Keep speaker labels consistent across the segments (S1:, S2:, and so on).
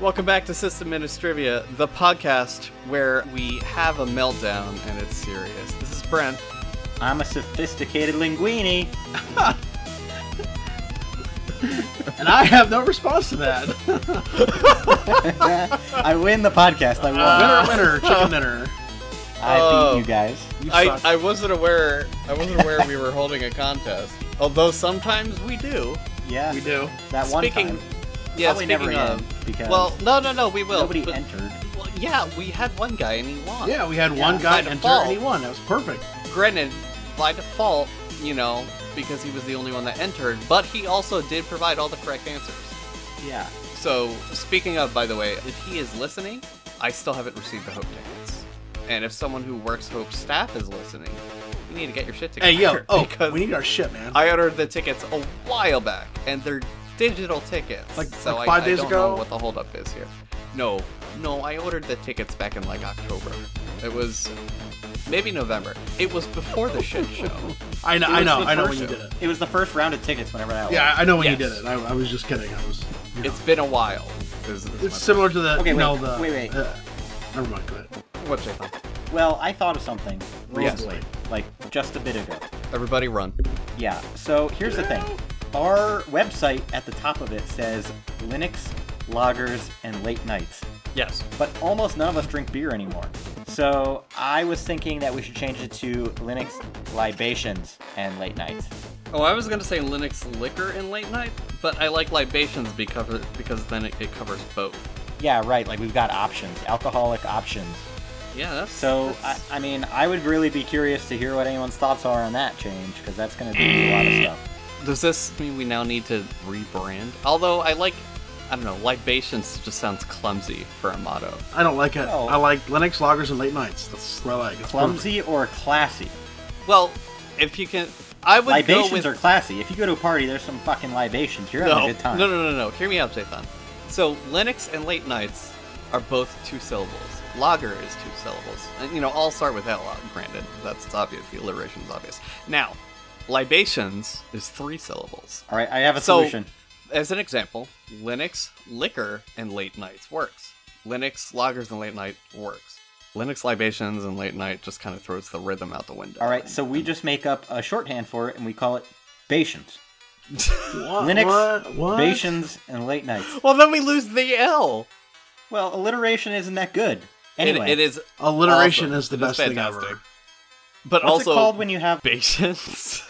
S1: Welcome back to System Minutes Trivia, the podcast where we have a meltdown and it's serious. This is Brent.
S2: I'm a sophisticated linguini.
S3: And I have no response to that.
S2: I win the podcast. I won.
S3: winner, winner, chicken dinner.
S2: I
S1: Uh, Oh.
S2: beat you guys.
S3: You
S1: I,
S3: suck.
S1: I wasn't aware I wasn't aware we were holding a contest. Although sometimes we do.
S2: Yeah,
S3: we do.
S2: that one
S1: speaking-
S2: time.
S1: Yeah,
S2: Probably
S1: speaking
S2: never
S1: of.
S2: end because
S1: Well, no, no, no, we will.
S2: nobody
S1: but-
S2: entered.
S1: well, yeah, we had one guy and he won.
S3: Yeah, we had
S2: Yeah,
S3: one guy
S1: by
S3: enter
S1: default.
S3: and he won. That was perfect.
S1: Granted, by default, you know, because he was the only one that entered, but he also did provide all the correct answers.
S2: Yeah.
S1: So, speaking of, by the way, if he is listening, I still haven't received the Hope tickets. And if someone who works Hope staff is listening, you need to get your shit together.
S3: Hey, yo, oh,
S1: because
S3: we need our shit, man.
S1: I ordered the tickets a while back, and they're digital tickets.
S3: Like-
S1: so
S3: like
S1: I-
S3: five
S1: I,
S3: days
S1: don't
S3: ago?
S1: know what the holdup is here. No, no, I ordered the tickets back in like October. It was maybe November. It was before the shit show.
S3: I know,
S2: It
S3: I
S2: was
S3: know,
S2: the
S3: I know
S2: first-
S3: when you did it.
S2: was the first round of tickets when I ran out.
S3: Yeah, I I know when you
S1: Yes.
S3: did it. I, I was just kidding. I was. you know.
S1: It's been a while. is- is
S3: It's
S1: my-
S3: similar to the.
S2: Okay,
S3: you
S2: wait,
S3: know, the,
S2: wait, wait.
S3: uh, never mind. Go ahead.
S1: What's your thought?
S2: Well, I thought of something
S1: Yes.
S2: recently, like just a bit ago.
S1: Everybody run.
S2: Yeah. So here's the thing. Our website at the top of it says Linux, loggers, and late nights.
S1: Yes.
S2: but almost none of us drink beer anymore. So I was thinking that we should change it to Linux libations and late nights.
S1: Oh, I was gonna say Linux liquor and late night, but I like libations because because then it, it covers both.
S2: Yeah, right. Like we've got options, alcoholic options.
S1: Yeah, that's
S2: So I,
S1: that's-
S2: I mean, I would really be curious to hear what anyone's thoughts are on that change because that's going to do a lot of stuff.
S1: Does this mean we now need to rebrand? Although I like, I don't know, libations just sounds clumsy for a motto.
S3: I don't like it.
S2: No.
S3: I like Linux loggers and late nights. That's what I like. It's
S2: Oh. Clumsy or classy?
S1: Well, if you can, I would
S2: libations
S1: go with
S2: are classy. If you go to a party, there's some fucking libations. You're
S1: no,
S2: having a good time.
S1: no, no, no, no. Hear me out, Jathan. So Linux and late nights are both two syllables. Lager is two syllables, and you know all start with L. uh, Granted, that's obvious. The alliteration's obvious. Now, libations is three syllables.
S2: All right, I have a
S1: So,
S2: solution.
S1: as an example, Linux liquor and late nights works. Linux loggers and late night works. Linux libations and late night just kind of throws the rhythm out the window.
S2: All right, so we just make up a shorthand for it and we call it bations.
S3: What,
S2: Linux,
S3: What? what?
S2: libations, and late nights.
S1: well, then we lose the L.
S2: Well, alliteration isn't that good.
S1: It-
S2: Anyway,
S1: it is
S3: Alliteration
S1: awesome.
S3: is the
S1: It
S3: best thing
S1: fantastic.
S3: ever.
S1: But
S2: What's
S1: also
S2: it called when you have?
S1: Bations.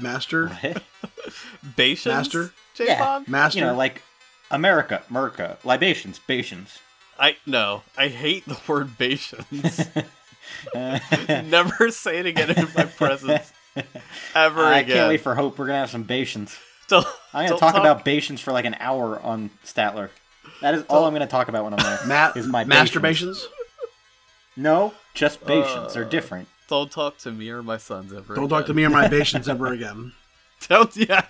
S3: Master,
S1: Bations?
S3: Master?
S1: Jay
S2: Yeah.
S1: Bob?
S3: master.
S2: you know, like America, Merca, libations, bations.
S1: I no. I hate the word Bations.
S2: Uh,
S1: Never say it again in my presence. Ever
S2: I
S1: again.
S2: can't wait for Hope. We're gonna have some bations.
S1: Don't-
S2: I'm gonna
S1: don't
S2: talk, about bations for like an hour on Statler. That is all I'm gonna talk about when I'm there.
S3: Ma-
S2: is my bations.
S3: masturbations.
S2: No, just bations.
S1: Uh.
S2: They're different.
S1: Don't talk to me or my sons ever.
S3: Don't talk to
S1: again.
S3: me or my bations ever again.
S1: Don't yeah.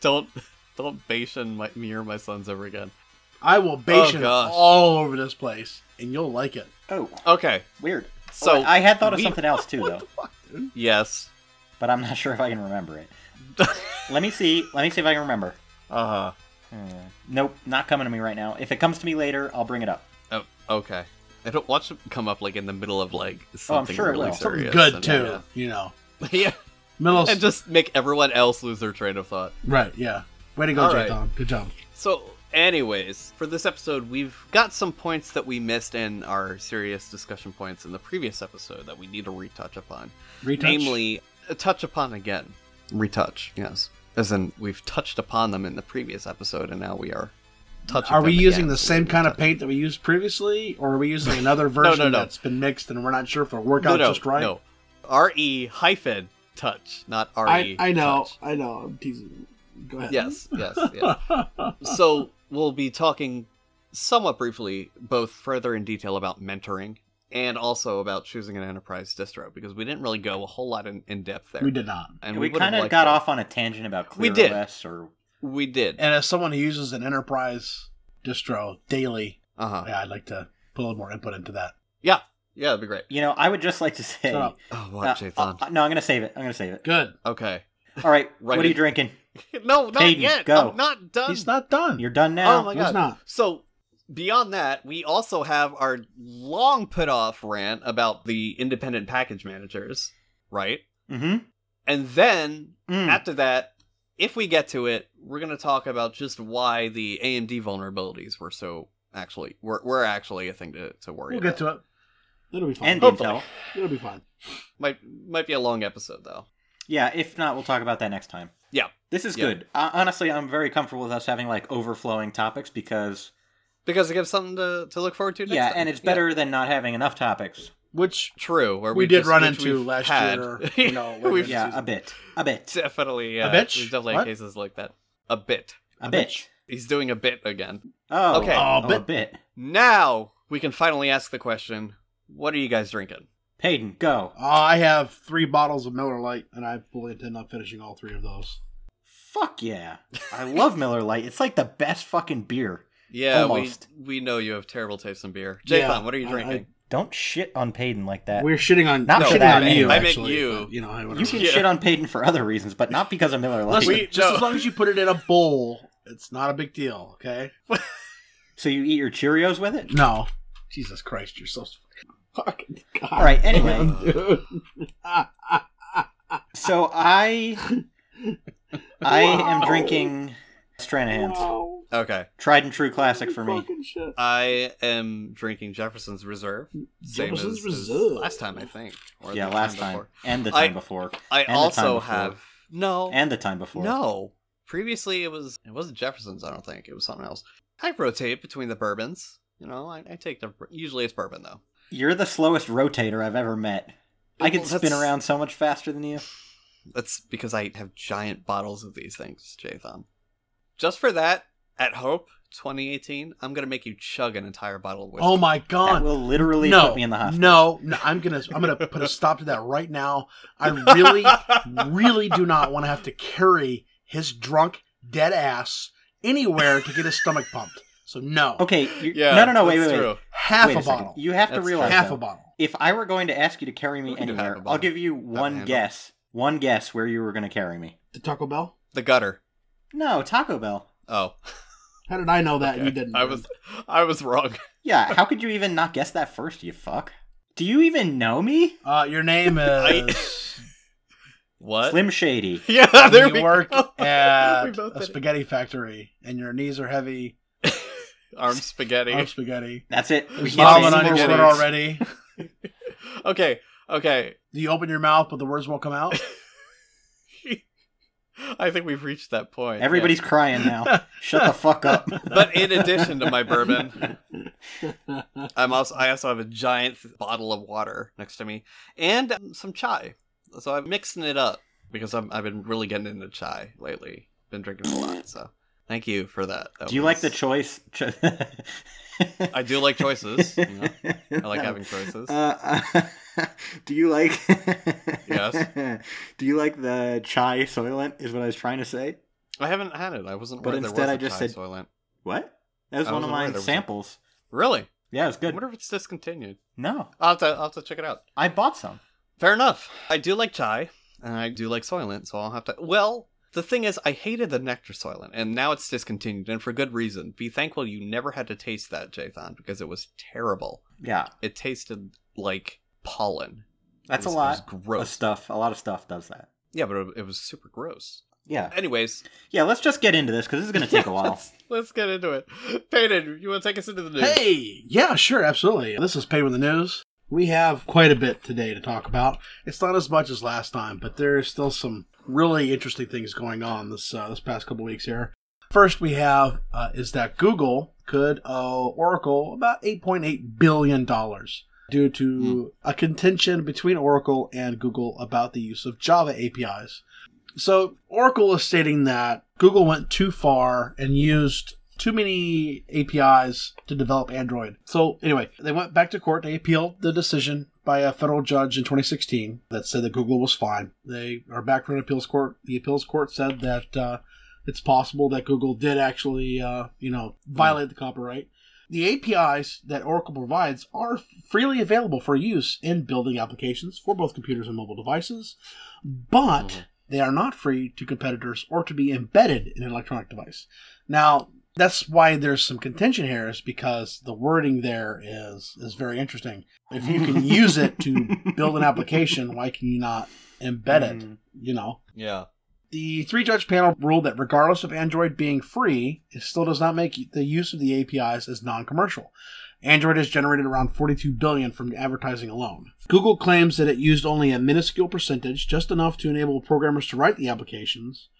S1: Don't don't bation my, me or my sons ever again.
S3: I will bation
S1: Oh, gosh.
S3: all over this place, and you'll like it.
S2: Oh,
S1: Okay.
S2: weird.
S1: So
S2: Oh, I had thought of
S1: we-
S2: something else too, though,
S3: Fuck, dude.
S1: Yes.
S2: but I'm not sure if I can remember it. Let me see. Let me see if I can remember.
S1: Uh huh.
S2: Nope, not coming to me right now. If it comes to me later, I'll bring it up.
S1: Oh, okay. I don't watch it come up like in the middle of like something
S2: Oh, sure it
S1: really
S2: will.
S1: serious.
S3: Something good
S1: and-
S3: too. You know,
S1: Yeah.
S3: middle.
S1: And just make everyone else lose their train of thought.
S3: right. Yeah. Way to go,
S1: All
S3: Jay
S1: right.
S3: Tom. Good job.
S1: So, anyways, for this episode, we've got some points that we missed in our serious discussion points in the previous episode that we need to retouch upon.
S3: Retouch.
S1: Namely, uh, touch upon again. Retouch, yes. As in, we've touched upon them in the previous episode, and now we are touching.
S3: Are we
S1: them
S3: using
S1: again.
S3: the same kind of paint that we used previously, or are we using another version
S1: no.
S3: that's been mixed and we're not sure if it'll work
S1: No,
S3: out
S1: no,
S3: just right?
S1: no. R E hyphen touch, not R
S3: I,
S1: E.
S3: I know.
S1: touch.
S3: I know. I'm teasing. Go ahead.
S1: Yes, yes, yes. so we'll be talking somewhat briefly, both further in detail about mentoring and also about choosing an enterprise distro because we didn't really go a whole lot in, in depth there.
S3: We did not.
S1: and
S2: And we
S1: would've
S2: kind of
S1: liked
S2: got
S1: that.
S2: off on a tangent about ClearOS
S1: We did.
S2: or
S1: We did.
S3: And as someone who uses an enterprise distro daily,
S1: Uh huh.
S3: yeah, I'd like to put a little more input into that.
S1: Yeah, yeah, that'd be great.
S2: you know, I would just like to say
S3: Shut up.
S1: Oh,
S2: Uh,
S1: what, Jathan?
S2: uh, no, I'm gonna save it. I'm gonna save it.
S3: Good.
S1: okay.
S2: All right,
S1: Right.
S2: what are you drinking?
S1: No, not
S2: Hayden,
S1: yet.
S2: go.
S1: I'm not done.
S3: He's not done.
S2: You're done now.
S1: oh my
S3: He's
S1: god.
S3: not.
S1: So beyond that, we also have our long put off rant about the independent package managers, right?
S2: Mm-hmm.
S1: And then
S3: Hmm.
S2: Mm.
S1: after that, if we get to it, we're going to talk about just why the AMD vulnerabilities were so actually were, were actually a thing to, to worry
S3: We'll
S1: about.
S3: get to it. It'll be fine.
S2: And
S1: Hopefully.
S2: Intel.
S3: It'll be fine.
S1: Might might be a long episode though.
S2: Yeah, if not, we'll talk about that next time.
S1: Yeah.
S2: This is
S1: Yeah.
S2: good. Uh, honestly, I'm very comfortable with us having like overflowing topics because
S1: Because it gives something to, to look forward to next
S2: yeah,
S1: time.
S2: and it's better than not having enough topics.
S3: Which
S1: True. Where
S3: we,
S1: we,
S3: did
S1: just-
S3: run
S1: which
S3: into
S1: we've
S3: last
S1: had.
S3: year. Or, you know, later
S1: We've
S3: this
S2: Yeah,
S3: season.
S2: a bit, a bit,
S1: Definitely, yeah.
S3: bitch?
S1: We've definitely
S3: What?
S1: had cases like that. A bit.
S2: a
S3: bitch.
S2: bit.
S1: He's doing a bit again.
S2: Oh,
S1: Okay.
S2: oh,
S3: Oh,
S2: a
S3: bit.
S2: bit.
S1: Now we can finally ask the question: What are you guys drinking?
S2: Payton, go.
S3: Uh, I have three bottles of Miller Lite, and I fully intend on finishing all three of those.
S2: Fuck yeah! I love Miller Lite. It's like the best fucking beer.
S1: Yeah,
S2: Almost.
S1: we we know you have terrible taste in beer. Jathan,
S3: Yeah,
S1: what are you
S3: I-
S1: drinking?
S2: Don't shit on Payton like that.
S3: We're shitting on
S2: Not
S3: not
S2: for
S3: shitting
S2: that,
S3: on you.
S2: I
S1: meant
S3: actually,
S1: you.
S3: but, you know, whatever.
S2: you can
S1: Yeah.
S2: shit on Payton for other reasons, but not because of Miller Lite.
S3: Listen,
S1: We-
S3: just
S1: no.
S3: as long as you put it in a bowl, it's not a big deal. Okay?
S2: so you eat your Cheerios with it?
S3: No, Jesus Christ, you're so fucking. God.
S2: All right. Anyway,
S3: dude.
S2: so I, I am
S3: Wow.
S2: drinking Stranahan's.
S3: Wow.
S1: Okay,
S2: tried and true classic for me.
S3: Fucking shit.
S1: I am drinking Jefferson's Reserve. Same
S3: Jefferson's
S1: as,
S3: Reserve.
S1: as last time, I think. Or
S2: Yeah,
S1: the
S2: last time
S1: before.
S2: and the
S1: I-
S2: time before
S1: I
S2: And the time
S1: also
S2: before.
S1: have no
S2: and the time before.
S1: no. Previously, it was it wasn't Jefferson's. I don't think it was something else. I rotate between the bourbons. You know, I, I take the usually it's bourbon though.
S2: You're the slowest rotator I've ever met. I can
S1: Well,
S2: spin
S1: that's-
S2: around so much faster than you.
S1: That's because I have giant bottles of these things, Jathan. Just for that, at Hope 2018, I'm gonna make you chug an entire bottle of whiskey.
S3: Oh my
S2: That
S3: God.
S2: will literally
S3: no,
S2: put me in the hospital.
S3: No, no, I'm gonna I'm gonna put a stop to that right now. I really, really do not want to have to carry his drunk dead ass anywhere to get his stomach pumped. So no,
S2: Okay. you no, no, no. Wait, wait,
S1: that's
S2: wait.
S1: true.
S3: half
S2: Wait
S3: a,
S2: a second.
S3: bottle,
S2: You have to
S1: That's
S2: realize
S3: half
S2: though,
S3: a bottle.
S2: if I were going to ask you to carry me
S1: We can do half a
S2: anywhere,
S1: bottle.
S2: I'll give you one
S1: handle.
S2: guess. One guess where you were going to carry me.
S3: The Taco Bell.
S1: The gutter.
S2: No, Taco Bell.
S1: Oh,
S3: How did I know that? and You
S1: okay.
S3: didn't.
S1: I was, I was wrong.
S2: Yeah, how could you even not guess that first, you fuck? Do you even know me?
S3: Uh, your name is.
S1: What?
S2: Slim Shady.
S1: Yeah, there
S3: you
S1: we
S3: work
S1: go.
S3: at
S1: We both
S3: a
S1: did it.
S3: spaghetti factory, and your knees are heavy.
S1: Arm spaghetti.
S3: Arm spaghetti.
S2: That's it. We
S1: Can't
S3: Vomit
S1: say
S3: on your
S1: spaghetti.
S3: sweater already.
S1: okay, okay.
S3: Do you open your mouth, but the words won't come out?
S1: I think we've reached that point.
S2: Everybody's crying now. Shut the fuck up.
S1: Yeah. But in addition to my bourbon, I'm also I also have a giant bottle of water next to me and um, some chai. So I'm mixing it up because I'm, I've been really getting into chai lately. Been drinking a lot, so thank you for that. That
S2: Do you
S1: was-
S2: like the choice? Cho-
S1: I do like choices. you know? I like having choices.
S2: Uh, do you like?
S1: Yes.
S2: Do you like the chai soylent? Is what I was trying to say.
S1: I haven't had it. I wasn't.
S2: but
S1: aware there
S2: instead
S1: was
S2: I
S1: a
S2: just
S1: chai
S2: said-
S1: Soylent.
S2: What? That was
S1: I
S2: one of
S1: wasn't aware
S2: my
S1: there was a-
S2: samples.
S1: Really?
S2: Yeah, it was
S1: I
S2: good.
S1: wonder if it's discontinued.
S2: No,
S1: I'll have to. I'll have to check it out.
S2: I bought some.
S1: Fair enough. I do like chai, and I do like Soylent, so I'll have to. Well, the thing is, I hated the Nectar Soylent, and now it's discontinued, and for good reason. Be thankful you never had to taste that, Jathan, because it was terrible.
S2: Yeah,
S1: It tasted like pollen.
S2: that's
S1: It was-
S2: a
S1: It
S2: lot
S1: was
S2: of
S1: gross.
S2: stuff. A lot of stuff does that.
S1: yeah, but it, it was super gross.
S2: Yeah,
S1: Anyways,
S2: yeah. Let's just get into this because this is going to take a while.
S1: Let's, let's get into it. Peyton, you want to take us into the news?
S3: Hey, yeah, sure, absolutely. This is Paid with the News. We have quite a bit today to talk about. It's not as much as last time, but there is still some really interesting things going on this uh, this past couple weeks here. First, we have uh, is that Google could owe Oracle about eight point eight billion dollars due to
S1: Hmm.
S3: a contention between Oracle and Google about the use of Java APIs. So Oracle is stating that Google went too far and used too many APIs to develop Android. So anyway, they went back to court. They appealed the decision by a federal judge in 2016 that said that Google was fine. They are back from an appeals court. The appeals court said that uh, it's possible that Google did actually, uh, you know, violate the copyright. The APIs that Oracle provides are freely available for use in building applications for both computers and mobile devices, but
S1: Mhm.
S3: they are not free to competitors or to be embedded in an electronic device. Now, That's why there's some contention here, is because the wording there is is very interesting. If you can use it to build an application, why can you not embed it?
S2: Mm.
S3: You know,
S1: Yeah.
S3: the three judge panel ruled that regardless of Android being free, it still does not make the use of the APIs as non commercial. Android has generated around 42 billion from advertising alone. Google claims that it used only a minuscule percentage, just enough to enable programmers to write the applications.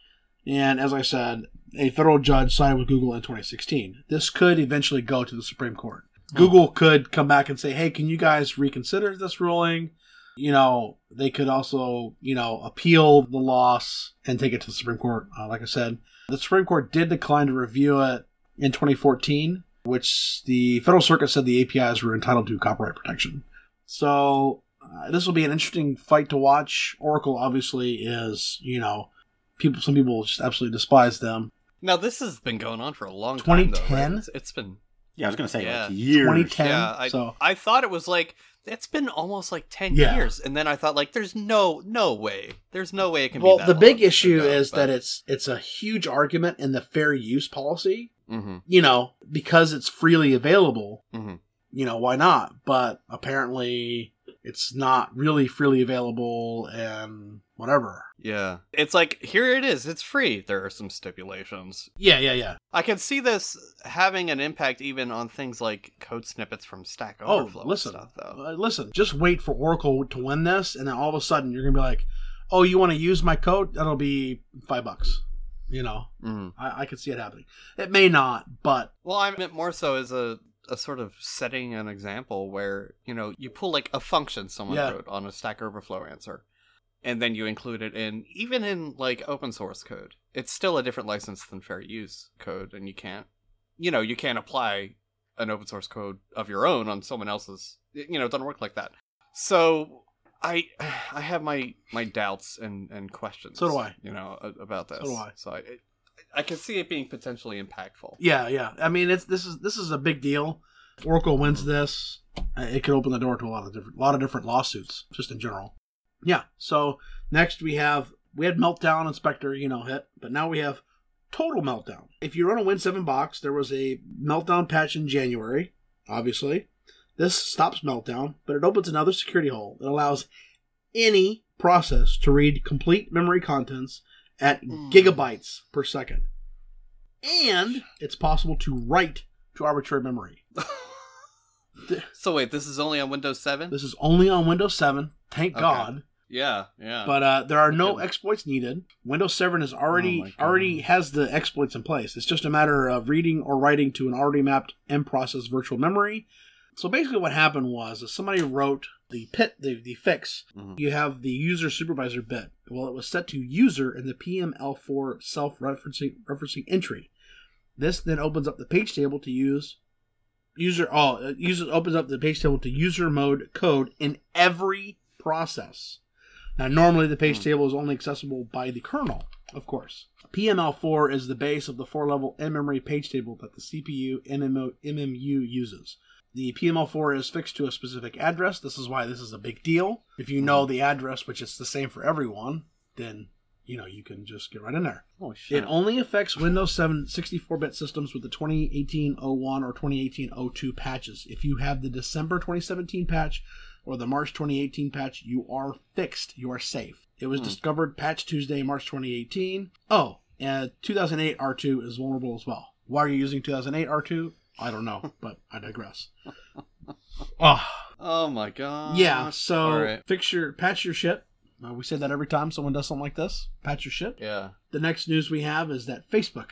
S3: And as I said, a federal judge sided with Google in 2016. This could eventually go to the Supreme Court. Google could come back and say, "Hey, can you guys reconsider this ruling?" you know, they could also, you know, appeal the loss and take it to the Supreme Court. Uh, like I said, the Supreme Court did decline to review it in 2014, which the Federal Circuit said the APIs were entitled to copyright protection. So uh, this will be an interesting fight to watch. Oracle obviously is, you know, people. Some people just absolutely despise them.
S1: Now this has been going on for a long time. though, right?
S3: 2010?
S1: It's- It's been
S2: Yeah, I was gonna say
S1: Yeah.
S2: like years.
S3: 2010.
S1: yeah. I,
S3: so
S1: I thought it was like it's been almost like ten
S3: Yeah.
S1: years, and then I thought like there's no no way there's no way it can
S3: well,
S1: be.
S3: the big issue is that it's it's a huge argument in the fair use policy.
S1: hmm
S3: you know, because it's freely available,
S1: Mhm.
S3: you know, why not? But apparently it's not really freely available and whatever.
S1: Yeah, it's like here it is. It's free. There are some stipulations.
S3: Yeah, yeah, yeah.
S1: I can see this having an impact even on things like code snippets from Stack
S3: Oh,
S1: Overflow. and
S3: listen.
S1: stuff, though.
S3: Uh, listen, just wait for Oracle to win this and then all of a sudden you're going to be like, "Oh, you want to use my code? That'll be 5 bucks." You know,
S1: Mhm.
S3: I, I could see it happening. It may not, but
S1: Well, I meant more so as a a sort of setting an example where you know you pull like a function someone
S3: Yeah.
S1: wrote on a Stack Overflow answer, and then you include it in even in like open source code. It's still a different license than fair use code, and you can't you know you can't apply an open source code of your own on someone else's. You know, it doesn't work like that. So. I I have my my doubts and and questions.
S3: So do I.
S1: You know a- about this.
S3: So do I.
S1: So I I can see it being potentially impactful.
S3: yeah, yeah. I mean, it's this is this is a big deal. Oracle wins this, uh, it could open the door to a lot of different lot of different lawsuits just in general. Yeah. So next we have we had meltdown inspector, you know, hit, but now we have total meltdown. If you run a Win Seven box, there was a meltdown patch in January. Obviously, this stops meltdown, but it opens another security hole that allows any process to read complete memory contents at
S1: Mm.
S3: gigabytes per second, and it's possible to write to arbitrary memory.
S1: So wait, this is only on Windows 7?
S3: This is only on Windows 7, thank
S1: Okay.
S3: God.
S1: yeah, yeah.
S3: But uh, there are no
S1: Okay.
S3: exploits needed. Windows 7 is already
S1: Oh my God.
S3: already has the exploits in place. It's just a matter of reading or writing to an already mapped and processed virtual memory. So basically, what happened was is somebody wrote the pit the, the fix.
S1: Mhm.
S3: You have the user supervisor bit. Well, it was set to user in the PML4 self referencing referencing entry. This then opens up the page table to use user all uh, user opens up the page table to user mode code in every process. Now, normally the page table is only accessible by the kernel, of course. PML4 is the base of the four level in memory page table that the CPU MMO, MMU uses. The PML4 is fixed to a specific address. This is why this is a big deal. If you know the address, which it's the same for everyone, then you know you can just get right in there.
S1: oh,
S3: It only affects Windows 7 64 bit systems with the 2018 01 or 2018 02 patches. If you have the December 2017 patch or the March 2018 patch, you are fixed. You are safe. It was
S1: Hmm.
S3: discovered patch Tuesday, March 2018. Oh, and 2008 R2 is vulnerable as well. Why are you using 2008 R2? I don't know, but I digress. Ah.
S1: oh my god.
S3: Yeah, so
S1: All right.
S3: fix your patch your shit. Uh, we say that every time someone does something like this. Patch your shit.
S1: Yeah.
S3: The next news we have is that Facebook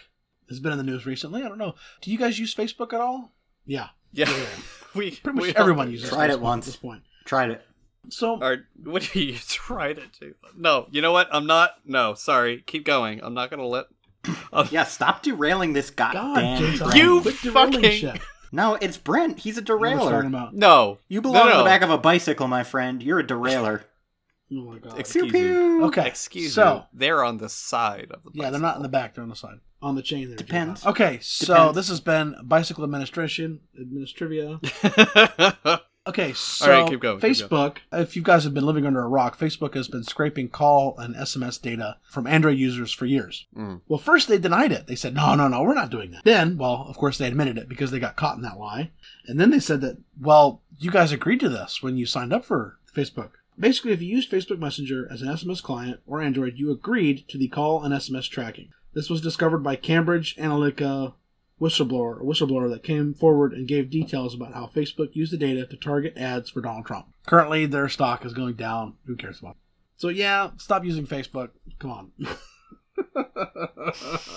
S3: has been in the news recently. I don't know. Do you guys use Facebook at all? Yeah,
S1: Yeah.
S3: Yeah.
S1: we
S3: pretty much
S1: we all-
S3: everyone uses.
S2: Tried it
S3: Facebook
S2: once.
S3: at this point.
S2: Tried it.
S3: So
S1: Or what do you tried it to? No, you know what? I'm not. No, sorry. Keep going. I'm not gonna let.
S2: Yeah, stop derailing this
S3: God,
S2: goddamn
S3: James,
S2: Brent.
S1: You
S3: quit derailing
S1: fucking-
S3: shit.
S2: No, it's Brent. He's a
S3: What was I talking
S2: derailer.
S3: about?
S1: No.
S2: You belong
S1: No,
S2: on
S1: no.
S2: the back of a bicycle, my friend. You're a derailer.
S3: Oh my god.
S1: Excuse
S2: Pew,
S1: me.
S2: pew.
S3: Okay.
S1: Excuse
S3: so,
S1: me. They're on the side of the.
S3: Yeah, they're not in the back. They're on the side, on the chain. There, James.
S2: Depends.
S3: Okay, so
S2: Depends.
S3: this has been bicycle administration, administrivia.
S1: the.
S3: Okay, so
S1: All right, keep going, keep
S3: Facebook, if you guys have been living under a rock, Facebook has been scraping call and SMS data from Android users for years.
S1: Mm.
S3: Well, first they denied it. They said, no, no, no, we're not doing that. Then, well, of course they admitted it because they got caught in that lie. And then they said that, well, you guys agreed to this when you signed up for Facebook. Basically, if you used Facebook Messenger as an SMS client or Android, you agreed to the call and SMS tracking. This was discovered by Cambridge Analytica whistleblower, a whistleblower that came forward and gave details about how Facebook used the data to target ads for Donald Trump. Currently, their stock is going down. Who cares about it? So, yeah, stop using Facebook. Come on.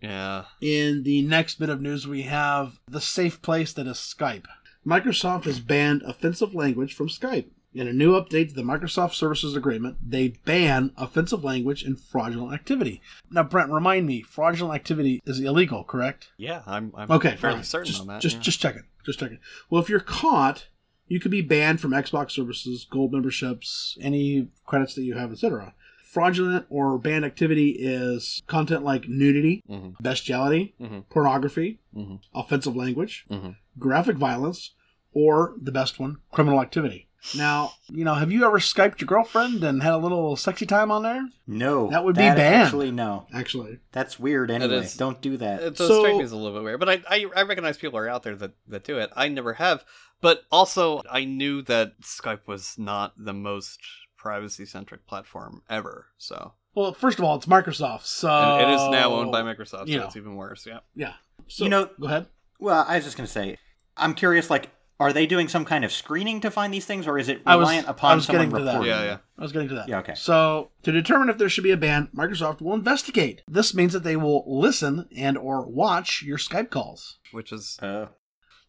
S1: Yeah.
S3: In the next bit of news, we have the safe place that is Skype. Microsoft has banned offensive language from Skype. In a new update to the Microsoft Services Agreement, they ban offensive language and fraudulent activity. Now, Brent, remind me, fraudulent activity is illegal, correct?
S1: Yeah, I'm, I'm
S3: Okay,
S1: fairly
S3: alright.
S1: certain
S3: just,
S1: on that.
S3: Just,
S1: yeah.
S3: just checking, just checking. Well, if you're caught, you could be banned from Xbox services, gold memberships, any credits that you have, etc. Fraudulent or banned activity is content like nudity,
S1: Mhm.
S3: bestiality,
S1: Mhm.
S3: pornography,
S1: Mhm.
S3: offensive language,
S1: Mhm.
S3: graphic violence, or the best one, criminal activity. Now, you know, have you ever Skyped your girlfriend and had a little sexy time on there?
S2: No,
S3: That would be banned.
S2: Actually, no.
S3: Actually,
S2: That's weird. Anyway,
S1: is- uh,
S2: don't do that.
S1: It does
S3: So-
S1: strike me as a little bit weird, but I, I I recognize people are out there that that do it. I never have, but also I knew that Skype was not the most privacy centric platform ever. So
S3: well, first of all, it's Microsoft, so
S1: and it is now owned by Microsoft,
S3: you
S1: so
S3: know.
S1: it's even worse. Yeah.
S3: Yeah, so
S2: You know-
S3: go ahead.
S2: Well, I was just gonna say, I'm curious. Like, are they doing some kind of screening to find these things, or is it
S3: I was-
S2: reliant upon
S3: I was
S2: someone
S3: getting to that.
S2: reporting?
S1: Yeah, yeah.
S2: them?
S3: I was getting to that.
S2: Yeah, okay.
S3: So to determine if there should be a ban, Microsoft will investigate. This means that they will listen and or watch your Skype calls.
S1: Which is
S2: Uh,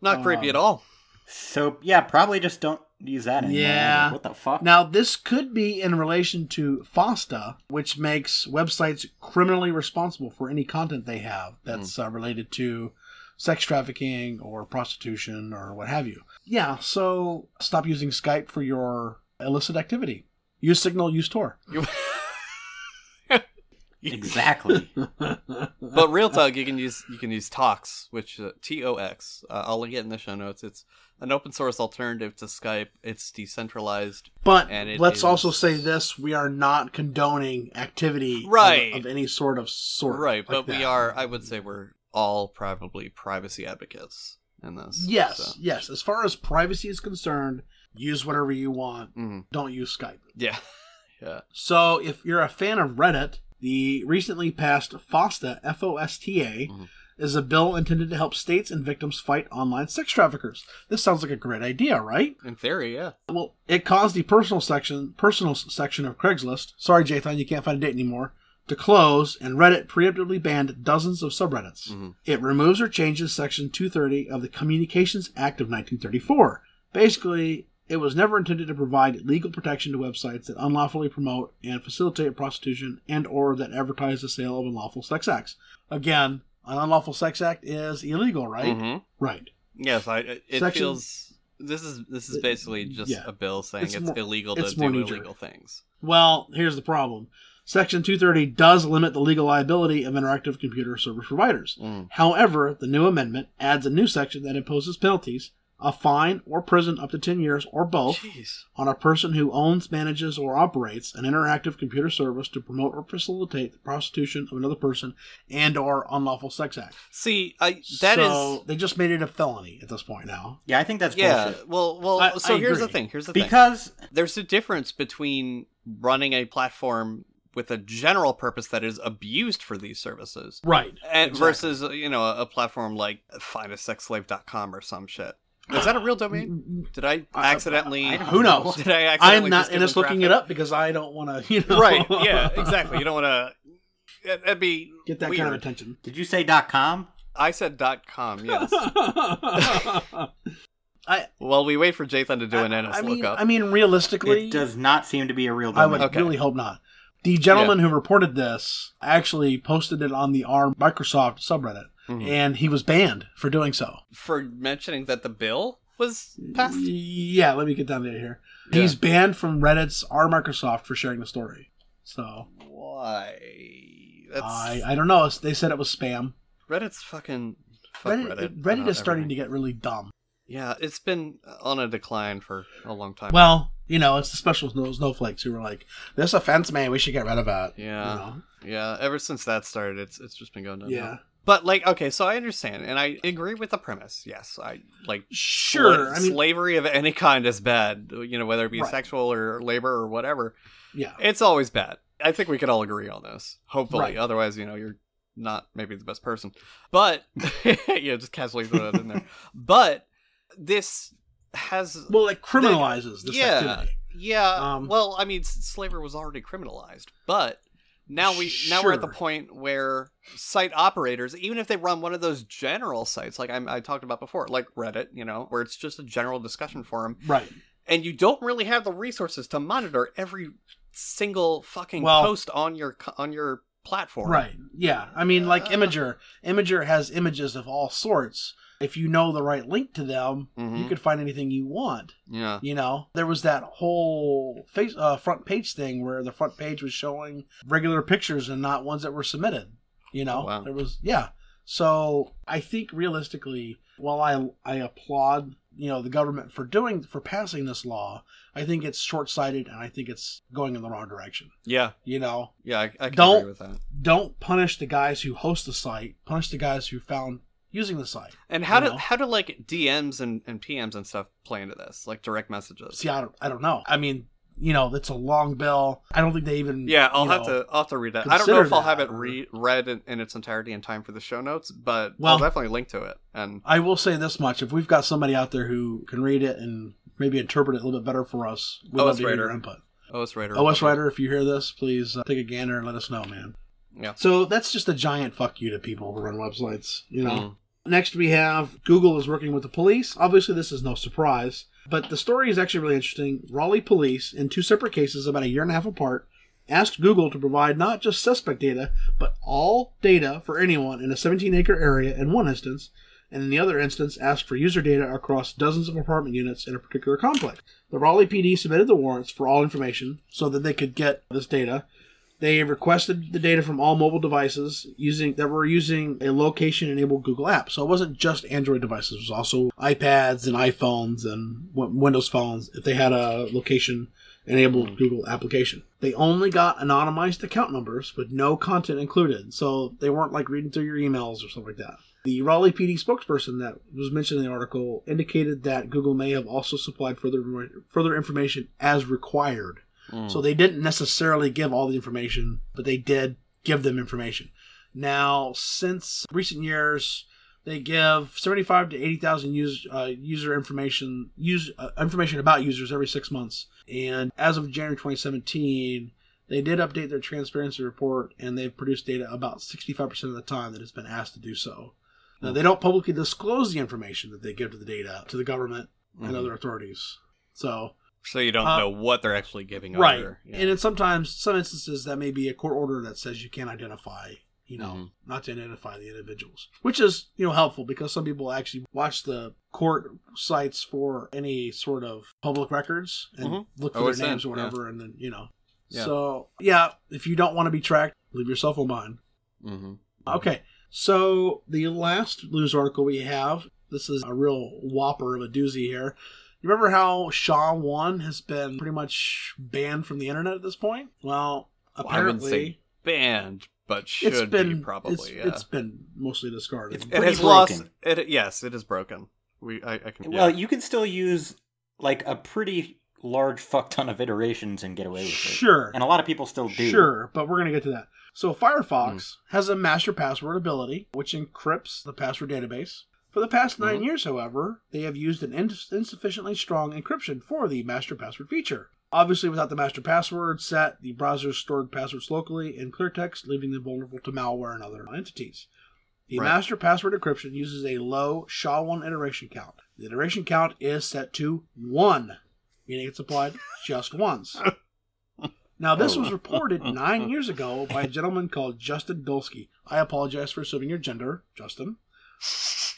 S1: not creepy
S3: um,
S1: at all.
S2: so yeah, probably just don't use that. Anymore.
S3: Yeah.
S2: What the fuck?
S3: Now this could be in relation to FOSTA, which makes websites criminally responsible for any content they have that's
S2: Hmm.
S3: uh, related to sex trafficking or prostitution or what have you. Yeah, so stop using Skype for your illicit activity. Use Signal, use Tor.
S2: exactly.
S1: but real talk, you can use you can use Tox, which uh, T O X. Uh, I'll link it in the show notes. It's an open source alternative to Skype. It's decentralized.
S3: But
S1: And it
S3: let's
S1: is-
S3: also say this: we are not condoning activity of-
S1: Right.
S3: of, any sort of sort.
S1: right,
S3: like
S1: but we
S3: that.
S1: are. I would say we're all probably privacy advocates in this.
S3: Yes,
S1: so.
S3: yes. As far as privacy is concerned, use whatever you want.
S1: Mhm.
S3: Don't use Skype.
S1: Yeah. Yeah.
S3: So, if you're a fan of Reddit, the recently passed FOSTA F O S T A
S1: Mhm.
S3: is a bill intended to help states and victims fight online sex traffickers. This sounds like a great idea, right?
S1: In theory, yeah.
S3: Well, it caused the personal section, personal s- section of Craigslist. Sorry, Jathan, you can't find a date anymore. To close, and Reddit preemptively banned dozens of subreddits.
S1: Mhm.
S3: It removes or changes Section 230 of the Communications Act of 1934. Basically, it was never intended to provide legal protection to websites that unlawfully promote and facilitate prostitution and/or that advertise the sale of unlawful sex acts. Again, an unlawful sex act is illegal, right?
S1: Mhm.
S3: Right.
S1: Yes, I. It it
S3: Section-
S1: feels. This is this is basically just
S3: yeah.
S1: a bill saying
S3: It's
S1: it's,
S3: more-
S1: illegal
S3: it's
S1: to do
S3: more knee-jerk.
S1: illegal things.
S3: Well, here's the problem. Section 230 does limit the legal liability of interactive computer service providers.
S1: Mm.
S3: However, the new amendment adds a new section that imposes penalties, a fine or prison up to 10 years or
S1: Oh.
S3: both,
S1: Jeez.
S3: on a person who owns, manages, or operates an interactive computer service to promote or facilitate the prostitution of another person and or unlawful sex act.
S1: See, I that is.
S3: so they just made it a felony at this point now.
S2: yeah, I think that's
S1: yeah.
S2: bullshit.
S1: Well, well.
S3: I-
S1: so
S3: I
S1: here's the
S3: agree.
S1: thing. Here's the thing.
S2: Because
S1: there's a difference between running a platform with a general purpose that is abused for these services
S3: Right.
S1: and
S3: Exactly.
S1: versus uh, you know a, a platform like findasexslave.com or some shit is that a real domain did i
S3: Mm, I-
S1: accidentally
S2: I- I
S3: Who knows?
S1: did i accidentally
S3: I am not
S1: just give
S3: and it's
S1: them
S3: looking it up because I don't want to, you
S1: traffic?
S3: know.
S1: right yeah exactly you don't want to that'd be
S3: Get that
S1: weird.
S3: kind of attention.
S2: did you say dot com?
S1: i said dot com yes
S3: I,
S1: well we wait for jathan to do an
S3: I
S1: NS
S3: mean,
S1: lookup
S3: I mean, realistically,
S2: It does not seem to be a real
S3: I
S2: domain.
S3: would
S1: Okay.
S3: really hope not. The gentleman who reported this actually posted it on the ARM Microsoft subreddit,
S1: Mhm.
S3: and he was banned for doing so.
S1: for mentioning that the bill was passed
S3: Mm, Yeah, let me get down to it here.
S1: Yeah.
S3: He's banned from Reddit's R Microsoft for sharing the story. So
S1: why that's
S3: I, I don't know. They said it was spam.
S1: Reddit's fucking. Fuck Reddit.
S3: Reddit, Reddit, is starting to get really dumb.
S1: Yeah, it's been on a decline for a long time.
S3: Well, you know, it's the special snow- snowflakes who were like, "This offense, man, we should get rid of it."
S1: Yeah.
S3: You know?
S1: yeah, ever since that started, it's it's just been going down.
S3: Yeah.
S1: But like, okay, so I understand, and I agree with the premise. Yes, I like
S3: Sure.
S1: sla-
S3: I mean,
S1: slavery of any kind is bad. You know, whether it be
S3: Right.
S1: sexual or labor or whatever,
S3: yeah.
S1: it's always bad. I think we could all agree on this. Hopefully,
S3: Right.
S1: otherwise, you know, you're not maybe the best person. But yeah, just casually throw that in there. But this has
S3: Well, it criminalizes this
S1: Yeah.
S3: activity.
S1: yeah.
S3: Um,
S1: well, I mean, s- slavery was already criminalized, but now we now we're at the
S3: Sure.
S1: point where site operators, even if they run one of those general sites, like I, I talked about before, like Reddit, you know, where it's just a general discussion forum,
S3: Right.
S1: and you don't really have the resources to monitor every single fucking
S3: Well-
S1: post on your co- on your platform.
S3: Right. Yeah. I mean, like
S1: Uh.
S3: Imager. Imager has images of all sorts. If you know the right link to them,
S1: Mhm.
S3: you could find anything you want.
S1: Yeah.
S3: You know, there was that whole face uh, front page thing where the front page was showing regular pictures and not ones that were submitted. You know,
S1: Oh, wow.
S3: there was yeah. So I think realistically, while I I applaud you know the government for doing for passing this law, I think it's short sighted and I think it's going in the wrong direction.
S1: Yeah.
S3: You know,
S1: Yeah. I, I can
S3: Don't-
S1: agree with that.
S3: don't punish the guys who host the site. Punish the guys who found using the site.
S1: And how
S3: you
S1: do
S3: know?
S1: how do like DMs and, and PMs and stuff play into this? Like direct messages.
S3: See, I don't, I don't know. I mean, you know, it's a long bill. I don't think they even.
S1: Yeah, I'll
S3: you
S1: have
S3: know,
S1: to I'll have to read that. I don't know
S3: consider
S1: if I'll
S3: that,
S1: have it
S3: or-
S1: re- read in, in its entirety in time for the show notes, but
S3: Well-
S1: I'll definitely link to it. And
S3: I will say this much: if we've got somebody out there who can read it and maybe interpret it a little bit better for us, we'd
S1: OS
S3: love to hear your
S1: writer.
S3: input.
S1: OS Writer.
S3: OS writer, if you hear this, please uh, take a gander and let us know, man.
S1: Yeah.
S3: So that's just a giant fuck you to people who run websites. You know.
S1: Mm.
S3: Next, we have Google is working with the police. Obviously, this is no surprise, but the story is actually really interesting. Raleigh police, in two separate cases about a year and a half apart, asked Google to provide not just suspect data, but all data for anyone in a 17 acre area in one instance, and in the other instance, asked for user data across dozens of apartment units in a particular complex. The Raleigh PD submitted the warrants for all information so that they could get this data. They requested the data from all mobile devices using that were using a location-enabled Google app. So it wasn't just Android devices; it was also iPads and iPhones and w- Windows phones if they had a location-enabled Google application. They only got anonymized account numbers with no content included, so they weren't like reading through your emails or something like that. The Raleigh PD spokesperson that was mentioned in the article indicated that Google may have also supplied further further information as required.
S1: Mm.
S3: So they didn't necessarily give all the information, but they did give them information. Now, since recent years, they give 75 to 80,000 use, uh, user information use uh, information about users every six months. And as of January 2017, they did update their transparency report, and they've produced data about 65% of the time that it's been asked to do so. Now, they don't publicly disclose the information that they give to the data to the government and
S1: Mhm.
S3: other authorities. So
S1: So you don't
S3: uh,
S1: know what they're actually giving
S3: right
S1: over. Yeah.
S3: and it's sometimes some instances that may be a court order that says you can't identify you know
S1: Mhm.
S3: not to identify the individuals which is you know helpful because some people actually watch the court sites for any sort of public records and
S1: Mhm.
S3: look for
S1: OSN,
S3: their names or
S1: yeah.
S3: whatever and then you know
S1: Yeah.
S3: so yeah if you don't want to be tracked leave your cell phone behind
S1: Mhm.
S3: Okay, so the last news article we have this is a real whopper of a doozy here. You remember how Shaw 1 has been pretty much banned from the internet at this point? Well,
S1: Well, I wouldn't say
S3: apparently
S1: Banned, but should
S3: it's been
S1: be probably.
S3: it's,
S1: yeah.
S3: it's been mostly discarded.
S2: It's-
S1: it
S2: pretty
S1: has lost.
S2: broken.
S1: It yes, it is broken. We I, I can.
S2: Well,
S1: yeah.
S2: you can still use like a pretty large fuck ton of iterations and get away with it.
S3: Sure.
S2: And a lot of people still do. Hmm.
S3: Sure, but we're going to get to that. So Firefox has a master password ability, which encrypts the password database. For the past 9
S2: Hmm.
S1: Mhm.
S3: years, however, they have used an ins- insufficiently strong encryption for the master password feature. Obviously, without the master password set, the browser stored passwords locally in clear text, leaving them vulnerable to malware and other entities. The
S1: Right.
S3: master password encryption uses a low SHA-1 iteration count. The iteration count is set to 1, meaning it's applied just once. Now, this
S2: Oh.
S3: was reported nine years ago by a gentleman called Justin Dolsky. I apologize for assuming your gender, Justin.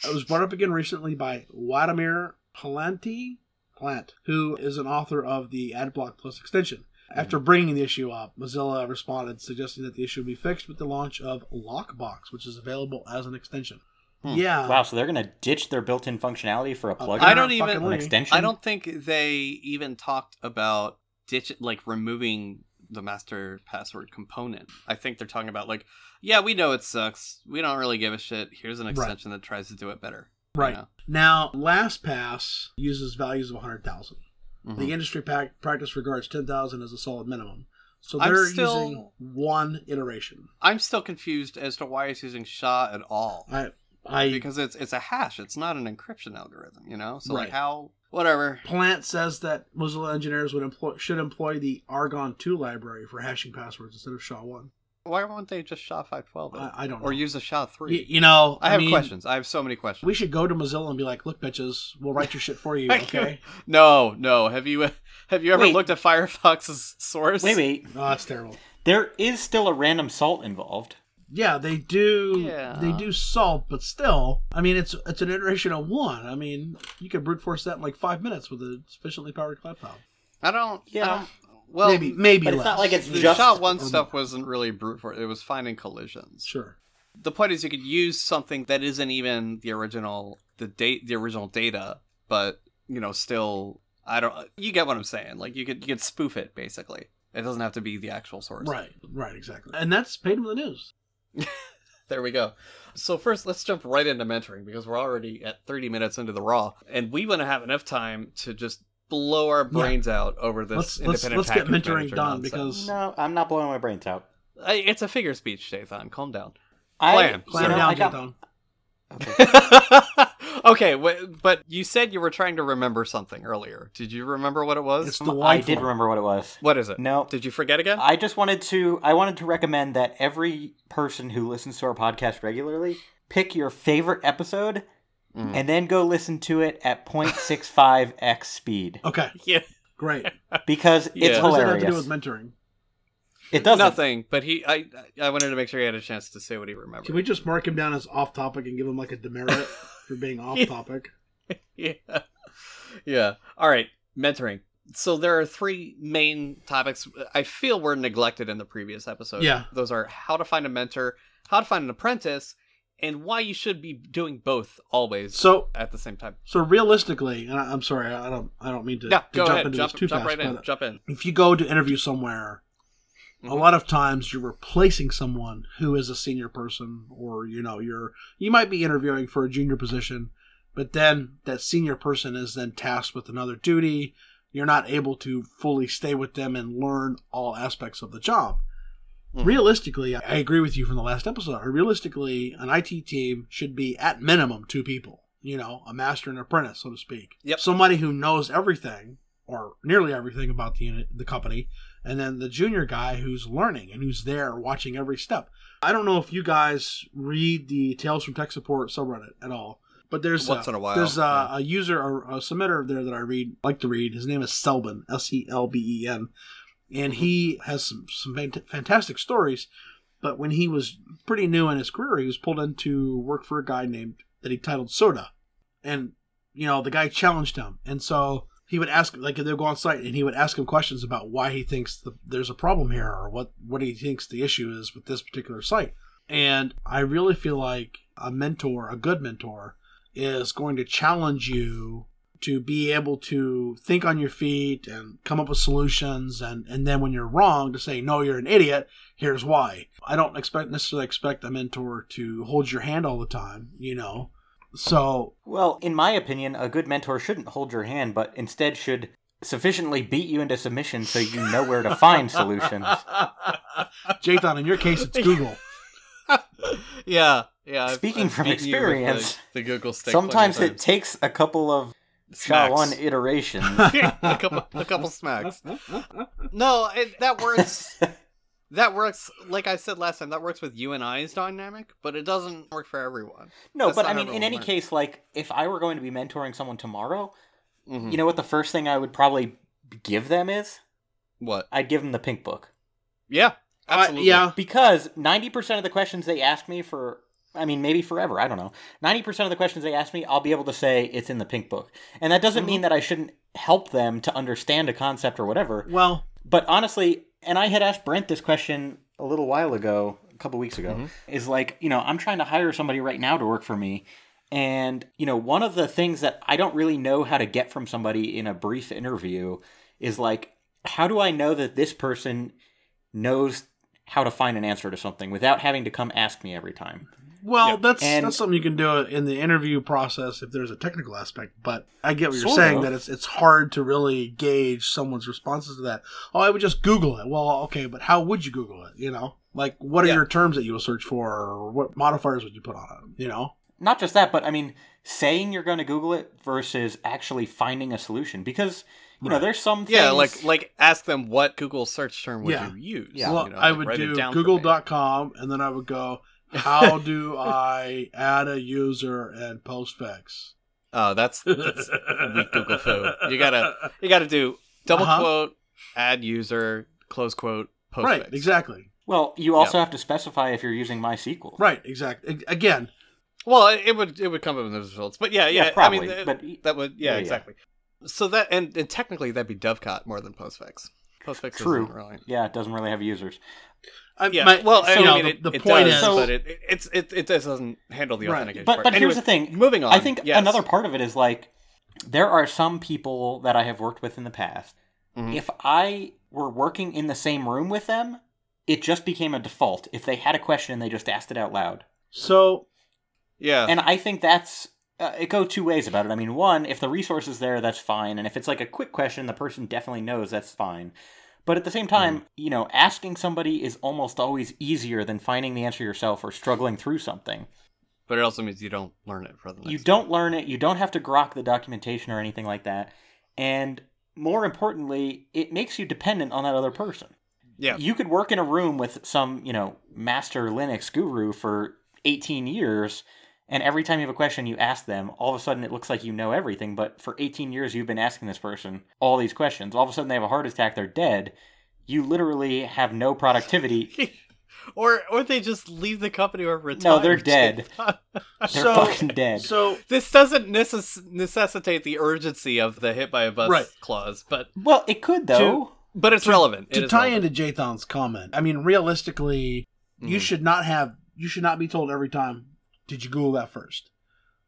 S3: It was brought up again recently by Vladimir Palanti, Plant, who is an author of the AdBlock Plus extension. After bringing the issue up, Mozilla responded, suggesting that the issue be fixed with the launch of Lockbox, which is available as an extension.
S2: Hmm.
S3: Yeah.
S2: Wow, so they're gonna ditch their built-in functionality for a
S3: Uh,
S2: plugin,
S1: I don't
S3: Fucking
S1: even-
S2: an
S3: leave.
S2: extension.
S1: I don't think they even talked about ditch like removing the master password component. I think they're talking about like, yeah, we know it sucks. We don't really give a shit. Here's an
S3: Right.
S1: extension that tries to do it better. you
S3: Right.
S1: know?
S3: Now, LastPass uses values of 100,000.
S1: Mm-hmm.
S3: The industry pac- practice regards 10,000 as a solid minimum. So
S1: I'm
S3: they're
S1: still-
S3: using one iteration.
S1: I'm still confused as to why it's using SHA at all.
S3: I I
S1: because it's it's a hash. It's not an encryption algorithm, you know. So like
S3: Right.
S1: how whatever.
S3: Plant says that Mozilla engineers would employ should employ the Argon 2 library for hashing passwords instead of SHA-1.
S1: Why won't they just SHA five twelve?
S3: I- I don't
S1: Or
S3: know.
S1: use a SHA
S3: Y-
S1: three.
S3: you know,
S1: I have
S3: mean,
S1: questions. I have so many questions.
S3: We should go to Mozilla and be like, "Look, bitches, we'll write your shit for you."
S1: Thank you.
S3: Okay,
S1: No, no. Have you have you ever
S2: Wait.
S1: looked at Firefox's source?
S2: Wait, wait.
S3: no, that's Ah, terrible.
S2: There is still a random salt involved.
S3: Yeah, they do.
S1: Yeah.
S3: They do salt, but still, I mean, it's it's an iteration of one. I mean, you could brute force that in like five minutes with a sufficiently powered laptop.
S1: I don't.
S2: Yeah.
S1: I don't, well,
S3: maybe, maybe
S2: but it's
S3: less.
S2: not like it's
S1: the
S2: just
S1: SHA one stuff wasn't really brute force. It was finding collisions.
S3: sure.
S1: The point is, you could use something that isn't even the original the date the original data, but you know, still, I don't. You get what I'm saying? Like you could you could spoof it basically. It doesn't have to be the actual source.
S3: Right, right, exactly. And that's paid with the news.
S1: There we go. So first, let's jump right into mentoring because we're already at 30 minutes into the raw, and we want to have enough time to just blow our brains out over this.
S3: Let's let's
S1: independent
S3: let's get
S1: package
S3: mentoring
S1: manager
S3: done
S1: nonsense.
S3: because
S2: No, I'm not blowing my brains out.
S1: I, Uh, it's a figure speech, Jathan. Calm down.
S2: I,
S1: Plan.
S3: clam
S2: you know,
S3: down,
S2: I got-
S3: Jathan.
S1: okay, w- but you said you were trying to remember something earlier. Did you remember what it was?
S3: It's the
S2: I
S3: wide
S2: did
S3: form.
S2: remember what it was.
S1: what is it?
S2: No.
S1: Did you forget again?
S2: I just wanted to I wanted to recommend that every person who listens to our podcast regularly pick your favorite episode
S1: Mm.
S2: and then go listen to it at 0.65x speed
S3: Okay,
S1: yeah,
S3: great.
S2: because
S1: Yeah.
S2: it's
S1: What
S3: What does that have
S2: hilarious.
S3: to do with mentoring?
S2: it doesn't.
S1: nothing. But he, I, I wanted to make sure he had a chance to say what he remembered.
S3: Can we just mark him down as off topic and give him like a demerit for being off topic?
S1: yeah. Yeah. All right. Mentoring. So there are three main topics I feel were neglected in the previous episode.
S3: Yeah.
S1: Those are how to find a mentor, how to find an apprentice, and why you should be doing both always
S3: So,
S1: at the same time.
S3: so realistically, and I, I'm sorry, I don't, I don't mean to,
S1: Yeah,
S3: to
S1: go
S3: jump
S1: ahead.
S3: into
S1: Jump,
S3: this too
S1: jump
S3: fast.
S1: right in.
S3: but uh,
S1: Jump in.
S3: if you go to interview somewhere, a
S1: Mhm.
S3: lot of times you're replacing someone who is a senior person, or you know, you're you might be interviewing for a junior position, but then that senior person is then tasked with another duty. You're not able to fully stay with them and learn all aspects of the job.
S1: Mhm.
S3: Realistically, I agree with you from the last episode. Realistically, an IT team should be at minimum two people, you know, a master and apprentice, so to speak.
S1: Yep.
S3: Somebody who knows everything or nearly everything about the unit, the company, and then the junior guy who's learning and who's there watching every step. I don't know if you guys read the Tales from Tech Support subreddit at all, but there's uh,
S1: Once in a while,
S3: there's a,
S1: yeah.
S3: a user or a submitter there that I read like to read. His name is Selbin, S E L B E N, and he
S1: Mm-hmm.
S3: has some some fant- fantastic stories. But when he was pretty new in his career, he was pulled in to work for a guy named that he titled Soda, and you know the guy challenged him, and so he would ask like they'll go on site and he would ask him questions about why he thinks the, there's a problem here or what what he thinks the issue is with this particular site. And I really feel like a mentor, a good mentor, is going to challenge you to be able to think on your feet and come up with solutions and and then when you're wrong to say no you're an idiot here's why i don't expect necessarily expect a mentor to hold your hand all the time you know so
S2: Well, in my opinion, a good mentor shouldn't hold your hand, but instead should sufficiently beat you into submission so you know where to find solutions.
S3: jathan in your case it's google
S1: yeah. Yeah. I've-
S2: Speaking
S1: I've
S2: from
S1: beaten you with
S2: experience,
S1: the, the Google stick.
S2: Sometimes
S1: plenty
S2: it
S1: of
S2: takes a couple of
S1: times.
S2: SHA one
S1: Smacks.
S2: iterations.
S1: a couple, a couple smacks. No, it, that works. that works. Like I said last time, that works with you and I's dynamic, but it doesn't work for everyone.
S2: No,
S1: That's
S2: but
S1: not
S2: I
S1: how
S2: mean,
S1: it
S2: in
S1: will
S2: any
S1: work.
S2: case, like if I were going to be mentoring someone tomorrow,
S1: Mhm.
S2: you know what the first thing I would probably give them is?
S1: what?
S2: I'd give them the pink book
S1: Yeah,
S3: Uh,
S1: absolutely.
S3: yeah
S2: because ninety percent of the questions they ask me for. I mean, maybe forever. I don't know. Ninety percent of the questions they ask me, I'll be able to say it's in the pink book, and that
S1: Mm-hmm.
S2: doesn't mean that I shouldn't help them to understand a concept or whatever.
S3: well
S2: But honestly, and I had asked Brent this question a little while ago, couple weeks ago
S1: Mm-hmm.
S2: is like you know i'm trying to hire somebody right now to work for me and you know one of the things that i don't really know how to get from somebody in a brief interview is like how do i know that this person knows how to find an answer to something without having to come ask me every time
S3: Well,
S1: Yeah.
S3: that's
S2: And-
S3: that's something you can do in the interview process if there's a technical aspect. But I get what you're
S2: Sort
S3: saying
S2: of.
S3: that it's it's hard to really gauge someone's responses to that. Oh, I would just Google it. Well, okay, but how would you Google it? You know, like what are
S1: Yeah.
S3: your terms that you would search for, or what modifiers would you put on it? You know,
S2: not just that, but I mean, saying you're going to Google it versus actually finding a solution because you know
S3: Right.
S2: there's some things,
S1: Yeah, like like ask them what Google search term would
S3: Yeah.
S1: you use.
S2: Yeah.
S3: well,
S1: you know,
S3: I
S1: like,
S3: would
S1: write it
S3: do
S1: down for me.
S3: Google.com, and then I would go, how do I add a user and postfix?
S1: Oh, that's, that's weak Google foo. You gotta you got to do double
S3: Uh-huh.
S1: quote, add user, close quote, postfix.
S3: right, exactly.
S2: well, you also have to specify if you're using MySQL.
S3: Right, exactly. Again,
S1: Well, it it would it would come up in those results, but yeah, yeah,
S2: Yeah, probably.
S1: I mean, th-
S2: but
S1: that would yeah,
S2: Yeah, yeah.
S1: exactly. So that and, and technically that'd be Dovecot more than postfix. Postfix
S2: True.
S1: isn't really.
S2: yeah, it doesn't really have users.
S3: I,
S1: Yeah,
S3: my-
S1: well, I
S3: you know,
S1: mean,
S3: the,
S1: it,
S3: the
S1: it
S3: point
S1: does,
S3: is,
S2: So-
S1: but it, it- it's it, it doesn't handle the
S3: Right.
S1: authentication
S2: But
S1: part.
S2: but here's
S1: Anyway,
S2: the thing.
S1: Moving on,
S2: I think
S1: yes.
S2: another part of it is like there are some people that I have worked with in the past.
S1: Mhm.
S2: If I were working in the same room with them, it just became a default. If they had a question, they just asked it out loud.
S3: so
S1: yeah,
S2: and I think that's uh, it. Go two ways about it. I mean, one, if the resource is there, that's fine, and if it's like a quick question, the person definitely knows that's fine. But at the same time, you know, asking somebody is almost always easier than finding the answer yourself or struggling through something.
S1: but it also means you don't learn it for the next.
S2: you don't learn it, you don't have to grok the documentation or anything like that. And more importantly, it makes you dependent on that other person.
S1: Yeah.
S2: You could work in a room with some, you know, master Linux guru for 18 years, and every time you have a question you ask them, all of a sudden it looks like you know everything, but for 18 years you've been asking this person all these questions. All of a sudden they have a heart attack, they're dead. You literally have no productivity.
S1: or or they just leave the company or retire.
S2: No, they're dead. They're
S3: so
S2: fucking dead.
S3: so
S1: This doesn't necess- necessitate the urgency of the hit by a bus
S3: Right.
S1: clause, but
S2: well, it could though.
S1: but it's relevant. It
S3: to
S1: is
S3: tie
S1: relevant.
S3: into Jathan's comment. I mean, realistically, you
S1: Mhm.
S3: should not have you should not be told every time. Did you Google that 1st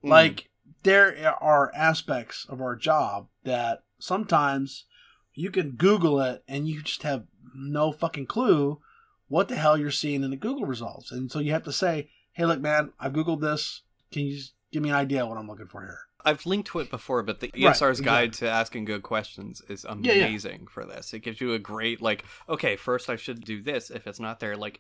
S1: Mhm.
S3: Like there are aspects of our job that sometimes you can Google it and you just have no fucking clue what the hell you're seeing in the Google results, and so you have to say, "Hey, look, man, I've Googled this. Can you just give me an idea of what I'm looking for here?"
S1: I've linked to it before, but the ESR's guide to asking good questions is
S3: yeah.
S1: amazing for this. It gives you a great like, okay, first I should do this. If it's not there, like,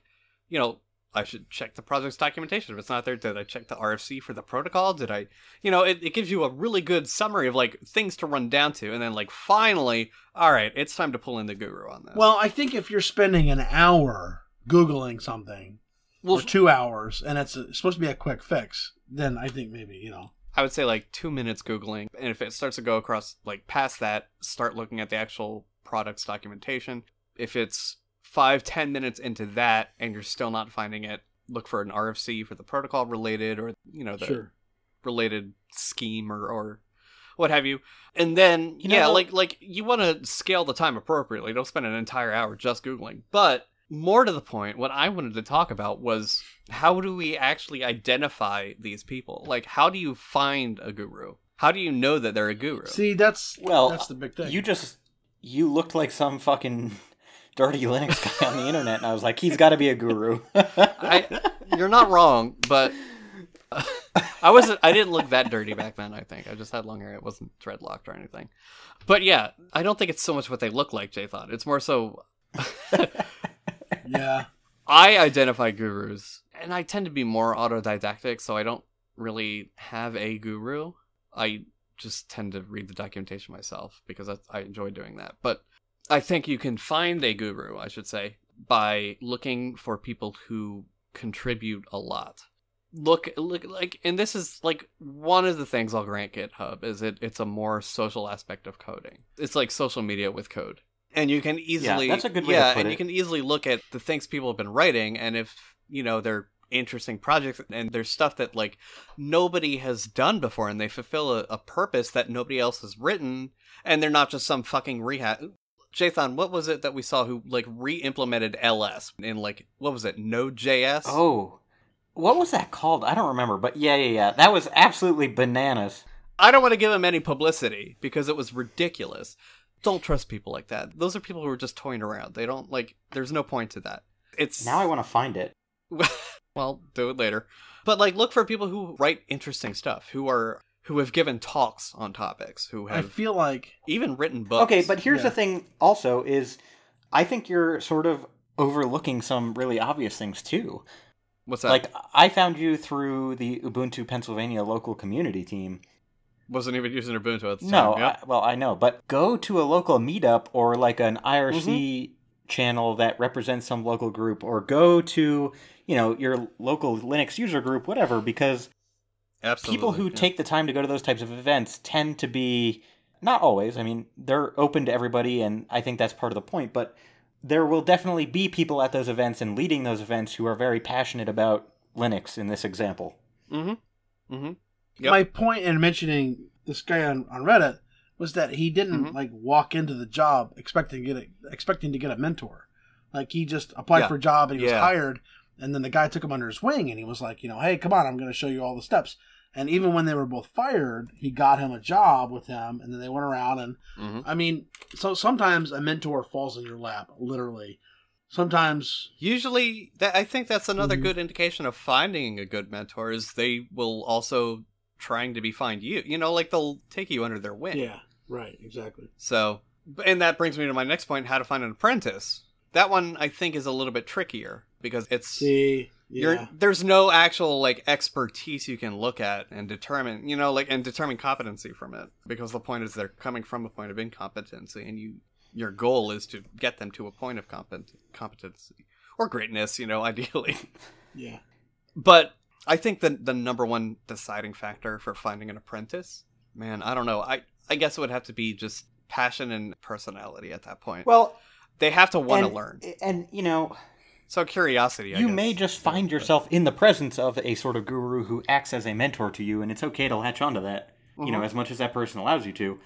S1: you know, I should check the project's documentation. If it's not there, did I check the RFC for the protocol? Did I, you know, it, it gives you a really good summary of like things to run down to, and then like finally, all right, it's time to pull in the guru on this.
S3: Well, I think if you're spending an hour Googling something
S1: Well,
S3: or two hours and it's a, supposed to be a quick fix, then I think maybe, you know.
S1: I would say like two minutes googling, and if it starts to go across like past that, start looking at the actual product's documentation. If it's five ten minutes into that and you're still not finding it, look for an RFC for the protocol related or you know the related scheme or or what have you. And then
S2: You know,
S1: yeah,
S2: though-
S1: like like you want to scale the time appropriately. Don't spend an entire hour just googling. But more to the point, what I wanted to talk about was how do we actually identify these people? Like how do you find a guru? How do you know that they're a guru?
S3: See, that's
S2: Well,
S3: that's the big thing.
S2: You just you looked like some fucking dirty Linux guy on the internet, and I was like, he's got to be a guru.
S1: I, you're not wrong, but I wasn't. I didn't look that dirty back then. I think I just had long hair. It wasn't dreadlocked or anything. But yeah, I don't think it's so much what they look like, Jathan. It's more so
S3: yeah.
S1: I identify gurus, and I tend to be more autodidactic, so I don't really have a guru. I just tend to read the documentation myself because I, I enjoy doing that. But I think you can find a guru, I should say, by looking for people who contribute a lot. Look, look, like, and this is like one of the things I'll grant GitHub is it. It's a more social aspect of coding. It's like social media with code, and you can easily
S2: that's a good way to
S1: yeah,
S2: put
S1: and
S2: it.
S1: you can easily look at the things people have been writing, and if you know they're interesting projects and there's stuff that like nobody has done before and they fulfill a, a purpose that nobody else has written and they're not just some fucking rehash Jathan, what was it that we saw who like re-implemented LS in like what was it? No JS.
S2: Oh, what was that called? I don't remember, but yeah, yeah, yeah. That was absolutely bananas.
S1: I don't want to give him any publicity because it was ridiculous. Don't trust people like that. Those are people who are just toying around. They don't like. There's no point to that. It's
S2: Now I want to find it.
S1: well, do it later. But like, look for people who write interesting stuff, who are who have given talks on topics, who
S3: I
S1: have
S3: feel like
S1: even written books.
S2: Okay, but here's
S3: Yeah.
S2: the thing. Also, is I think you're sort of overlooking some really obvious things too.
S1: what's that?
S2: like I found you through the Ubuntu Pennsylvania local community team.
S1: Wasn't even using Ubuntu at the
S2: No,
S1: time. Yep.
S2: I, well, I know, but go to a local meetup or like an IRC
S1: Mm-hmm.
S2: channel that represents some local group, or go to you know your local Linux user group, whatever, because
S1: Absolutely.
S2: people who
S1: yeah.
S2: take the time to go to those types of events tend to be not always. I mean, they're open to everybody, and I think that's part of the point. But there will definitely be people at those events and leading those events who are very passionate about Linux. In this example,
S1: Mm-hmm. Mm-hmm. Yep.
S3: my point in mentioning this guy on, on Reddit was that he didn't
S1: Mhm.
S3: like walk into the job expecting to get a, expecting to get a mentor. Like he just applied
S1: Yeah.
S3: for a job and he
S1: Yeah.
S3: was hired, and then the guy took him under his wing and he was like, you know, hey, come on, I'm going to show you all the steps. And even when they were both fired, he got him a job with him, and then they went around and
S1: Mm-hmm.
S3: I mean, so sometimes a mentor falls in your lap, literally. Sometimes
S1: Usually, that, I think that's another
S2: Mm-hmm.
S3: Mhm.
S1: good indication of finding a good mentor is they will also trying to be find you. You know, like they'll take you under their wing.
S3: Yeah, right, exactly.
S1: So, and that brings me to my next point: how to find an apprentice. That one I think is a little bit trickier because it's
S3: See,
S1: you're,
S3: yeah.
S1: there's no actual like expertise you can look at and determine, you know, like and determine competency from it because the point is they're coming from a point of incompetency, and you your goal is to get them to a point of compet- competency or greatness, you know, ideally.
S3: yeah.
S1: But I think the the number one deciding factor for finding an apprentice, man, I don't know. I I guess it would have to be just passion and personality at that point.
S2: well,
S1: they have to want to
S2: and-
S1: learn.
S2: and you know,
S1: So curiosity. I
S2: you
S1: guess.
S2: may just find
S1: Yeah, but-
S2: yourself in the presence of a sort of guru who acts as a mentor to you, and it's okay to latch onto that. You know,
S3: Mm-hmm.
S1: Mhm.
S2: as much as that person allows you to.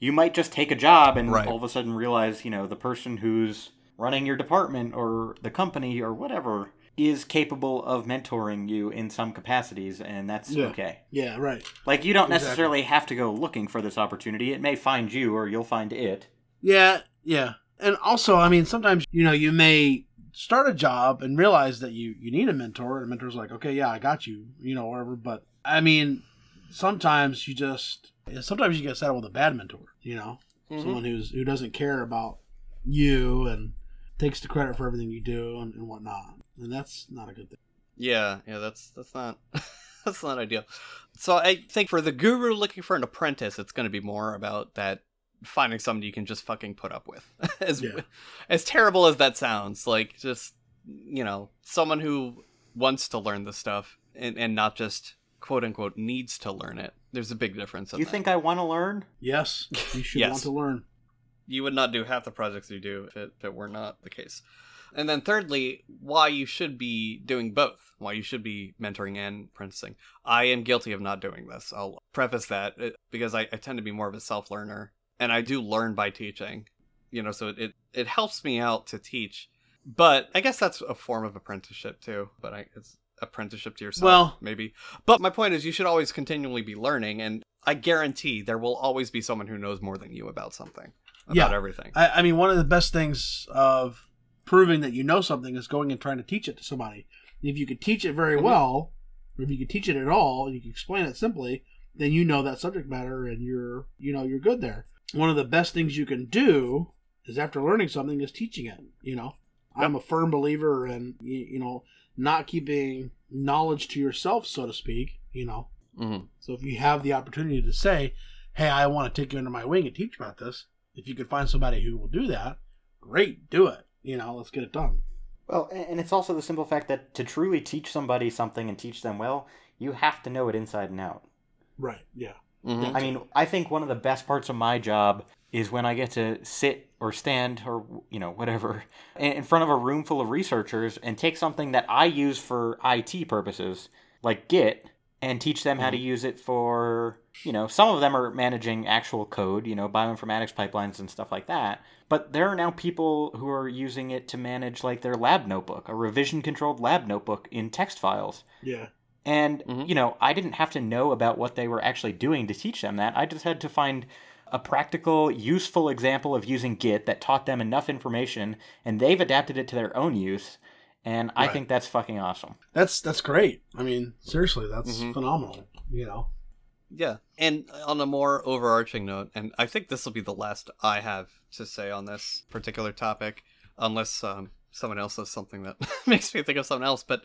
S2: You might just take a job and
S1: Right.
S2: all of a sudden realize, you know, the person who's running your department or the company or whatever is capable of mentoring you in some capacities, and that's
S3: Yeah.
S2: okay.
S3: Yeah, right.
S2: Like, you don't
S3: Exactly.
S2: necessarily have to go looking for this opportunity. It may find you or you'll find it.
S3: Yeah, yeah. And also, I mean, sometimes, you know, you may start a job and realize that you you need a mentor and a mentor's like, "Okay, yeah, I got you," you know, whatever, but I mean, sometimes you just sometimes you get saddled with a bad mentor, you know,
S1: Mhm.
S3: someone who's who doesn't care about you and takes the credit for everything you do and, and whatnot. And that's not a good thing.
S1: Yeah, yeah, that's that's not that's not ideal. So I think for the guru looking for an apprentice, it's going to be more about that finding somebody you can just fucking put up with. as
S3: Yeah.
S1: as terrible as that sounds, like just you know someone who wants to learn the stuff and and not just quote unquote needs to learn it. There's a big difference. In
S2: you
S1: that.
S2: think I want to learn?
S3: Yes, you should
S1: Yes.
S3: want to learn.
S1: you would not do half the projects you do if it, if it were not the case. And then thirdly, why you should be doing both, why you should be mentoring and apprenticing. I am guilty of not doing this. I'll preface that uh, because I, I tend to be more of a self learner and I do learn by teaching, you know, so it, it, it helps me out to teach. But I guess that's a form of apprenticeship too, but I, it's apprenticeship to yourself,
S3: Well-
S1: maybe. But my point is, you should always continually be learning, and I guarantee there will always be someone who knows more than you about something about
S3: Yeah.
S1: everything.
S3: I, I mean, one of the best things of proving that you know something is going and trying to teach it to somebody. If you could teach it very
S1: Mhm.
S3: well, or if you could teach it at all, and you can explain it simply, then you know that subject matter and you're you know you're good there. One of the best things you can do is after learning something is teaching it. You know, I'm a firm believer in you, you know not keeping knowledge to yourself, so to speak. You know,
S1: Mm-hmm.
S3: so if you have the opportunity to say, "Hey, I want to take you under my wing and teach you about this," if you could find somebody who will do that, great, do it. You know, let's get it done.
S2: Well, a- and it's also the simple fact that to truly teach somebody something and teach them well, you have to know it inside and out.
S3: Right. Yeah.
S1: Mm-hmm.
S2: I mean, I think one of the best parts of my job is when I get to sit or stand or, you know, whatever in in front of a room full of researchers and take something that I use for IT purposes, like Git, and teach them how to use it for you know some of them are managing actual code you know bioinformatics pipelines and stuff like that but there are now people who are using it to manage like their lab notebook a revision controlled lab notebook in text files
S3: Yeah.
S2: and
S1: Mhm.
S2: you know i didn't have to know about what they were actually doing to teach them that i just had to find a practical useful example of using git that taught them enough information and they've adapted it to their own use and i
S3: Right.
S2: think that's fucking awesome
S3: That's that's great. I mean, seriously, that's
S1: Mhm.
S3: phenomenal. You know.
S1: Yeah. And on a more overarching note, and I think this will be the last I have to say on this particular topic, unless um, someone else says something that makes me think of something else. But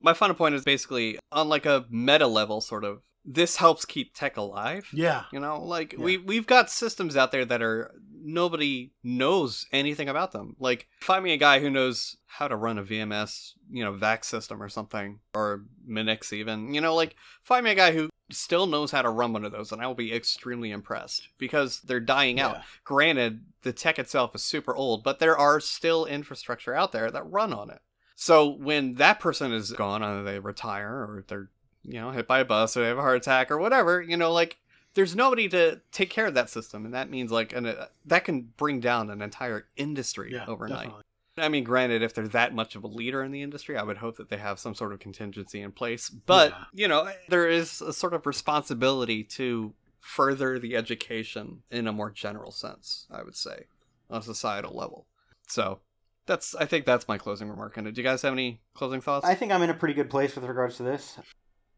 S1: my final point is basically on like a meta level, sort of, this helps keep tech alive.
S3: Yeah.
S1: You know, like
S3: Yeah.
S1: we we've got systems out there that are nobody knows anything about them. Like find me a guy who knows how to run a VMS, you know, VAC system or something, or Minix even. You know, like find me a guy who still knows how to run one of those, and I will be extremely impressed because they're dying out.
S3: Yeah.
S1: Granted, the tech itself is super old, but there are still infrastructure out there that run on it. So when that person is gone, either they retire or they're you know hit by a bus or they have a heart attack or whatever, you know, like there's nobody to take care of that system, and that means like an uh, that can bring down an entire industry
S3: Yeah.
S1: overnight.
S3: Definitely.
S1: I mean, granted, if they're that much of a leader in the industry, I would hope that they have some sort of contingency in place. But,
S3: Yeah.
S1: you know, there is a sort of responsibility to further the education in a more general sense, I would say, on a societal level. So that's, I think that's my closing remark. And do you guys have any closing thoughts?
S2: i think i'm in a pretty good place with regards to this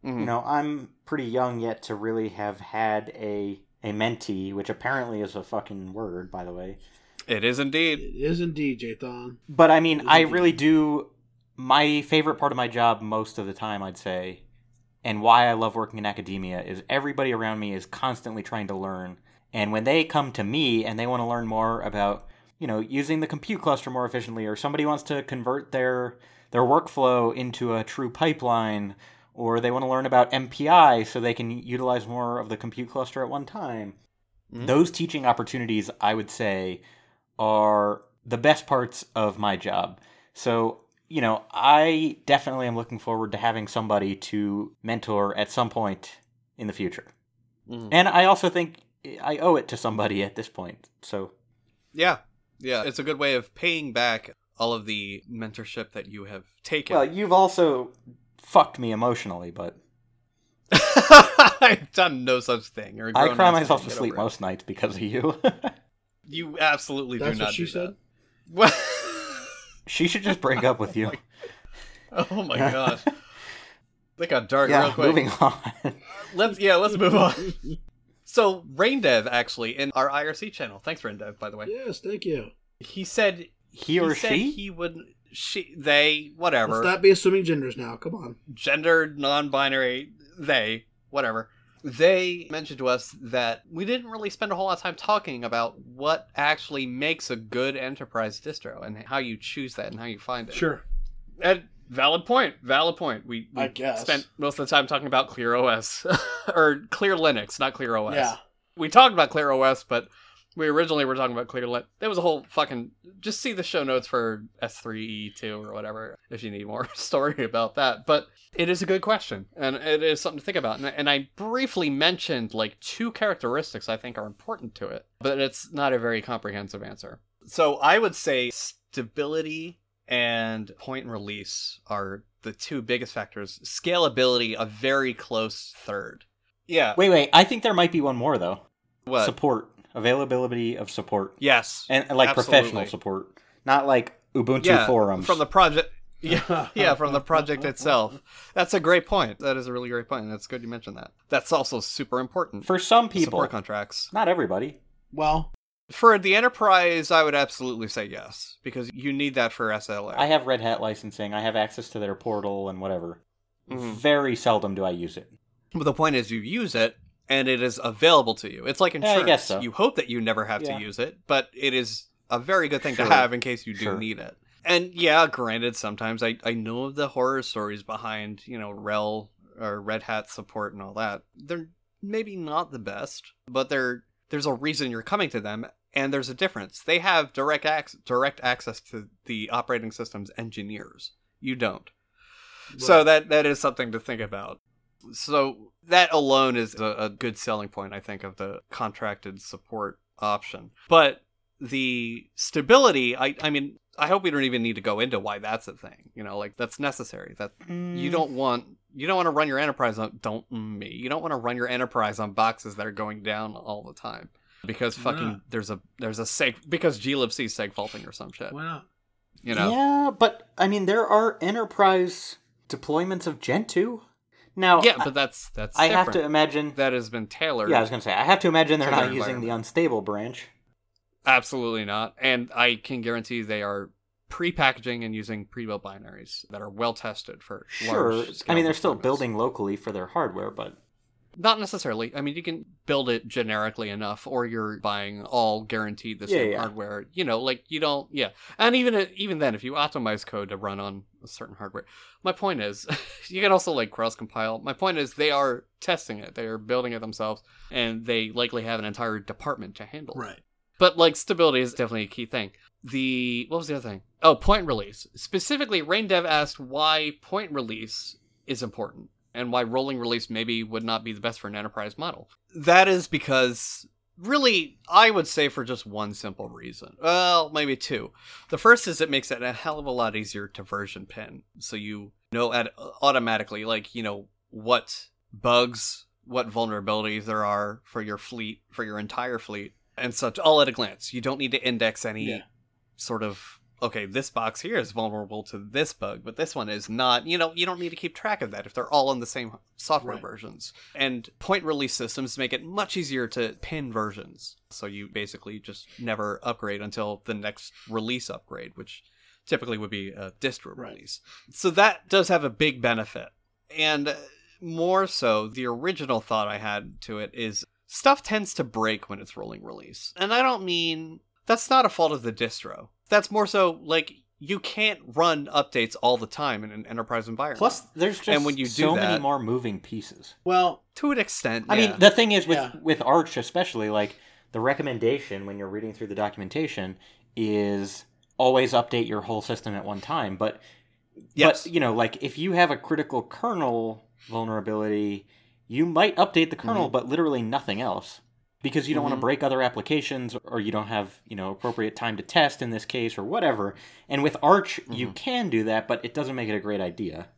S1: Mhm.
S2: you know i'm pretty young yet to really have had a a mentee which apparently is a fucking word by the way
S1: It is
S3: It
S1: indeed.
S3: is indeed, Jathan.
S2: but i mean
S3: It
S2: i
S3: is indeed.
S2: really do my favorite part of my job most of the time i'd say and why i love working in academia is everybody around me is constantly trying to learn and when they come to me and they want to learn more about you know using the compute cluster more efficiently or somebody wants to convert their their workflow into a true pipeline or they want to learn about MPI so they can utilize more of the compute cluster at one time.
S1: Mhm.
S2: Those teaching opportunities, I would say, are the best parts of my job. So, you know, I definitely am looking forward to having somebody to mentor at some point in the future.
S1: Mhm.
S2: And I also think I owe it to somebody at this point. So,
S1: Yeah. Yeah. It's a good way of paying back all of the mentorship that you have taken.
S2: well, you've also fucked me emotionally, but
S1: I've done no such thing. You're a
S2: I
S1: grown
S2: cry
S1: ass man.
S2: myself to
S1: Get
S2: sleep
S1: over it.
S2: most nights because of you.
S1: You absolutely
S3: That's
S1: do not.
S3: what she
S1: do
S3: said?
S1: That.
S2: she should just break up with you.
S1: oh my gosh. They got dark
S2: yeah,
S1: real quick.
S2: moving on.
S1: Let's yeah, let's move on. So Raindev actually in our IRC channel. Thanks, Raindev, by the way.
S3: Yes, thank you.
S1: He said
S2: He or
S1: said
S2: she?
S1: he would she they whatever
S3: Let's not be assuming genders now. Come on.
S1: gender non-binary they whatever they mentioned to us that we didn't really spend a whole lot of time talking about what actually makes a good enterprise distro and how you choose that and how you find it.
S3: Sure.
S1: And valid point. Valid point. We, we
S3: I guess.
S1: spent most of the time talking about Clear OS or Clear Linux, not Clear OS.
S3: Yeah.
S1: We talked about Clear OS, but we originally were talking about Clear Linux. There was a whole fucking just see the show notes for S3E2 or whatever if you need more story about that. But it is a good question and it is something to think about. And, and I briefly mentioned like two characteristics I think are important to it, but it's not a very comprehensive answer. So I would say stability and point and release are the two biggest factors. Scalability, a very close third. Yeah.
S2: Wait, wait. I think there might be one more though.
S1: What?
S2: Support, availability of support,
S1: yes.
S2: and and, like professional
S1: Absolutely.
S2: support, not like Ubuntu
S1: Yeah,
S2: forums.
S1: From the project. Yeah, yeah, from the project itself. That's a great point. That is a really great point, and That's good you mentioned that. That's also super important.
S2: for some people,
S1: support contracts.
S2: not everybody.
S3: Well,
S1: For the enterprise, I would absolutely say yes because you need that for SLA.
S2: I have Red Hat licensing. I have access to their portal and whatever.
S1: Mhm.
S2: Very seldom do I use it.
S1: But the point is, you use it and it is available to you. It's like
S2: I
S1: insurance.
S2: guess so.
S1: You hope that you never have
S2: Yeah.
S1: to use it, but it is a very good thing
S2: Sure.
S1: to have in case you do
S2: Sure.
S1: need it. And yeah, granted, sometimes I, I know of the horror stories behind, you know, RHEL or Red Hat support and all that. They're maybe not the best, but they're there's a reason you're coming to them and there's a difference. They have direct ac- direct access to the operating system's engineers. You don't. So
S3: Right.
S1: that that is something to think about. So that alone is a, a good selling point, I think, of the contracted support option. But the stability, I, I mean, I hope we don't even need to go into why that's a thing. You know, like that's necessary. That you
S2: Mm.
S1: don't want you don't want to run your enterprise on don't mm, me. You don't want to run your enterprise on boxes that are going down all the time because fucking
S3: Yeah.
S1: there's a there's a seg because glibc is seg faulting or some shit.
S3: Why not?
S1: You know.
S2: Yeah, but I mean, there are enterprise deployments of Gentoo. Now,
S1: Yeah, but that's that's
S2: I, I
S1: different.
S2: have to imagine.
S1: that has been tailored.
S2: yeah, I was going to say, I have to imagine they're
S1: To their
S2: not using the
S1: environment.
S2: unstable branch.
S1: Absolutely not. And I can guarantee they are pre-packaging and using pre-built binaries that are well tested for
S2: Sure.
S1: large
S2: I mean, they're still
S1: deployments.
S2: building locally for their hardware, but
S1: Not necessarily. I mean, you can build it generically enough, or you're buying all guaranteed the
S2: Yeah,
S1: same
S2: yeah.
S1: hardware. You know, like you don't. Yeah, and even even then, if you optimize code to run on a certain hardware, my point is, you can also like cross compile. My point is, they are testing it. They are building it themselves, and they likely have an entire department to handle. it.
S3: Right.
S1: But like stability is definitely a key thing. The what was the other thing? Oh, point release. Specifically, Raindev asked why point release is important and why rolling release maybe would not be the best for an enterprise model. That is because really I would say for just one simple reason. Well, maybe two. The first is it makes it a hell of a lot easier to version pin. So you know at uh, automatically like, you know, what bugs, what vulnerabilities there are for your fleet, for your entire fleet and such all at a glance. You don't need to index any
S3: Yeah.
S1: sort of okay, this box here is vulnerable to this bug, but this one is not. You know, you don't need to keep track of that if they're all on the same software
S3: Right.
S1: versions. And point release systems make it much easier to pin versions. So you basically just never upgrade until the next release upgrade, which typically would be a distro
S3: Right.
S1: release. So that does have a big benefit. And uh, more so, the original thought I had to it is stuff tends to break when it's rolling release. And I don't mean that's not a fault of the distro. That's more so like you can't run updates all the time in an enterprise environment.
S2: plus there's just
S1: And when you do
S2: so many
S1: that-
S2: more moving pieces.
S3: Well,
S1: to an extent,
S2: I
S1: yeah.
S2: mean, the thing is with
S3: Yeah.
S2: with Arch especially, like the recommendation when you're reading through the documentation is always update your whole system at one time. But
S1: Yes.
S2: but you know, like if you have a critical kernel vulnerability, you might update the kernel,
S1: Mm-hmm.
S2: but literally nothing else because you don't want
S1: Mhm.
S2: to break other applications or you don't have you know appropriate time to test in this case or whatever. And with Arch,
S1: Mm-hmm.
S2: you can do that, but it doesn't make it a great idea.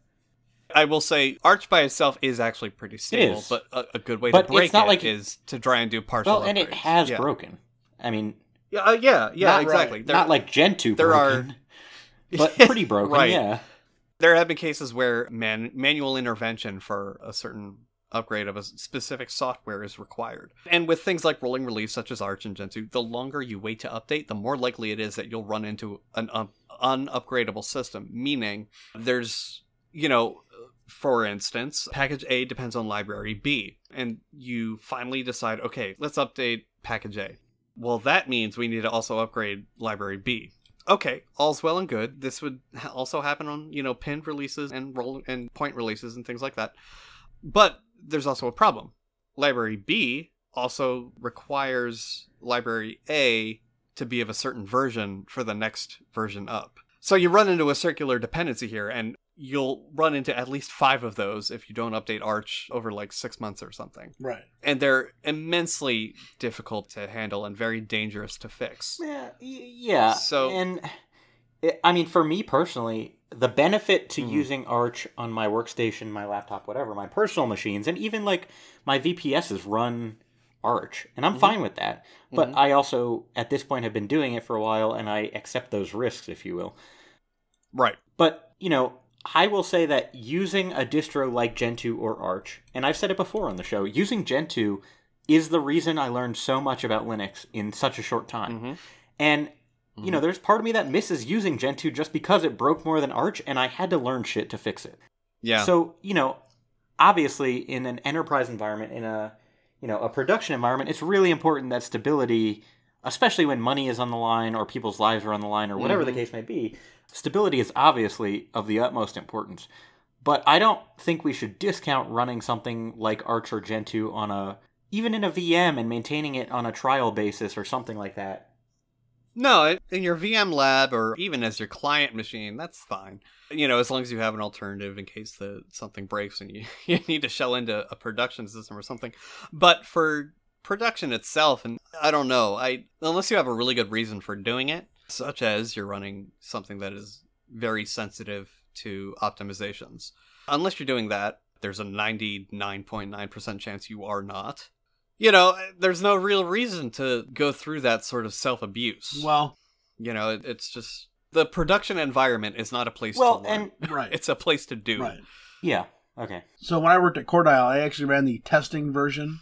S1: I will say Arch by itself is actually pretty stable,
S2: is.
S1: but a, a good way
S2: But
S1: to
S2: it's
S1: break
S2: not
S1: it
S2: like-
S1: is to try and do partial.
S2: Well, and it
S1: upgrades.
S2: has
S1: yeah.
S2: broken. I mean,
S1: Yeah, uh, yeah, yeah,
S3: Not
S1: exactly.
S3: right.
S1: There-
S2: not like Gentoo
S1: there are-
S2: broken, but pretty broken,
S1: Right.
S2: yeah.
S1: there have been cases where man- manual intervention for a certain upgrade of a s- specific software is required. And with things like rolling release, such as Arch and Gentoo, the longer you wait to update, the more likely it is that you'll run into an un- unupgradable system. Meaning, there's, you know, for instance, package A depends on library B, and you finally decide, okay, let's update package A. Well, that means we need to also upgrade library B. Okay, all's well and good. This would ha- also happen on you know pinned releases and roll and point releases and things like that. But there's also a problem. Library B also requires library A to be of a certain version for the next version up. So you run into a circular dependency here, and you'll run into at least five of those if you don't update Arch over like six months or something.
S3: right.
S1: And they're immensely difficult to handle and very dangerous to fix.
S2: Yeah, y- yeah.
S1: So-
S2: and i I mean, for me personally, the benefit to
S1: Mhm.
S2: using Arch on my workstation, my laptop, whatever, my personal machines, and even like my VPSs run Arch, and I'm
S1: Mhm.
S2: fine with that. But
S1: Mhm.
S2: I also, at this point, have been doing it for a while, and I accept those risks, if you will.
S1: Right.
S2: But you know, I will say that using a distro like Gentoo or Arch, and I've said it before on the show, using Gentoo is the reason I learned so much about Linux in such a short time.
S1: Mhm.
S2: And you know, there's part of me that misses using Gentoo just because it broke more than Arch, and I had to learn shit to fix it.
S1: Yeah.
S2: So you know, obviously, in an enterprise environment, in a you know a production environment, it's really important that stability, especially when money is on the line or people's lives are on the line or whatever
S1: Mm-hmm.
S2: the case may be, stability is obviously of the utmost importance. But I don't think we should discount running something like Arch or Gentoo on a even in a VM and maintaining it on a trial basis or something like that
S1: No, it- in your VM lab or even as your client machine, that's fine. You know, as long as you have an alternative in case the something breaks and you, you need to shell into a production system or something. But for production itself, and I don't know, I unless you have a really good reason for doing it, such as you're running something that is very sensitive to optimizations. Unless you're doing that, there's a 99.9% chance you are not. You know, there's no real reason to go through that sort of self abuse.
S3: Well,
S1: You know, it, it's just the production environment is not a place
S2: well,
S1: to learn.
S2: and
S3: right.
S1: it's a place to do.
S3: right.
S2: yeah, okay.
S3: So when I worked at Cordile, I actually ran the testing version,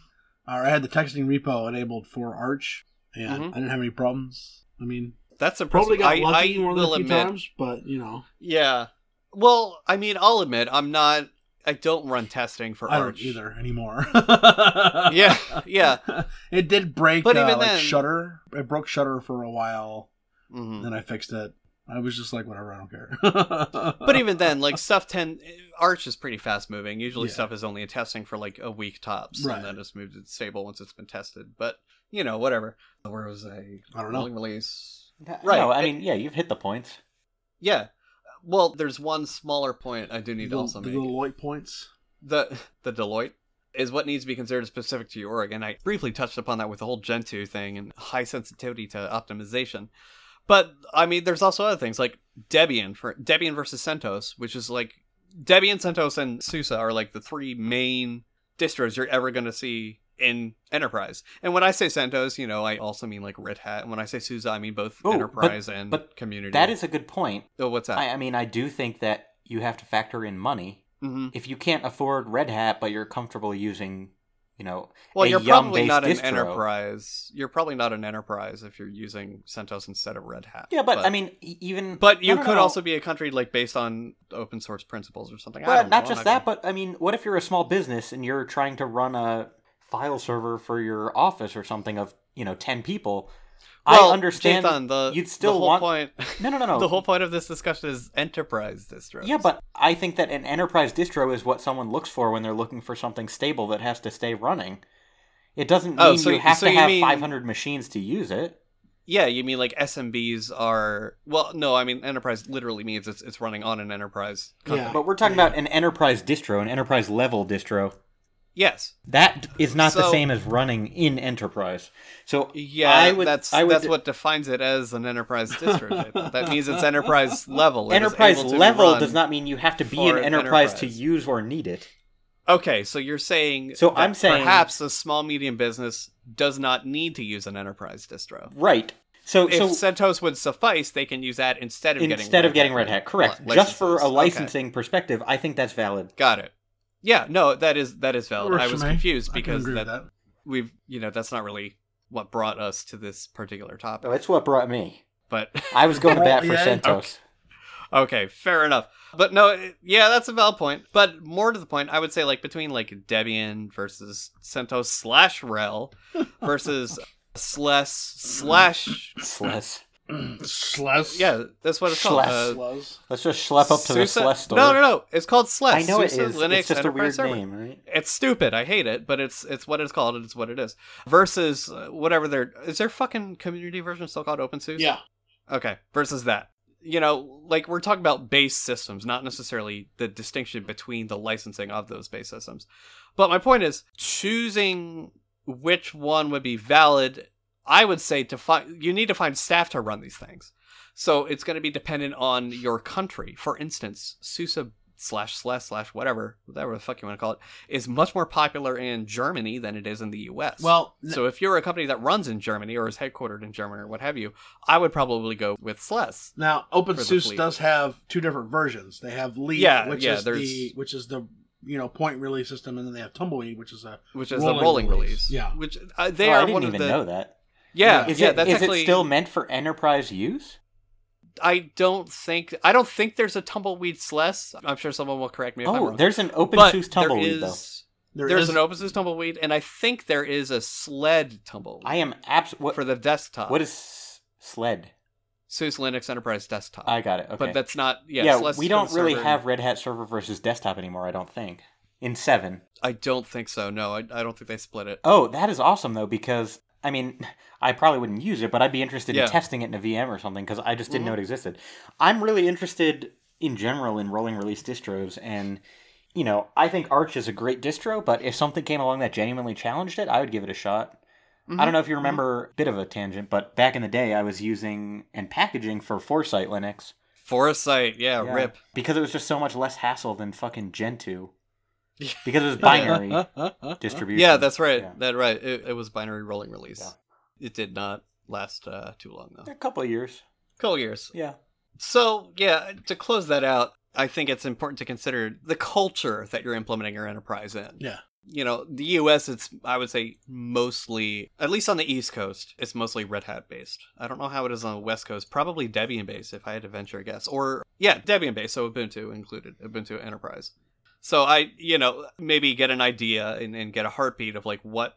S3: or I had the texting repo enabled for Arch, and
S1: Mhm.
S3: I didn't have any problems. I mean,
S1: That's impressive.
S3: probably got
S1: I,
S3: lucky
S1: I
S3: one of
S1: will
S3: the few
S1: admit,
S3: times, but you know,
S1: Yeah. Well, I mean, I'll admit I'm not. I don't run testing for
S3: I
S1: Arch
S3: don't either anymore.
S1: Yeah, yeah.
S3: It did break,
S1: But
S3: uh,
S1: even
S3: like
S1: then-
S3: Shutter. It broke Shutter for a while.
S1: hmm
S3: Then I fixed it. I was just like, whatever, I don't care.
S1: But even then, like stuff ten Arch is pretty fast moving. Usually,
S3: Yeah.
S1: stuff is only in testing for like a week tops,
S3: Right.
S1: and then it's moved to stable once it's been tested. But you know, whatever. Where was I?
S3: I don't know.
S1: Rolling release.
S2: Right.
S1: Right,
S2: No, I
S1: it-
S2: mean, yeah, you've hit the points.
S1: Yeah. Well, there's one smaller point I do need
S3: the,
S1: to also
S3: the
S1: make.
S3: Deloitte points.
S1: The the Deloitte is what needs to be considered specific to your org, and I briefly touched upon that with the whole Gentoo thing and high sensitivity to optimization. But I mean, there's also other things like Debian for Debian versus CentOS, which is like Debian, CentOS, and SUSE are like the three main distros you're ever going to see in enterprise. And when I say CentOS, you know, I also mean like Red Hat. And when I say SUSE, I mean both
S2: Oh, but-
S1: enterprise and
S2: but
S1: community.
S2: That is a good point.
S1: oh, what's that?
S2: I, I mean, I do think that you have to factor in money.
S1: mm-hmm.
S2: If you can't afford Red Hat, but you're comfortable using, you know,
S1: Well,
S2: a
S1: you're probably
S2: Yum-based
S1: not an
S2: distro.
S1: enterprise. You're probably not an enterprise if you're using CentOS instead of Red Hat.
S2: yeah, but, I mean, e- even
S1: but you
S2: I don't
S1: could
S2: know.
S1: also be a country like based on open source principles or something. I
S2: Well,
S1: don't
S2: not
S1: know.
S2: just
S1: I'm
S2: that, but I mean, what if you're a small business and you're trying to run a file server for your office or something of you know ten people?
S1: Well,
S2: I understand.
S1: Jathan, the
S2: you'd still
S1: the whole
S2: want-
S1: point.
S2: no, no, no, no.
S1: The whole point of this discussion is enterprise distros.
S2: yeah, but I think that an enterprise distro is what someone looks for when they're looking for something stable that has to stay running. It doesn't mean
S1: Oh, so-
S2: you have
S1: so
S2: to
S1: you
S2: have
S1: mean-
S2: 500 machines to use it.
S1: yeah, you mean like SMBs are? Well, no, I mean enterprise literally means it's it's running on an enterprise.
S3: Yeah.
S2: But we're talking about an enterprise distro, an enterprise level distro.
S1: Yes.
S2: That is not the
S1: So-
S2: same as running in enterprise. So
S1: Yeah,
S2: I would,
S1: that's
S2: I would
S1: that's what defines it as an enterprise distro. Jathan. that means it's enterprise level. It is
S2: enterprise
S1: able to
S2: level
S1: run-
S2: does not mean you have to be
S1: for
S2: an
S1: an
S2: enterprise, to
S1: enterprise.
S2: use or need it.
S1: Okay, so you're saying
S2: So
S1: that
S2: I'm saying-
S1: perhaps a small medium business does not need to use an enterprise distro.
S2: Right. So
S1: If
S2: so
S1: CentOS would suffice, they can use that instead of getting
S2: instead of getting Red Hat, correct. Just for a
S1: licenses.
S2: licensing perspective, I think that's valid.
S1: Okay, got it. Yeah, no, that is that is
S3: That
S1: valid.
S3: works
S1: I
S3: for
S1: was
S3: me.
S1: confused
S3: I can
S1: because
S3: agree
S1: that,
S3: with that.
S1: we've you know that's not really what brought us to this particular topic.
S2: Oh, that's what brought me.
S1: But
S2: I was going to bat for
S3: Yeah.
S2: CentOS.
S1: Okay, fair enough. But no, it- yeah, that's a valid point. But more to the point, I would say like between like Debian versus CentOS slash Rel versus Sless slash
S2: Sless.
S3: Sless.
S1: yeah, that's what it's called.
S2: Sless.
S1: Uh,
S3: Sless.
S2: Let's just schlep up to the
S1: SUSE-
S2: Sless store.
S1: No, no, no. It's called Sless.
S2: I know it
S1: SUSE
S2: is.
S1: Linux
S2: it's just a
S1: Enterprise
S2: weird
S1: Server.
S2: name, right?
S1: It's stupid. I hate it, but it's it's what it's called and it's what it is. Versus uh, whatever their is their fucking community version still called OpenSUSE?
S3: Yeah.
S1: Okay, versus that. You know, like we're talking about base systems, not necessarily the distinction between the licensing of those base systems. But my point is choosing which one would be valid, I would say to find you need to find staff to run these things. So it's going to be dependent on your country. For instance, SUSE slash slash slash whatever, whatever the fuck you want to call it, is much more popular in Germany than it is in the US.
S3: Well, n-
S1: So if you're a company that runs in Germany or is headquartered in Germany or what have you, I would probably go with Sless.
S3: now
S1: for
S3: OpenSUSE
S1: the
S3: does have two different versions. They have Leap,
S1: Yeah,
S3: which
S1: yeah,
S3: is
S1: there's-
S3: the which is the you know point release system, and then they have Tumbleweed, which is a
S1: which is
S3: Rolling
S1: a rolling
S3: release.
S1: release.
S3: Yeah.
S1: which uh, they
S2: Oh,
S1: are
S2: I didn't
S1: one
S2: even
S1: of the.
S2: know that.
S1: Yeah,
S3: Yeah.
S2: Is
S1: yeah.
S2: it,
S1: that's
S2: is
S1: actually
S2: it still meant for enterprise use?
S1: I don't think I don't think there's a tumbleweed sless. I'm sure someone will correct me if I'm
S2: Oh,
S1: wrong.
S2: there's an open
S1: but
S2: source
S1: there
S2: tumbleweed though.
S1: is-
S3: there
S1: there's
S3: is-
S1: an open source tumbleweed, and I think there is a sled tumbleweed
S2: I am abs. What,
S1: for the uh, desktop.
S2: what is s- sled?
S1: SUSE Linux Enterprise Desktop?
S2: I got it. Okay.
S1: But that's not yeah.
S2: yeah,
S1: Sless
S2: we
S1: is for
S2: don't
S1: the
S2: really
S1: server.
S2: have Red Hat server versus desktop anymore, I don't think. In 7.
S1: I don't think so. No, I, I don't think they split it.
S2: Oh, that is awesome though because I mean, I probably wouldn't use it, but I'd be interested
S1: Yeah. Mm-hmm.
S2: in testing it in a VM or something because I just didn't know it existed. I'm really interested in general in rolling release distros, and you know, I think Arch is a great distro. But if something came along that genuinely challenged it, I would give it a shot. I
S1: Mm-hmm.
S2: don't know if you remember, bit of a tangent, but back in the day, I was using and packaging for Foresight Linux.
S1: Foresight, yeah,
S2: Yeah.
S1: rip.
S2: Because it was just so much less hassle than fucking Gentoo. Because it was binary distribution.
S1: Yeah, that's right.
S2: Yeah.
S1: That right. It, it was binary rolling release. It did not last uh, too long though.
S2: a couple of years.
S1: Cool years.
S2: Yeah.
S1: So yeah, to close that out, I think it's important to consider the culture that you're implementing your enterprise in.
S3: Yeah.
S1: You know, the US it's I would say mostly at least on the East Coast, it's mostly Red Hat based. I don't know how it is on the West Coast, probably Debian based if I had to venture a guess. Or yeah, Debian based, so Ubuntu included, Ubuntu Enterprise. So I, you know, maybe get an idea and, and get a heartbeat of like what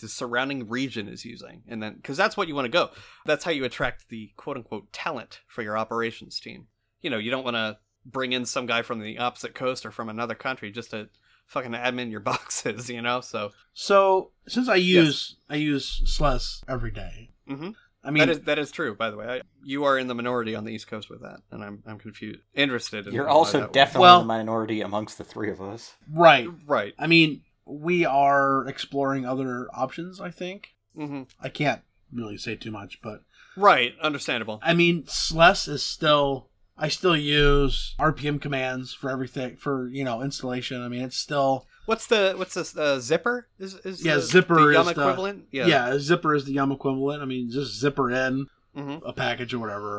S1: the surrounding region is using. And then cuz that's what you want to go that's how you attract the quote unquote talent for your operations team. You know, you don't want to bring in some guy from the opposite coast or from another country just to fucking admin your boxes, you know? So
S3: So since I use I use SLES every day,
S1: Mhm.
S3: I
S1: that
S3: mean,
S1: is that is true, by the way. I, you are in the minority on the East Coast with that, and I'm I'm confused, interested. In
S2: You're
S1: why
S2: also
S1: that was-
S2: definitely
S3: Well-
S2: the minority amongst the three of us.
S3: right?
S1: right.
S3: I mean, we are exploring other options. I think
S1: hmm
S3: I can't really say too much, but
S1: Right, understandable.
S3: I mean, SLES is still. I still use RPM commands for everything for you know installation. I mean, it's still
S1: What's the what's this uh, zipper? Is is
S3: Yeah,
S1: the,
S3: zipper
S1: the Yum
S3: is the-
S1: equivalent?
S3: yeah. Zipper is the Yum equivalent. I mean, just zipper in
S1: hmm
S3: a package or whatever.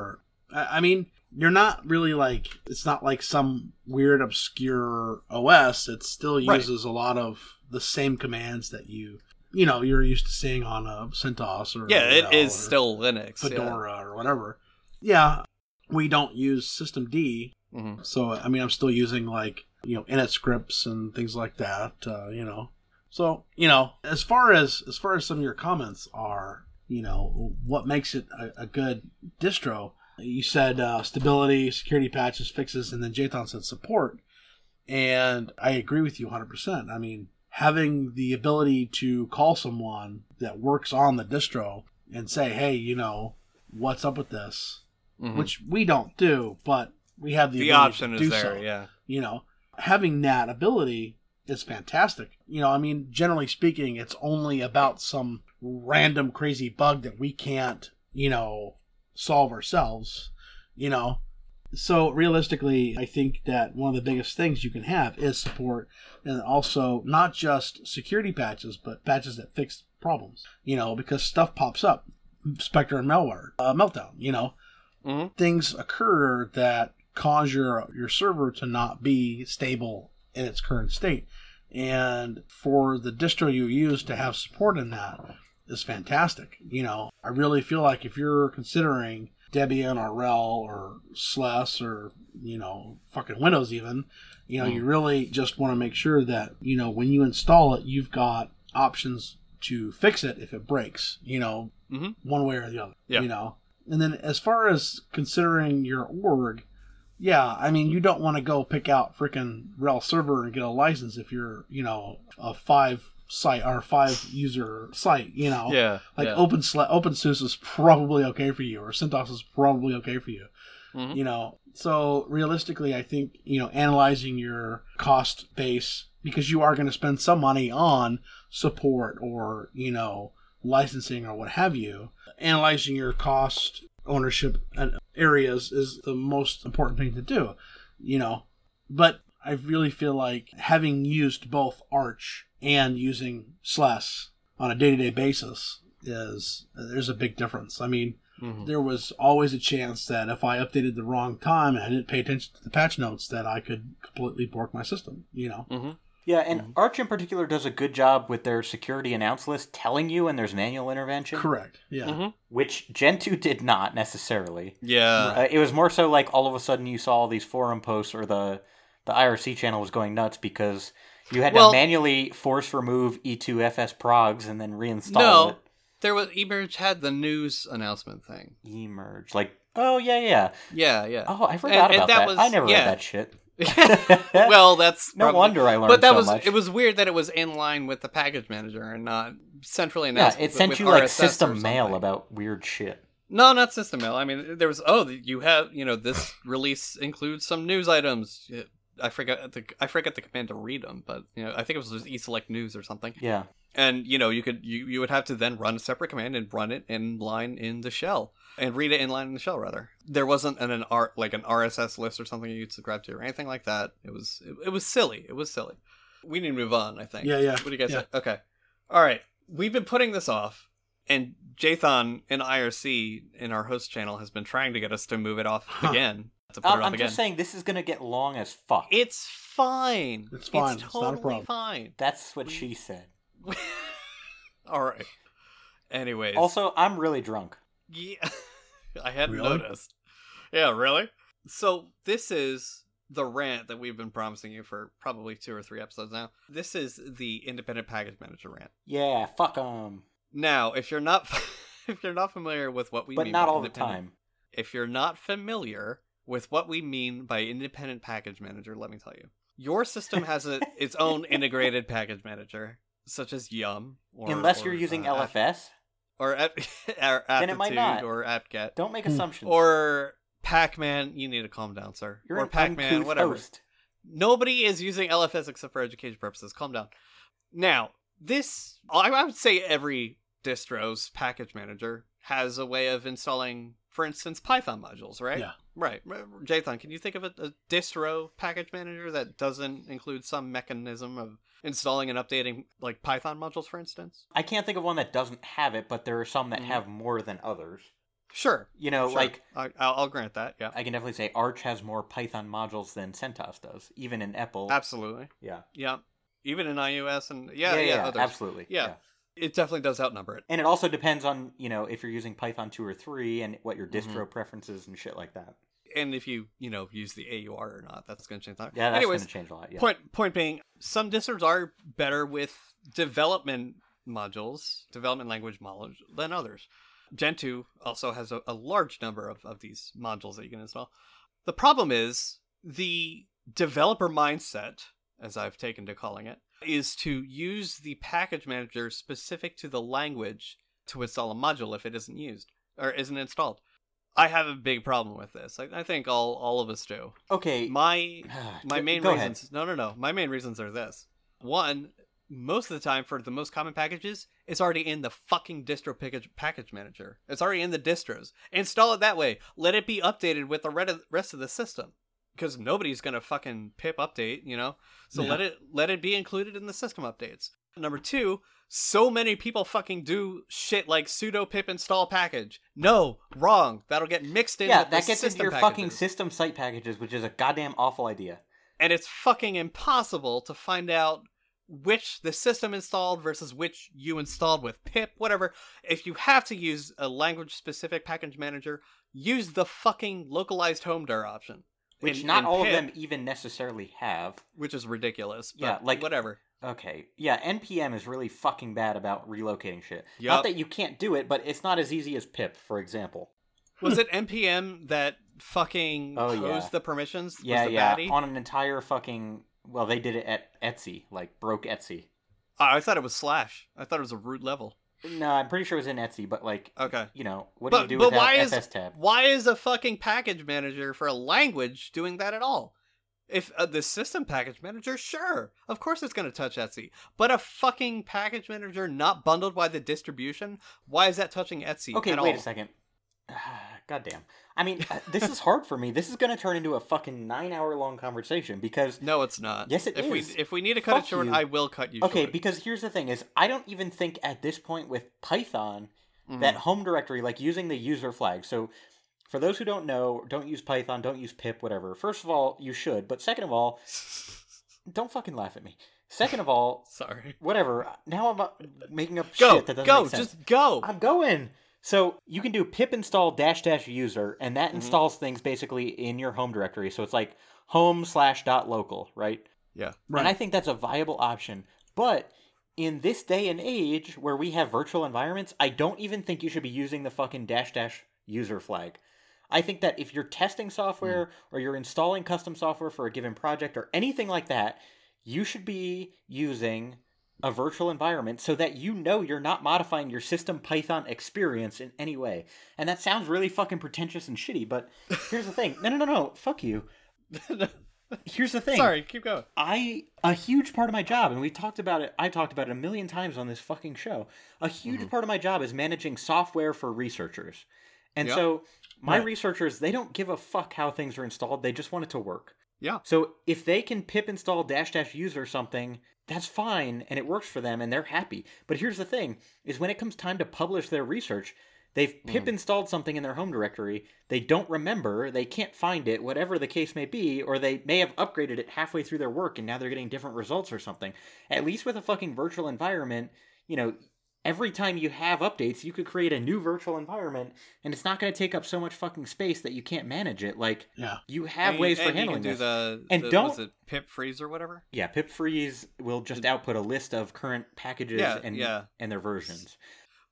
S3: I, I mean, you're not really like it's not like some weird obscure OS. It still
S1: Right.
S3: uses a lot of the same commands that you you know you're used to seeing on a CentOS or
S1: Yeah, it
S3: you know,
S1: is
S3: or
S1: still Linux. yeah.
S3: Fedora or whatever. Yeah, we don't use System D,
S1: Mhm.
S3: so I mean, I'm still using like you know init scripts and things like that. Uh, you know, so you know, as far as as far as some of your comments are, you know, what makes it a, a good distro? You said uh, stability, security patches, fixes, and then Jathan said support, and I agree with you 100. percent I mean, having the ability to call someone that works on the distro and say, hey, you know, what's up with this?
S1: Mhm.
S3: Which we don't do, but we have the,
S1: the
S3: ability
S1: option
S3: to
S1: is
S3: do
S1: there.
S3: so.
S1: Yeah.
S3: You know, having that ability is fantastic. You know, I mean, generally speaking, it's only about some random crazy bug that we can't, you know, solve ourselves, you know. So realistically, I think that one of the biggest things you can have is support and also not just security patches, but patches that fix problems, you know, because stuff pops up. Spectre and malware, uh, meltdown, you know,
S1: hmm
S3: things occur that cause your your server to not be stable in its current state. And for the distro you use to have support in that is fantastic. You know, I really feel like if you're considering Debian or RHEL or SLES or you know fucking Windows even, you know,
S1: Mm.
S3: you really just want to make sure that you know when you install it, you've got options to fix it if it breaks. You know,
S1: Mhm.
S3: one way or the other.
S1: Yeah.
S3: You know, and then as far as considering your org, yeah, I mean, you don't want to go pick out freaking RHEL server and get a license if you're, you know, a five site or five user site, you know.
S1: Yeah.
S3: Like oh,
S1: yeah.
S3: open OpenSle- OpenSUSE is probably okay for you, or CentOS is probably okay for you.
S1: Mhm.
S3: You know, so realistically, I think you know analyzing your cost base because you are going to spend some money on support or you know licensing or what have you. Analyzing your cost ownership and areas is the most important thing to do. You know, but I really feel like having used both Arch and using SLES on a day to day basis is there's a big difference. I mean,
S1: Mhm.
S3: there was always a chance that if I updated the wrong time and I didn't pay attention to the patch notes, that I could completely bork my system. You know,
S1: Mm-hmm.
S2: Yeah, and Arch in particular does a good job with their security announce list telling you when there's manual intervention,
S3: correct? Yeah,
S2: Mm-hmm.
S1: Mhm.
S2: which Gentoo did not necessarily.
S1: Yeah.
S2: Uh, it was more so like all of a sudden you saw all these forum posts or the the IRC channel was going nuts because you had
S1: Well-
S2: to manually force remove E E2FS progs and then reinstall
S1: No.
S2: it.
S1: There was Emerge had the news announcement thing.
S2: Emerge, like oh yeah yeah
S1: Yeah, yeah.
S2: oh I forgot
S1: and
S2: about
S1: that
S2: that.
S1: was-
S2: I never
S1: yeah.
S2: read that shit.
S1: well, that's
S2: no
S1: probably-
S2: wonder I learned
S1: But that
S2: so
S1: was
S2: much.
S1: it was weird that it was in line with the package manager and not centrally
S2: yeah,
S1: announced.
S2: it
S1: with-
S2: sent
S1: with
S2: you like
S1: RSS or
S2: system mail
S1: something.
S2: about weird shit.
S1: No, not system mail. I mean, there was oh, you have you know this release includes some news items. I forget the I forget the command to read them, but you know I think it was just e-select news or something.
S2: Yeah.
S1: And you know you could you, you would have to then run a separate command and run it in line in the shell and read it in line in the shell rather. There wasn't an, an R like an RSS list or something you'd subscribe to or anything like that. It was it, it was silly. It was silly. We need to move on. I think.
S3: Yeah, yeah,
S1: What do you guys
S3: yeah.
S1: think? Okay. All right. We've been putting this off and Jathan in IRC in our host channel has been trying to get us to move it off
S3: Huh.
S1: again. To put
S2: I'm,
S1: it off
S2: I'm
S1: again.
S2: just saying this is gonna get long as fuck.
S1: it's fine.
S3: It's fine.
S1: It's
S3: It's not a
S1: totally
S3: problem.
S1: fine.
S2: That's what she said.
S1: All right. Anyways.
S2: Also, I'm really drunk.
S1: yeah, I hadn't
S3: Really?
S1: noticed. Yeah, really? So this is the rant that we've been promising you for probably two or three episodes now. This is the independent package manager rant.
S2: Yeah, fuck 'em.
S1: Now, if you're not if you're not familiar with what we
S2: But
S1: mean
S2: not
S1: by
S2: all the
S1: independent-
S2: time.
S1: if you're not familiar with what we mean by independent package manager, let me tell you. Your system has a, its own integrated package manager, such as Yum. Or,
S2: Unless
S1: or,
S2: you're using
S1: uh, Apt-
S2: LFS,
S1: or, ap- or
S2: Then it might
S1: Aptitude
S2: not.
S1: or apt-get.
S2: don't make
S3: Hmm.
S2: assumptions.
S1: Or Pac-Man. You need to calm down, sir.
S2: you're
S1: or
S2: an
S1: Pac-Man,
S2: uncouth
S1: whatever.
S2: host.
S1: Nobody is using LFS except for education purposes. Calm down. Now, this I I would say every distro's package manager has a way of installing, for instance, Python modules, right?
S3: Yeah.
S1: Right. R- R- Jathan, can you think of a, a distro package manager that doesn't include some mechanism of installing and updating, like Python modules, for instance?
S2: I can't think of one that doesn't have it, but there are some that
S1: Mhm.
S2: have more than others.
S1: Sure.
S2: You know,
S1: sure.
S2: Oh, like
S1: I, I'll, I'll grant that. Yeah.
S2: I can definitely say Arch has more Python modules than CentOS does, even in Apple.
S1: Absolutely.
S2: yeah.
S1: Yeah. Even in iOS and yeah, yeah, others.
S2: absolutely.
S1: Yeah. It definitely does outnumber it.
S2: And it also depends on, you know, if you're using Python 2 or 3 and what your distro
S1: Mm-hmm.
S2: preferences and shit like that.
S1: and if you you know use the AUR or not, that's going to change that.
S2: Yeah, that's
S1: Anyways,
S2: going to change a lot. Yeah.
S1: point point being, some distros are better with development modules, development language modules than others. Gentoo also has a, a large number of, of these modules that you can install. The problem is the developer mindset, as I've taken to calling it, is to use the package manager specific to the language to install a module if it isn't used or isn't installed. I have a big problem with this. I, I think all all of us do.
S2: okay.
S1: My my
S2: Go-
S1: main
S2: go ahead.
S1: reasons no no no my main reasons are this one most of the time for the most common packages it's already in the fucking distro package, package manager it's already in the distros install it that way let it be updated with the red- rest of the system because nobody's gonna fucking pip update you know so
S3: Yeah.
S1: let it let it be included in the system updates number two so many people fucking do shit like sudo pip install package no wrong that'll get mixed in
S2: Yeah,
S1: with the
S2: that gets into
S1: system
S2: your fucking
S1: packages
S2: system site packages, which is a goddamn awful idea.
S1: and it's fucking impossible to find out which the system installed versus which you installed with pip whatever if you have to use a language specific package manager use the fucking localized home dir option
S2: Which
S1: in-
S2: not
S1: in
S2: all
S1: pip,
S2: of them even necessarily have.
S1: which is ridiculous but
S2: Yeah, like-
S1: whatever
S2: Okay. Yeah, NPM is really fucking bad about relocating shit.
S1: Yup.
S2: Not that you can't do it, but it's not as easy as pip, for example.
S1: was it npm that fucking
S2: Oh,
S1: posed
S2: yeah.
S1: the permissions was
S2: Yeah,
S1: the
S2: yeah.
S1: baddie?
S2: On an entire fucking well, they did it at Etsy, like broke Etsy.
S1: Oh, i thought it was slash i thought it was a root level
S2: No, I'm pretty sure it was in Etsy, but like
S1: okay
S2: you know, what
S1: but
S2: do you do
S1: but
S2: without
S1: why is
S2: FS tab?
S1: why is a fucking package manager for a language doing that at all? If uh, the system package manager, sure, of course it's going to touch Etsy, but a fucking package manager not bundled by the distribution, why is that touching Etsy
S2: Okay,
S1: at
S2: wait
S1: all?
S2: a second. God damn. I mean, uh, this is hard for me. This is going to turn into a fucking nine hour long conversation because
S1: No, it's not.
S2: Yes, it
S1: if
S2: is.
S1: we if we need to cut
S2: Fuck
S1: it short,
S2: you.
S1: I will cut you
S2: okay,
S1: short.
S2: because here's the thing: is I don't even think at this point with Python
S1: Mhm.
S2: that home directory, like using the user flag. So, for those who don't know, don't use Python, don't use pip, whatever. First of all, you should, but second of all, don't fucking laugh at me. Second of all,
S1: Sorry.
S2: whatever. Now I'm uh, making up
S1: Go,
S2: shit that doesn't
S1: go,
S2: make sense. Oh,
S1: just go.
S2: I'm going. So you can do pip install dash dash user, and that
S1: Mhm.
S2: installs things basically in your home directory. So it's like home slash dot local, right?
S1: Yeah.
S2: And I
S3: Right.
S2: think that's a viable option. But in this day and age where we have virtual environments, I don't even think you should be using the fucking dash dash user flag. I think that if you're testing software or you're installing custom software for a given project or anything like that, you should be using a virtual environment so that you know you're not modifying your system Python experience in any way. And that sounds really fucking pretentious and shitty, but here's the thing. No, no, no, no. Fuck you. Here's the thing.
S1: Sorry, keep going.
S2: I a huge part of my job, and we talked about it. I talked about it a million times on this fucking show. A huge part of my job is managing software for researchers, and
S1: Yeah.
S2: so my researchers they don't give a fuck how things are installed. They just want it to work.
S1: Yeah.
S2: So if they can pip install dash dash use or something, that's fine and it works for them and they're happy. But here's the thing is when it comes time to publish their research, they've
S1: Mm.
S2: pip installed something in their home directory, they don't remember, they can't find it, whatever the case may be, or they may have upgraded it halfway through their work and now they're getting different results or something. At least with a fucking virtual environment, you know, every time you have updates, you could create a new virtual environment and it's not going to take up so much fucking space that you can't manage it. Like
S3: Yeah.
S2: you
S1: And
S2: have
S1: you-
S2: ways
S1: and
S2: for handling
S1: you can do
S2: this.
S1: the
S2: And
S1: the-
S2: don't-
S1: was it pip freeze or whatever.
S2: Yeah, pip freeze will just output a list of current packages
S1: Yeah,
S2: and
S1: yeah.
S2: and their versions.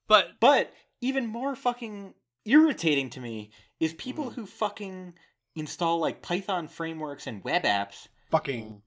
S1: But
S2: But even more fucking irritating to me is people
S1: Mm.
S2: who fucking install like Python frameworks and web apps
S3: Fucking.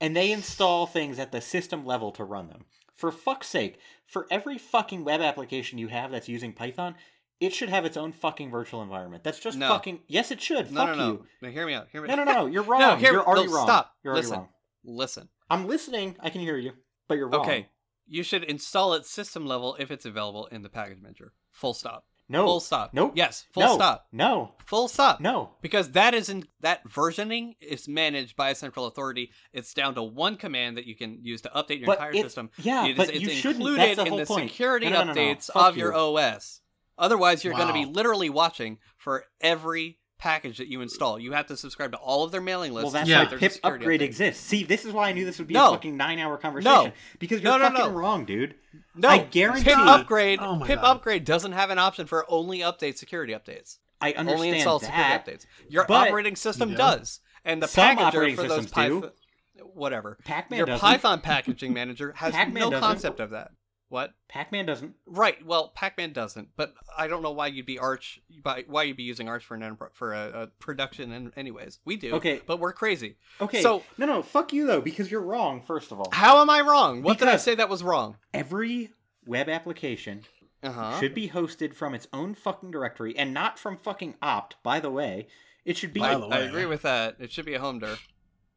S2: and they install things at the system level to run them. For fuck's sake, for every fucking web application you have that's using Python, it should have its own fucking virtual environment. That's just
S1: No.
S2: fucking yes it should.
S1: no,
S2: Fuck
S1: no, no,
S2: you.
S1: no. Hear me out. Hear me.
S2: No, no, no, no. You're wrong.
S1: hear-
S2: You're already
S1: no,
S2: wrong.
S1: stop.
S2: You're already
S1: Listen.
S2: wrong.
S1: Listen.
S2: I'm listening. I can hear you, but you're wrong.
S1: Okay. You should install at system level if it's available in the package manager. Full stop.
S2: No.
S1: Full stop.
S2: Nope.
S1: Yes. Full
S2: No.
S1: stop.
S2: No.
S1: Full stop.
S2: No.
S1: Because that isn't that versioning is managed by a central authority. It's down to one command that you can use to update your
S2: But
S1: entire
S2: it-
S1: system.
S2: yeah,
S1: it is,
S2: but
S1: it's
S2: you shouldn't.
S1: included
S2: That's the
S1: in
S2: whole
S1: the
S2: point.
S1: security
S2: No, no, no, no.
S1: updates
S2: Fuck
S1: of your
S2: you.
S1: OS. Otherwise, you're going to be
S3: Wow.
S1: literally watching for every package that you install. You have to subscribe to all of their mailing lists.
S2: Well, that's
S1: to see
S3: Yeah.
S2: why
S1: if there's a
S2: pip
S1: security
S2: upgrade
S1: update.
S2: exists. See, this is why I knew this would be
S1: No.
S2: a fucking nine-hour conversation because you're
S1: No, no, no.
S2: fucking wrong, dude.
S1: No,
S2: I guarantee.
S1: Pip upgrade.
S3: Oh my
S1: Pip
S3: God.
S1: upgrade doesn't have an option for only update security updates.
S2: I
S1: Only
S2: understand
S1: install
S2: that.
S1: security updates. Your
S2: but-
S1: operating system
S3: Yeah.
S1: does, and the
S2: Some
S1: packager
S2: operating
S1: for those
S2: systems do.
S1: Python, whatever.
S2: Pac-Man
S1: Your
S2: doesn't.
S1: Python packaging manager has
S2: Pac-Man
S1: no
S2: doesn't.
S1: concept of that. What?
S2: Pac-Man doesn't.
S1: Right. Well, Pac-Man doesn't, but I don't know why you'd be Arch, by- why you'd be using Arch for an enpro- for a, a production. And anyways, we do.
S2: Okay.
S1: but we're crazy.
S2: Okay.
S1: So
S2: no, no, fuck you though, because you're wrong. First of all,
S1: how am I wrong? What did I
S2: Because-
S1: say that was wrong?
S2: every web application
S1: Uh huh.
S2: should be hosted from its own fucking directory and not from fucking opt. By the way, it should be
S3: By the
S1: I
S3: way.
S1: agree with that. It should be a home dir.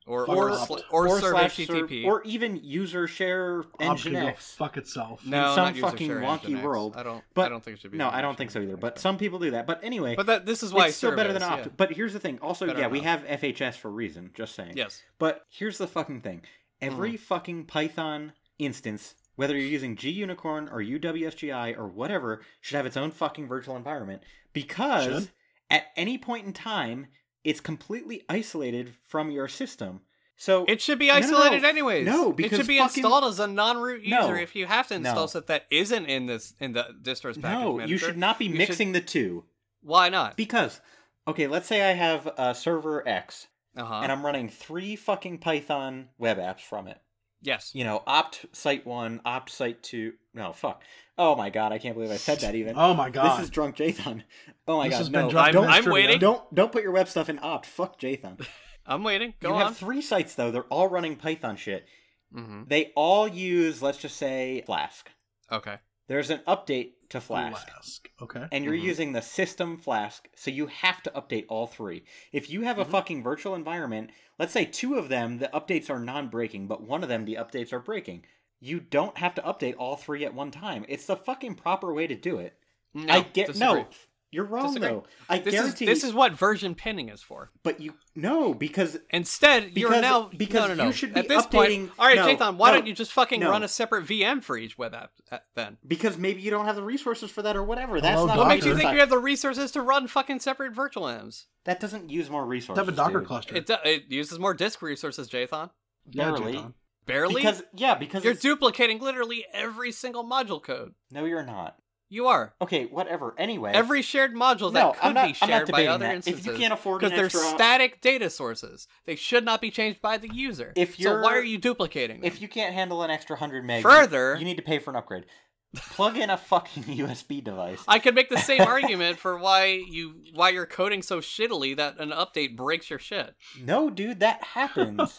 S1: Or
S3: Fuck
S1: or
S3: opt.
S1: sl- or, serve
S2: slash
S1: HTTP.
S2: serv- or even user share
S3: Opt can go
S2: nginx.
S3: fuck itself.
S1: no, not
S2: in some
S1: user
S2: fucking
S1: share
S2: wonky
S1: nginx.
S2: world.
S1: I don't.
S2: But
S1: I don't think it should be.
S2: No,
S1: user
S2: I don't
S1: share
S2: think so either.
S1: nginx,
S2: But some people do that. But anyway,
S1: But that this is why
S2: it's still better than
S1: service,
S2: opt. But here's the thing. Also,
S1: Better
S2: yeah, we
S1: than
S2: have FHS for a reason. Just saying.
S1: Yes. Mm.
S2: But here's the fucking thing. Every fucking Python instance, whether you're using GUnicorn or UWSGI or whatever, should have its own fucking virtual environment because
S3: Should.
S2: at any point in time, it's completely isolated from your system. So
S1: It should be
S2: No, no, no.
S1: isolated anyways.
S2: No,
S1: it
S2: because
S1: should be
S2: fucking-
S1: installed as a non-root user
S2: No.
S1: if you have to install
S2: No.
S1: stuff that isn't in this in the distro's package
S2: no,
S1: manager.
S2: you should not be
S1: You should-
S2: mixing the two
S1: Why not?
S2: because okay, let's say I have uh, server X
S1: Uh-huh.
S2: and I'm running three fucking Python web apps from it.
S1: yes.
S2: You know, opt site one, opt site two. No, fuck. Oh my god, I can't believe I said that even.
S3: Oh my god.
S2: This is drunk JSON. Oh my
S3: This
S2: god,
S3: has been
S2: no.
S3: drunk
S2: don't,
S1: I'm waiting.
S2: don't don't put your web stuff in opt. Fuck JSON.
S1: I'm waiting. Go
S2: you
S1: on.
S2: have three sites though. They're all running Python shit.
S1: Mhm.
S2: They all use, let's just say, Flask.
S1: Okay.
S2: There's an update to Flask.
S3: Flask. Okay.
S2: And
S1: Mm-hmm.
S2: you're using the system flask, so you have to update all three. If you have a
S1: Mm-hmm.
S2: fucking virtual environment, let's say two of them, the updates are non breaking, but one of them, the updates are breaking. You don't have to update all three at one time. It's the fucking proper way to do it.
S1: No,
S2: I get no.
S1: disagree.
S2: You're wrong
S1: Disagree.
S2: though. I
S1: This is
S2: guarantee
S1: this is what version pinning is for.
S2: but you no because
S1: Instead, you're
S2: Because-
S1: now
S2: because
S1: no, no, no.
S2: you should
S1: At
S2: be
S1: this Point,
S2: updating-
S1: all right,
S2: no,
S1: Jathan, why
S2: no,
S1: don't you just fucking
S2: no.
S1: run a separate VM for each web app uh, then?
S2: because maybe you don't have the resources for that or whatever. That's
S3: Hello,
S2: not
S3: Docker.
S1: What makes you
S3: Sure.
S1: think you have the resources to run fucking separate virtual VMs?
S2: that doesn't use more
S3: Let's
S2: resources.
S3: have a Docker
S2: dude.
S3: cluster.
S1: It do- it uses more disk resources, Jathan.
S3: Yeah,
S2: barely.
S3: Jathan.
S1: Barely.
S2: Because yeah, because
S1: you're
S2: it's-
S1: duplicating literally every single module code.
S2: no, you're not.
S1: You are.
S2: Okay, whatever. Anyway,
S1: Every shared module
S2: No,
S1: that could
S2: I'm not-
S1: be
S2: I'm
S1: shared
S2: not
S1: by
S2: debating
S1: other
S2: that. If you
S1: instances.
S2: can't afford
S1: because
S2: an
S1: they're
S2: extra-
S1: static data sources, they should not be changed by the user.
S2: If
S1: so, why
S2: you're-
S1: are you duplicating them?
S2: if you can't handle an extra 100 meg
S1: Further-
S2: you need to pay for an upgrade Plug in a fucking USB device.
S1: I could make the same argument for why you why you're coding so shittily that an update breaks your shit.
S2: No, dude, that happens.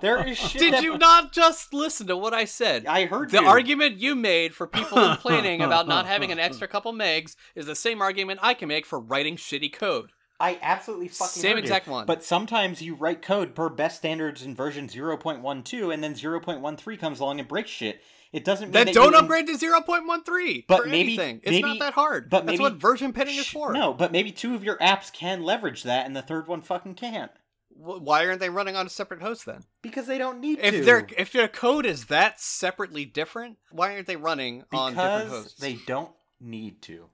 S2: there is shit.
S1: Did
S2: that-
S1: you not just listen to what I said?
S2: I heard
S1: the
S2: you.
S1: argument you made for people complaining about not having an extra couple megs is the same argument I can make for writing shitty code.
S2: I absolutely fucking
S1: Same
S2: heard you.
S1: exact one.
S2: But sometimes you write code per best standards in version 0.12, and then 0.13 comes along and breaks shit. It doesn't mean
S1: Then
S2: that
S1: don't
S2: you-
S1: upgrade to 0.13
S2: But
S1: for
S2: maybe-
S1: anything. It's not
S2: maybe-
S1: that hard.
S2: but
S1: That's
S2: maybe-
S1: what version pinning is for.
S2: No, but maybe two of your apps can leverage that, and the third one fucking can't
S1: Wh- Why aren't they running on a separate host then?
S2: because they don't need to.
S1: If their if their code is that separately different, why aren't they running on different
S2: because
S1: hosts?
S2: they don't need to.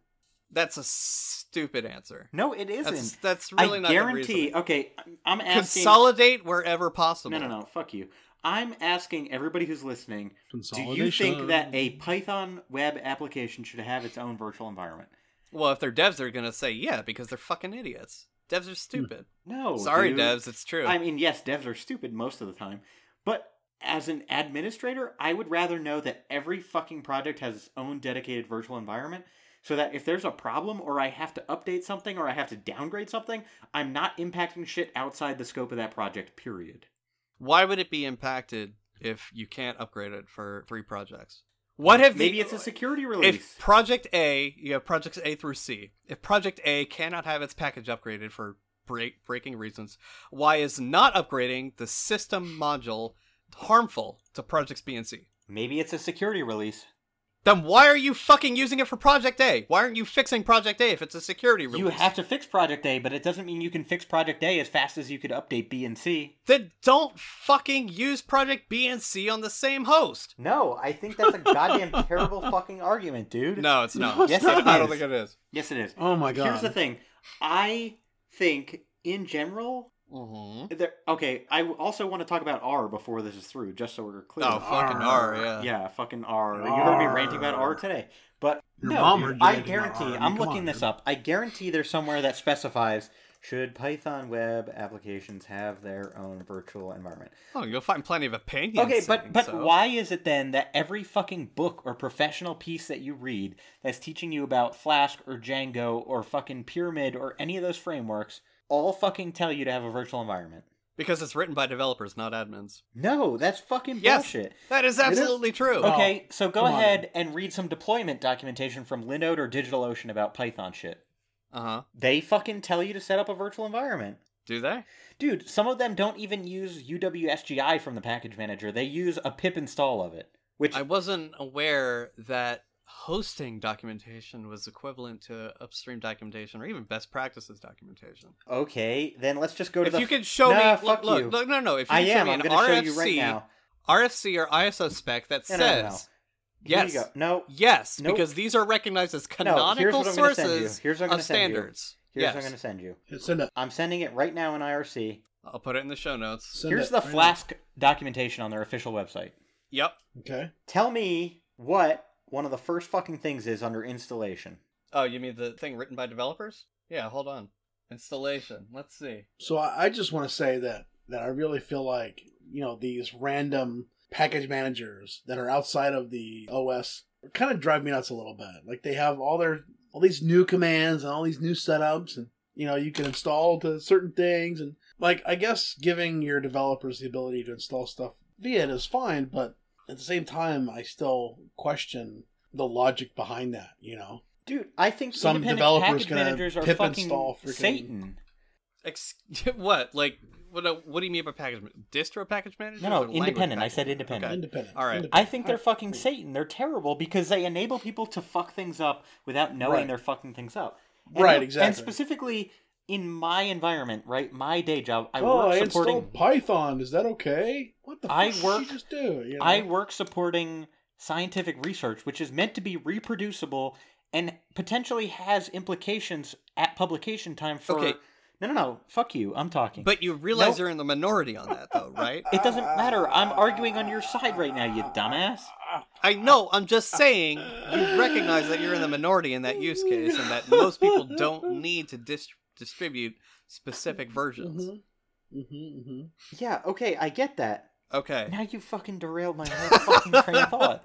S1: That's a stupid answer.
S2: No, it isn't.
S1: That's that's really
S2: I
S1: not
S2: guarantee.
S1: A
S2: okay, I'm asking.
S1: Consolidate wherever possible.
S2: no, no, no. Fuck you. I'm asking everybody who's listening. Do you think
S3: Consolidation.
S2: that a Python web application should have its own virtual environment?
S1: Well, if they're devs, they're gonna say yeah because they're fucking idiots. Devs are stupid.
S2: No.
S1: Sorry,
S2: Hmm. Oh, dude.
S1: devs, it's true.
S2: I mean, yes, devs are stupid most of the time, but as an administrator, I would rather know that every fucking project has its own dedicated virtual environment so that if there's a problem or I have to update something or I have to downgrade something, I'm not impacting shit outside the scope of that project, period.
S1: Why would it be impacted if you can't upgrade it for three projects? What have
S2: Maybe
S1: the-
S2: it's a security release.
S1: if project A, you have projects A through C. If project A cannot have its package upgraded for break, breaking reasons, why is not upgrading the system module harmful to projects B and C?
S2: Maybe it's a security release.
S1: Then why are you fucking using it for project A? Why aren't you fixing project A if it's a security release?
S2: You have to fix project A, but it doesn't mean you can fix project A as fast as you could update B and C.
S1: then don't fucking use project B and C on the same host.
S2: No, I think that's a goddamn terrible fucking argument, dude.
S1: No, it's not.
S2: Yes, it
S1: I don't
S2: is.
S1: think it is.
S2: Yes, it is.
S3: Oh my god!
S2: Here's the thing. I think in general
S1: Mm-hmm.
S2: there okay, I also want to talk about R before this is through just so we're clear.
S1: Oh, fucking R, yeah.
S2: yeah, fucking R. You heard me ranting about R today. But
S3: Your
S2: no,
S3: mom
S2: dude,
S3: heard you
S2: I
S3: ranting about
S2: guarantee.
S3: R. I mean,
S2: I'm
S3: come
S2: looking
S3: on,
S2: this
S3: dude.
S2: up. I guarantee there's somewhere that specifies should Python web applications have their own virtual environment.
S1: Oh, you'll find plenty of opinions.
S2: Okay, but
S1: saying
S2: but
S1: so.
S2: why is it then that every fucking book or professional piece that you read that's teaching you about Flask or Django or fucking Pyramid or any of those frameworks all fucking tell you to have a virtual environment?
S1: Because it's written by developers, not admins.
S2: No, that's fucking
S1: Yes,
S2: bullshit.
S1: that is absolutely true.
S2: Okay, so go
S3: Oh, come on.
S2: ahead and read some deployment documentation from Linode or DigitalOcean about Python shit.
S1: Uh huh.
S2: They fucking tell you to set up a virtual environment.
S1: Do they?
S2: Dude, some of them don't even use UWSGI from the package manager. They use a pip install of it, which
S1: I wasn't aware that hosting documentation was equivalent to upstream documentation or even best practices documentation.
S2: Okay, then let's just go to
S1: If
S2: the.
S1: you could show
S2: Nah,
S1: me, look,
S2: fuck
S1: look,
S2: you.
S1: look, no, no. If you
S2: I
S1: could
S2: am.
S1: show
S2: I'm
S1: me an
S2: going to show
S1: RFC,
S2: you right now.
S1: RFC or ISO spec that
S2: No,
S1: says
S2: no, no, no. Here
S1: yes,
S2: you go. No.
S1: yes,
S2: Nope.
S1: because these are recognized as
S2: No, here's
S1: canonical
S2: what I'm going to send you.
S1: sources
S2: Here's what I'm going
S1: of
S2: to send you.
S1: standards.
S2: Here's
S1: yes,
S2: what I'm going to send you.
S3: Send it.
S2: I'm sending it right now in IRC.
S1: I'll put it in the show notes.
S3: Send
S2: Here's
S3: it
S2: the
S3: right now.
S2: Flask documentation on their official website.
S1: Yep.
S3: Okay.
S2: Tell me what one of the first fucking things is under installation.
S1: Oh, you mean the thing written by developers? Yeah. Hold on. Installation. Let's see.
S3: So I, I just want to say that that I really feel like you know these random package managers that are outside of the OS kind of drive me nuts a little bit. Like they have all their all these new commands and all these new setups, and you know you can install to certain things, and like I guess giving your developers the ability to install stuff via it is fine, but at the same time I still question the logic behind that. You know,
S2: Dude, I think
S3: Some
S2: independent
S3: developer's
S2: package
S3: gonna
S2: managers are
S3: pip
S2: fucking
S3: install freaking-
S2: Satan.
S1: Ex- what? Like what? What do you mean by package? ma- Distro package manager?
S2: No, no, independent. I said independent. Okay.
S3: independent.
S1: All right.
S3: independent.
S2: I think they're fucking Satan. They're terrible because they enable people to fuck things up without knowing
S3: Right.
S2: they're fucking things up.
S3: Right,
S2: And
S3: exactly.
S2: specifically in my environment, right? My day job, I
S3: Oh, I
S2: work supporting
S3: installed Python. Is that okay? What the
S2: I
S3: fuck
S2: work-
S3: did you just do? You know?
S2: I work supporting scientific research which is meant to be reproducible and potentially has implications at publication time for
S1: Okay.
S2: No, no, no. Fuck you. I'm talking.
S1: But you realize
S2: Nope.
S1: you're in the minority on that, though, right?
S2: it doesn't matter. I'm arguing on your side right now, you dumbass.
S1: I know. I'm just saying you recognize that you're in the minority in that use case, and that most people don't need to dis- distribute specific versions.
S3: Mm-hmm, hmm
S2: Yeah, okay, I get that.
S1: Okay.
S2: Now you fucking derailed my whole fucking train of thought.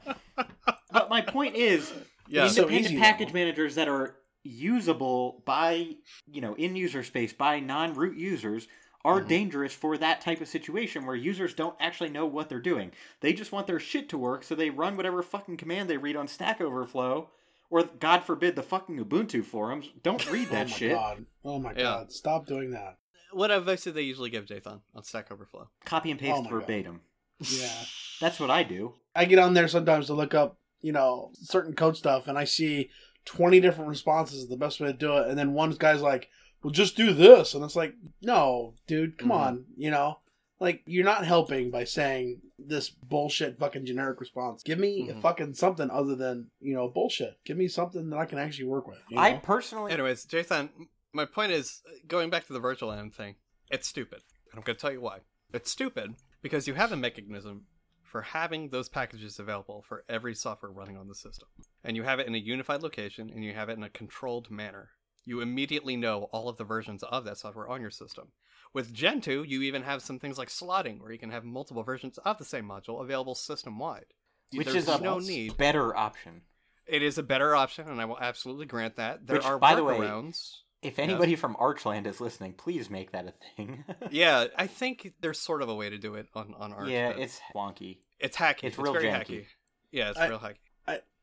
S2: But my my point is
S1: Yeah.
S3: So
S2: independent
S3: easy,
S2: package
S3: though.
S2: managers that are usable by you know in user space by non-root users are
S3: Mm-hmm.
S2: dangerous for that type of situation where users don't actually know what they're doing. They just want their shit to work, so they run whatever fucking command they read on Stack Overflow, or God forbid the fucking Ubuntu forums. Don't read that
S3: oh my
S2: shit.
S3: god. Oh my
S1: Yeah.
S3: god. Stop doing that.
S1: What advice do they usually give Jathan on Stack Overflow?
S2: Copy and
S3: Oh
S2: paste
S3: my God.
S2: verbatim.
S3: Yeah.
S2: That's what I do.
S3: I get on there sometimes to look up, you know, certain code stuff, and I see twenty different responses of the best way to do it, and then one guy's like, "Well, just do this," and it's like, "No, dude, come
S1: Mhm.
S3: on," you know, like you're not helping by saying this bullshit fucking generic response. Give me
S1: Mhm.
S3: fucking something other than you know bullshit. Give me something that I can actually work with. You know?
S2: I personally
S1: Anyways, Jathan, m- my point is uh, going back to the virtual end thing. It's stupid, and I'm going to tell you why. It's stupid because you have a mechanism for having those packages available for every software running on the system, and you have it in a unified location, and you have it in a controlled manner. You immediately know all of the versions of that software on your system. With Gentoo, you even have some things like slotting, where you can have multiple versions of the same module available system wide.
S2: which
S1: There's
S2: is a
S1: no need.
S2: better option.
S1: It is a better option, and I will absolutely grant that. There
S2: Which,
S1: are
S2: by the way,
S1: workarounds.
S2: If anybody from Archland is listening, please make that a thing.
S1: yeah, I think there's sort of a way to do it on on Arch.
S2: yeah,
S1: but
S2: it's wonky.
S1: it's hacky.
S2: it's real
S1: very
S2: janky.
S1: hacky. Yeah, it's
S3: I-
S1: real hacky.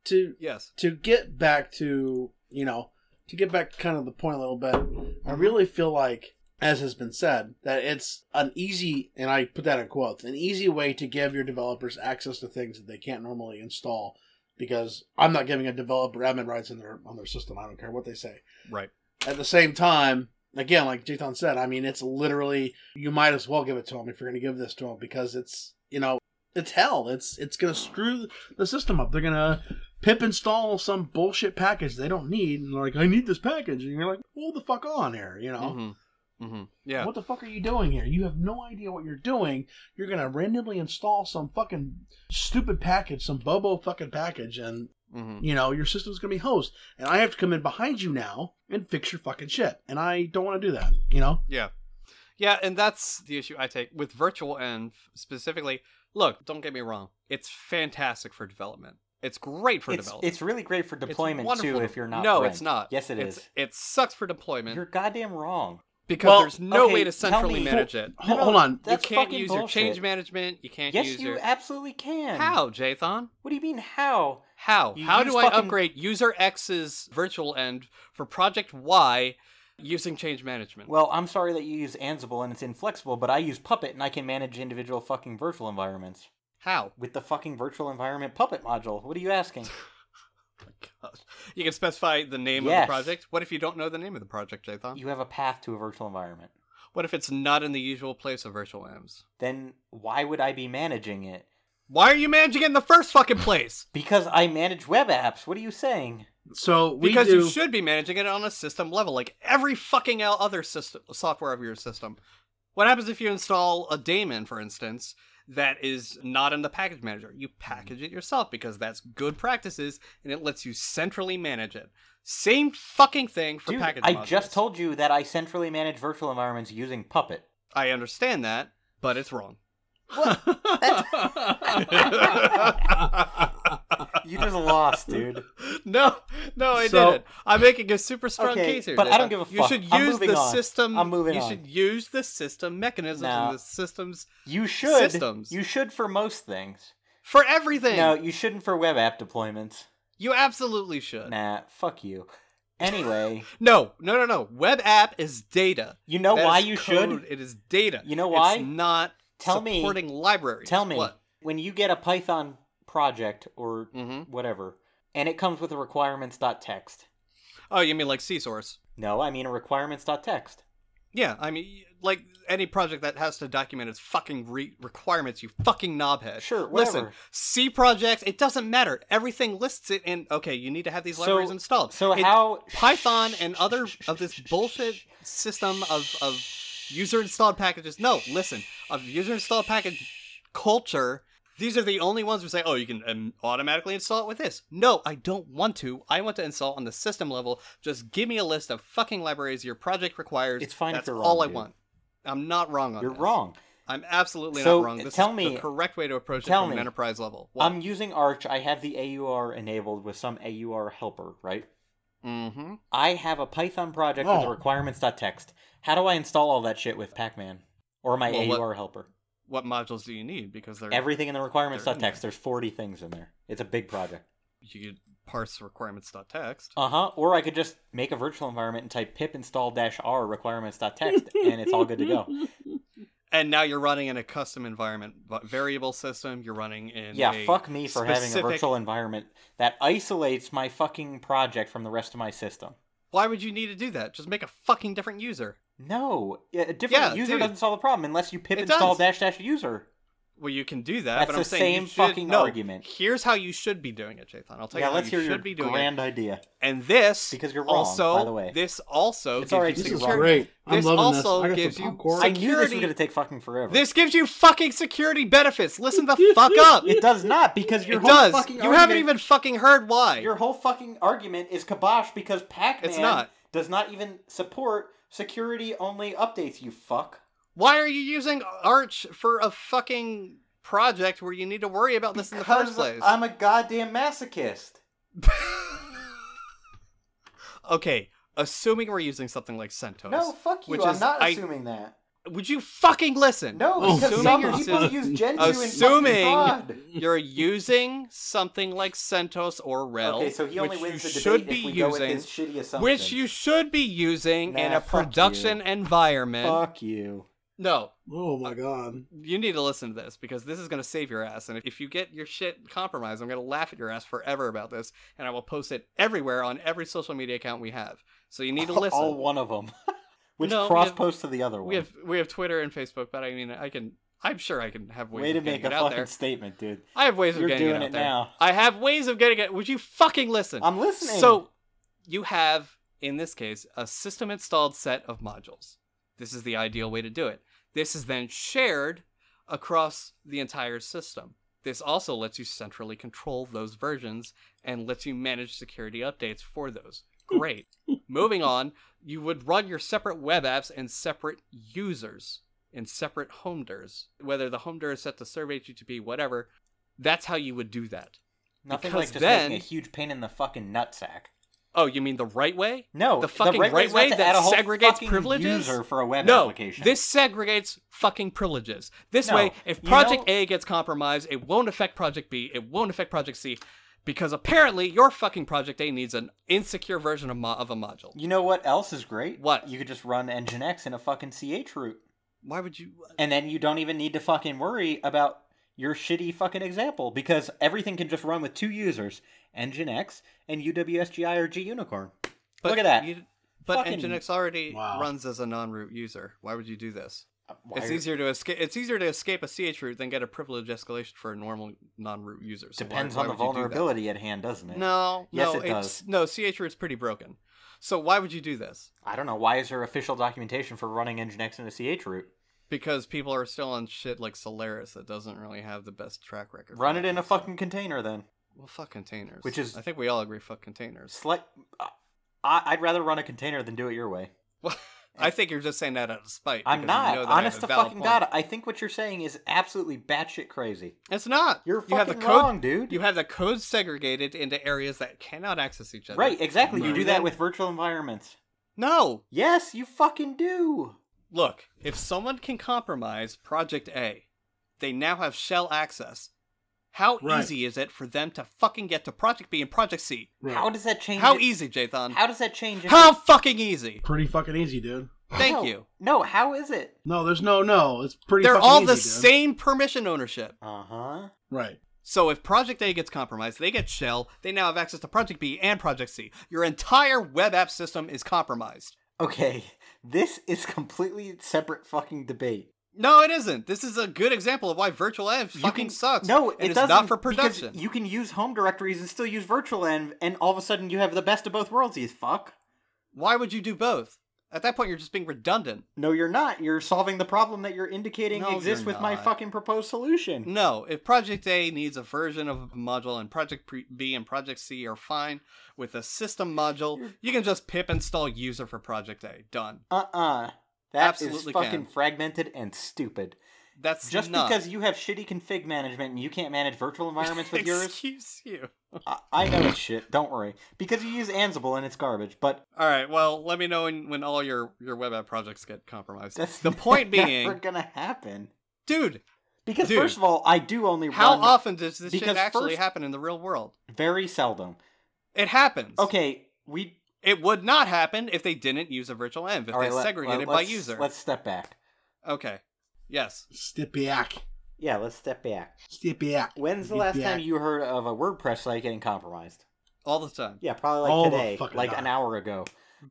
S3: to
S1: Yes.
S3: to get back to you know to get back to kind of the point a little bit i really feel like as has been said that it's an easy and i put that in quotes an easy way to give your developers access to things that they can't normally install because i'm not giving a developer admin rights in their on their system i don't care what they say
S1: Right.
S3: at the same time, again, like Jathan said, I mean, it's literally you might as well give it to him if you're going to give this to him because it's you know it's hell. It's it's going to screw the system up. They're going to pip install some bullshit package they don't need, and they're like, I need this package, and you're like, hold the fuck on here, you know.
S1: Mm-hmm. Mm-hmm. Yeah.
S3: What the fuck are you doing here? You have no idea what you're doing. You're gonna randomly install some fucking stupid package, some bobo fucking package, and
S1: Mm-hmm.
S3: you know, your system's gonna be hosed, and I have to come in behind you now and fix your fucking shit. And I don't want to do that. You know,
S1: Yeah. Yeah, and that's the issue I take with virtual env specifically. Look, don't get me wrong. It's fantastic for development. It's great for
S2: It's,
S1: development.
S2: it's really great for
S1: It's
S2: deployment
S1: wonderful
S2: too.
S1: to-
S2: If you're not,
S1: No,
S2: ranked.
S1: it's not.
S2: Yes, it
S1: It's-
S2: is.
S1: It sucks for deployment
S2: You're goddamn wrong.
S1: because
S3: Well,
S1: there's no
S2: okay,
S1: way to
S2: tell
S1: centrally
S2: me-
S1: manage it.
S3: Ho-
S2: No, no,
S3: hold on.
S1: You
S2: That's
S1: can't
S2: fucking
S1: use your
S2: bullshit.
S1: change management. You can't
S2: Yes,
S1: use
S2: you
S1: your
S2: absolutely can.
S1: how, Jathan.
S2: What do you mean how?
S1: How?
S2: You
S1: How
S2: use
S1: do I
S2: fucking-
S1: upgrade user X's virtual end for project Y using change management?
S2: Well, I'm sorry that you use Ansible and it's inflexible, but I use Puppet and I can manage individual fucking virtual environments
S1: How?
S2: with the fucking virtual environment Puppet module. What are you asking?
S1: Gosh. You can specify the name of
S2: Yes.
S1: the project. What if you don't know the name of the project, Jathan?
S2: You have a path to a virtual environment.
S1: What if it's not in the usual place of virtual M's?
S2: Then why would I be managing it?
S1: Why are you managing it in the first fucking place?
S2: Because I manage web apps. What are you saying?
S3: So we
S1: Because
S3: do.
S1: you should be managing it on a system level, like every fucking el- other system software of your system. What happens if you install a daemon, for instance, that is not in the package manager? You package it yourself because that's good practices, and it lets you centrally manage it. Same fucking thing for
S2: Dude,
S1: package.
S2: I
S1: modules.
S2: just told you that I centrally manage virtual environments using Puppet.
S1: I understand that, but it's wrong.
S2: You just lost, dude.
S1: No, no, I
S2: So-
S1: didn't. I'm making a super strong
S2: Okay,
S1: case here.
S2: but I don't
S1: Nathan.
S2: give a
S1: You
S2: fuck.
S1: should
S2: I'm
S1: use
S2: moving
S1: the
S2: on.
S1: system.
S2: I'm moving
S1: You
S2: on.
S1: should use the system mechanisms
S2: No.
S1: and the systems
S2: You should.
S1: Systems.
S2: You should for most things.
S1: for everything.
S2: No, you shouldn't for web app deployments.
S1: You absolutely should.
S2: Nah, fuck you. Anyway,
S1: No, no, no, no. Web app is data.
S2: you know
S1: That
S2: why
S1: is
S2: you
S1: code.
S2: should?
S1: It is data.
S2: You know
S1: It's
S2: why?
S1: not
S2: Tell me-
S1: supporting libraries.
S2: Tell me,
S1: What?
S2: when you get a Python project or
S1: Mhm.
S2: whatever, and it comes with a requirements.txt.
S1: Oh, you mean like C-source?
S2: No, I mean a requirements.txt.
S1: Yeah, I mean, like any project that has to document its fucking re- requirements, you fucking knobhead.
S2: Sure,
S1: Listen,
S2: whatever.
S1: C projects, it doesn't matter. Everything lists it in, okay, you need to have these
S2: So-
S1: libraries installed.
S2: so
S1: It-
S2: how-
S1: Python and other of this bullshit system of, of user installed packages. No, listen, of user installed package culture. These are the only ones who say, "Oh, you can um, automatically install it with this." No, I don't want to. I want to install on the system level. Just give me a list of fucking libraries your project requires.
S2: It's fine if
S1: That's
S2: you're
S1: all
S2: wrong,
S1: I
S2: dude.
S1: want. I'm not wrong on
S2: You're
S1: this.
S2: wrong.
S1: I'm absolutely
S2: So,
S1: not wrong. This
S2: tell
S1: is
S2: me-
S1: the correct way to approach it
S2: tell
S1: from
S2: me.
S1: an enterprise level.
S2: I'm using Arch. I have the AUR enabled with some AUR helper, right?
S1: mm-hmm.
S2: I have a Python project with
S3: Oh.
S2: a requirements.txt. How do I install all that shit with Pac-Man or my
S1: Well, what-
S2: AUR helper?
S1: What modules do you need? Because they're
S2: Everything in the
S1: they're in there.
S2: requirements.txt. There's 40 things in there. It's a big project.
S1: you could parse requirements.txt.
S2: Uh huh. Or I could just make a virtual environment and type pip install dash r requirements.txt and it's all good to go.
S1: And now you're running in a custom environment va- variable system. You're running in
S2: Yeah,
S1: a-
S2: fuck me for having a
S1: specific-
S2: virtual environment that isolates my fucking project from the rest of my system.
S1: Why would you need to do that? Just make a fucking different user.
S2: No, a different
S1: Yeah,
S2: user
S1: dude.
S2: doesn't solve the problem unless you pip
S1: It
S2: install
S1: does.
S2: dash dash user.
S1: Well, you can do that.
S2: That's
S1: but
S2: the
S1: I'm saying you
S2: same
S1: should-
S2: fucking
S1: no,
S2: argument.
S1: Here's how you should be doing it, Jathan. I'll tell
S2: Yeah,
S1: you
S2: let's
S1: how you
S2: hear your
S1: should be doing
S2: grand
S1: it.
S2: idea.
S1: And this,
S2: Because you're wrong,
S1: also,
S2: by the way.
S1: this also
S2: It's
S1: gives
S2: already
S1: you
S3: This is
S2: Security.
S3: great. I'm
S1: This
S3: loving this.
S1: also
S3: I got
S1: gives
S3: some
S1: you
S3: popcorn.
S2: I knew this was
S1: Security-
S2: going to take fucking forever.
S1: This gives you fucking security benefits. Listen the fuck up.
S2: it does not because your
S1: It
S2: whole
S1: does. You
S2: fucking argument,
S1: haven't even fucking heard why.
S2: your whole fucking argument is kibosh because Pac-Man
S1: It's not.
S2: does not even support security only updates. You fuck.
S1: Why are you using Arch for a fucking project where you need to worry about this in the first place?
S2: I'm a goddamn masochist.
S1: okay, assuming we're using something like CentOS.
S2: No, fuck you.
S1: Which
S2: I'm
S1: is-
S2: not
S1: I-
S2: assuming that.
S1: Would you fucking listen?
S2: No, because
S1: assuming
S2: some
S1: you're
S2: people
S1: assuming-
S2: use Gen 2
S1: assuming-
S2: and fucking fraud.
S1: You're using something like CentOS or Rel.
S2: Okay, so he only
S1: which
S2: wins
S1: you
S2: the
S1: should
S2: debate
S1: be
S2: if we go
S1: using,
S2: with his shitty assumption.
S1: which you should be using in
S2: Nah,
S1: a
S2: fuck
S1: production
S2: you.
S1: environment.
S2: fuck you.
S1: No,
S3: Oh my god.
S1: you need to listen to this because this is going to save your ass. And if- if you get your shit compromised, I'm going to laugh at your ass forever about this. And I will post it everywhere on every social media account we have. So you need to listen.
S2: All one of them. Which
S1: No, we
S2: cross
S1: have-
S2: posts to the other one.
S1: we have we have Twitter and Facebook, but I mean, I can. I'm sure I can have ways
S2: Way
S1: of
S2: to
S1: getting
S2: make a
S1: it out
S2: fucking
S1: there.
S2: statement, dude.
S1: I have ways
S2: You're
S1: of getting
S2: doing
S1: it out
S2: it
S1: there.
S2: now.
S1: I have ways of getting it. Would you fucking listen?
S2: I'm listening.
S1: So you have, in this case, a system installed set of modules. This is the ideal way to do it. This is then shared across the entire system. This also lets you centrally control those versions and lets you manage security updates for those. Great. Moving on, you would run your separate web apps and separate users in separate home DIRs. Whether the home dir is set to survey HTTP, whatever, that's how you would do that.
S2: nothing
S1: because
S2: like just
S1: then-
S2: making a huge pain in the fucking nutsack.
S1: Oh, you mean the right way?
S2: No,
S1: the fucking
S2: right,
S1: right
S2: way's
S1: way
S2: not to
S1: that
S2: add a whole
S1: segregates
S2: fucking
S1: privileges?
S2: user for a web
S1: no,
S2: application.
S1: this segregates fucking privileges. This
S2: No,
S1: way, if
S2: you
S1: Project
S2: know-
S1: A gets compromised, it won't affect Project B, it won't affect Project C, because apparently your fucking Project A needs an insecure version of, mo- of a module.
S2: You know what else is great?
S1: What?
S2: You could just run nginx in a fucking ch root,
S1: Why would you?
S2: and then you don't even need to fucking worry about your shitty fucking example because everything can just run with two users, nginx and uwsgi or gunicorn.
S1: But
S2: Look at that.
S1: you- but
S2: Fucking-
S1: Nginx already
S3: Wow.
S1: runs as a non-root user. Why would you do this?
S2: Why
S1: It's
S2: are-
S1: easier to escape. It's easier to escape a ch root than get a privilege escalation for a normal non-root user. So why-
S2: Depends
S1: why
S2: on the
S1: would you do that?
S2: vulnerability at hand, doesn't it?
S1: No,
S2: Yes,
S1: no,
S2: it
S1: it's,
S2: does.
S1: No, CH root's pretty broken. So why would you do this?
S2: I don't know. Why is there official documentation for running nginx in a ch root?
S1: Because people are still on shit like Solaris that doesn't really have the best track record.
S2: Run it in a fucking container then.
S1: Well, fuck containers.
S2: Which is-
S1: I think we all agree, fuck containers.
S2: Select. I, I'd rather run a container than do it your way.
S1: Well, I think you're just saying that out of spite.
S2: I'm
S1: because you
S2: not.
S1: know that I have
S2: Honest
S1: a
S2: to
S1: valid
S2: fucking
S1: point.
S2: god, I think what you're saying is absolutely batshit crazy.
S1: It's not.
S2: You're
S1: you have the
S2: fucking
S1: code,
S2: wrong, dude.
S1: You have the code segregated into areas that cannot access each other.
S2: Right, exactly. You
S1: Move
S2: do that
S1: them-
S2: with virtual environments.
S1: No,
S2: Yes, you fucking do.
S1: Look, if someone can compromise Project A, they now have shell access. How
S3: Right.
S1: easy is it for them to fucking get to Project B and Project C?
S3: Right.
S2: How does that change?
S1: How
S2: it-
S1: easy, Jathan?
S2: How does that change? it-
S1: How fucking easy?
S3: Pretty fucking easy, dude.
S1: Thank
S2: No,
S1: you.
S2: No, how is it?
S3: No, there's no no. It's pretty.
S1: They're
S3: fucking
S1: all
S3: easy,
S1: the
S3: dude.
S1: same permission ownership.
S2: Uh huh.
S3: Right.
S1: So if Project A gets compromised, they get shell, they now have access to Project B and Project C. Your entire web app system is compromised.
S2: Okay, this is completely separate fucking debate.
S1: No, it isn't. This is a good example of why virtual N
S2: You
S1: fucking
S2: can-
S1: sucks.
S2: No,
S1: and
S2: it
S1: it's
S2: doesn't,
S1: not for
S2: because
S1: production.
S2: You can use home directories and still use virtual env, and all of a sudden you have the best of both worlds. You fuck.
S1: Why would you do both? At that point, you're just being redundant.
S2: No, you're not. You're solving the problem that you're indicating
S1: No,
S2: exists
S1: you're
S2: with my
S1: not.
S2: fucking proposed solution.
S1: No, if Project A needs a version of a module and Project Pre- B and Project C are fine with a system module, you can just pip install user for Project A. Done.
S2: Uh uh That is
S1: Absolutely
S2: fucking
S1: can.
S2: fragmented and stupid.
S1: That's
S2: Just
S1: not.
S2: because you have shitty config management and you can't manage virtual environments with yours,
S1: Excuse you.
S2: I, I know it's shit. Don't worry. Because you use Ansible and it's garbage, but
S1: All right. Well, let me know when, when all your your web app projects get compromised.
S2: that's
S1: the point
S2: never
S1: being,
S2: gonna happen.
S1: dude,
S2: Because
S1: Dude.
S2: first of all, I do only
S1: how
S2: run
S1: often does this shit
S2: because
S1: actually
S2: first-
S1: happen in the real world?
S2: very seldom.
S1: It happens.
S2: Okay, we
S1: It would not happen if they didn't use a virtual env. If
S2: all right,
S1: they
S2: let-
S1: segregated
S2: let-
S1: by
S2: let's-
S1: user.
S2: Let's step back.
S1: Okay. Yes.
S3: Stipiak.
S2: Yeah, let's step back.
S3: Stipiak.
S2: When's the last
S3: Stipiak.
S2: time you heard of a WordPress site getting compromised?
S1: All the time.
S2: Yeah, probably like
S3: All the
S2: today,
S3: fucking
S2: like
S3: time.
S2: an hour ago.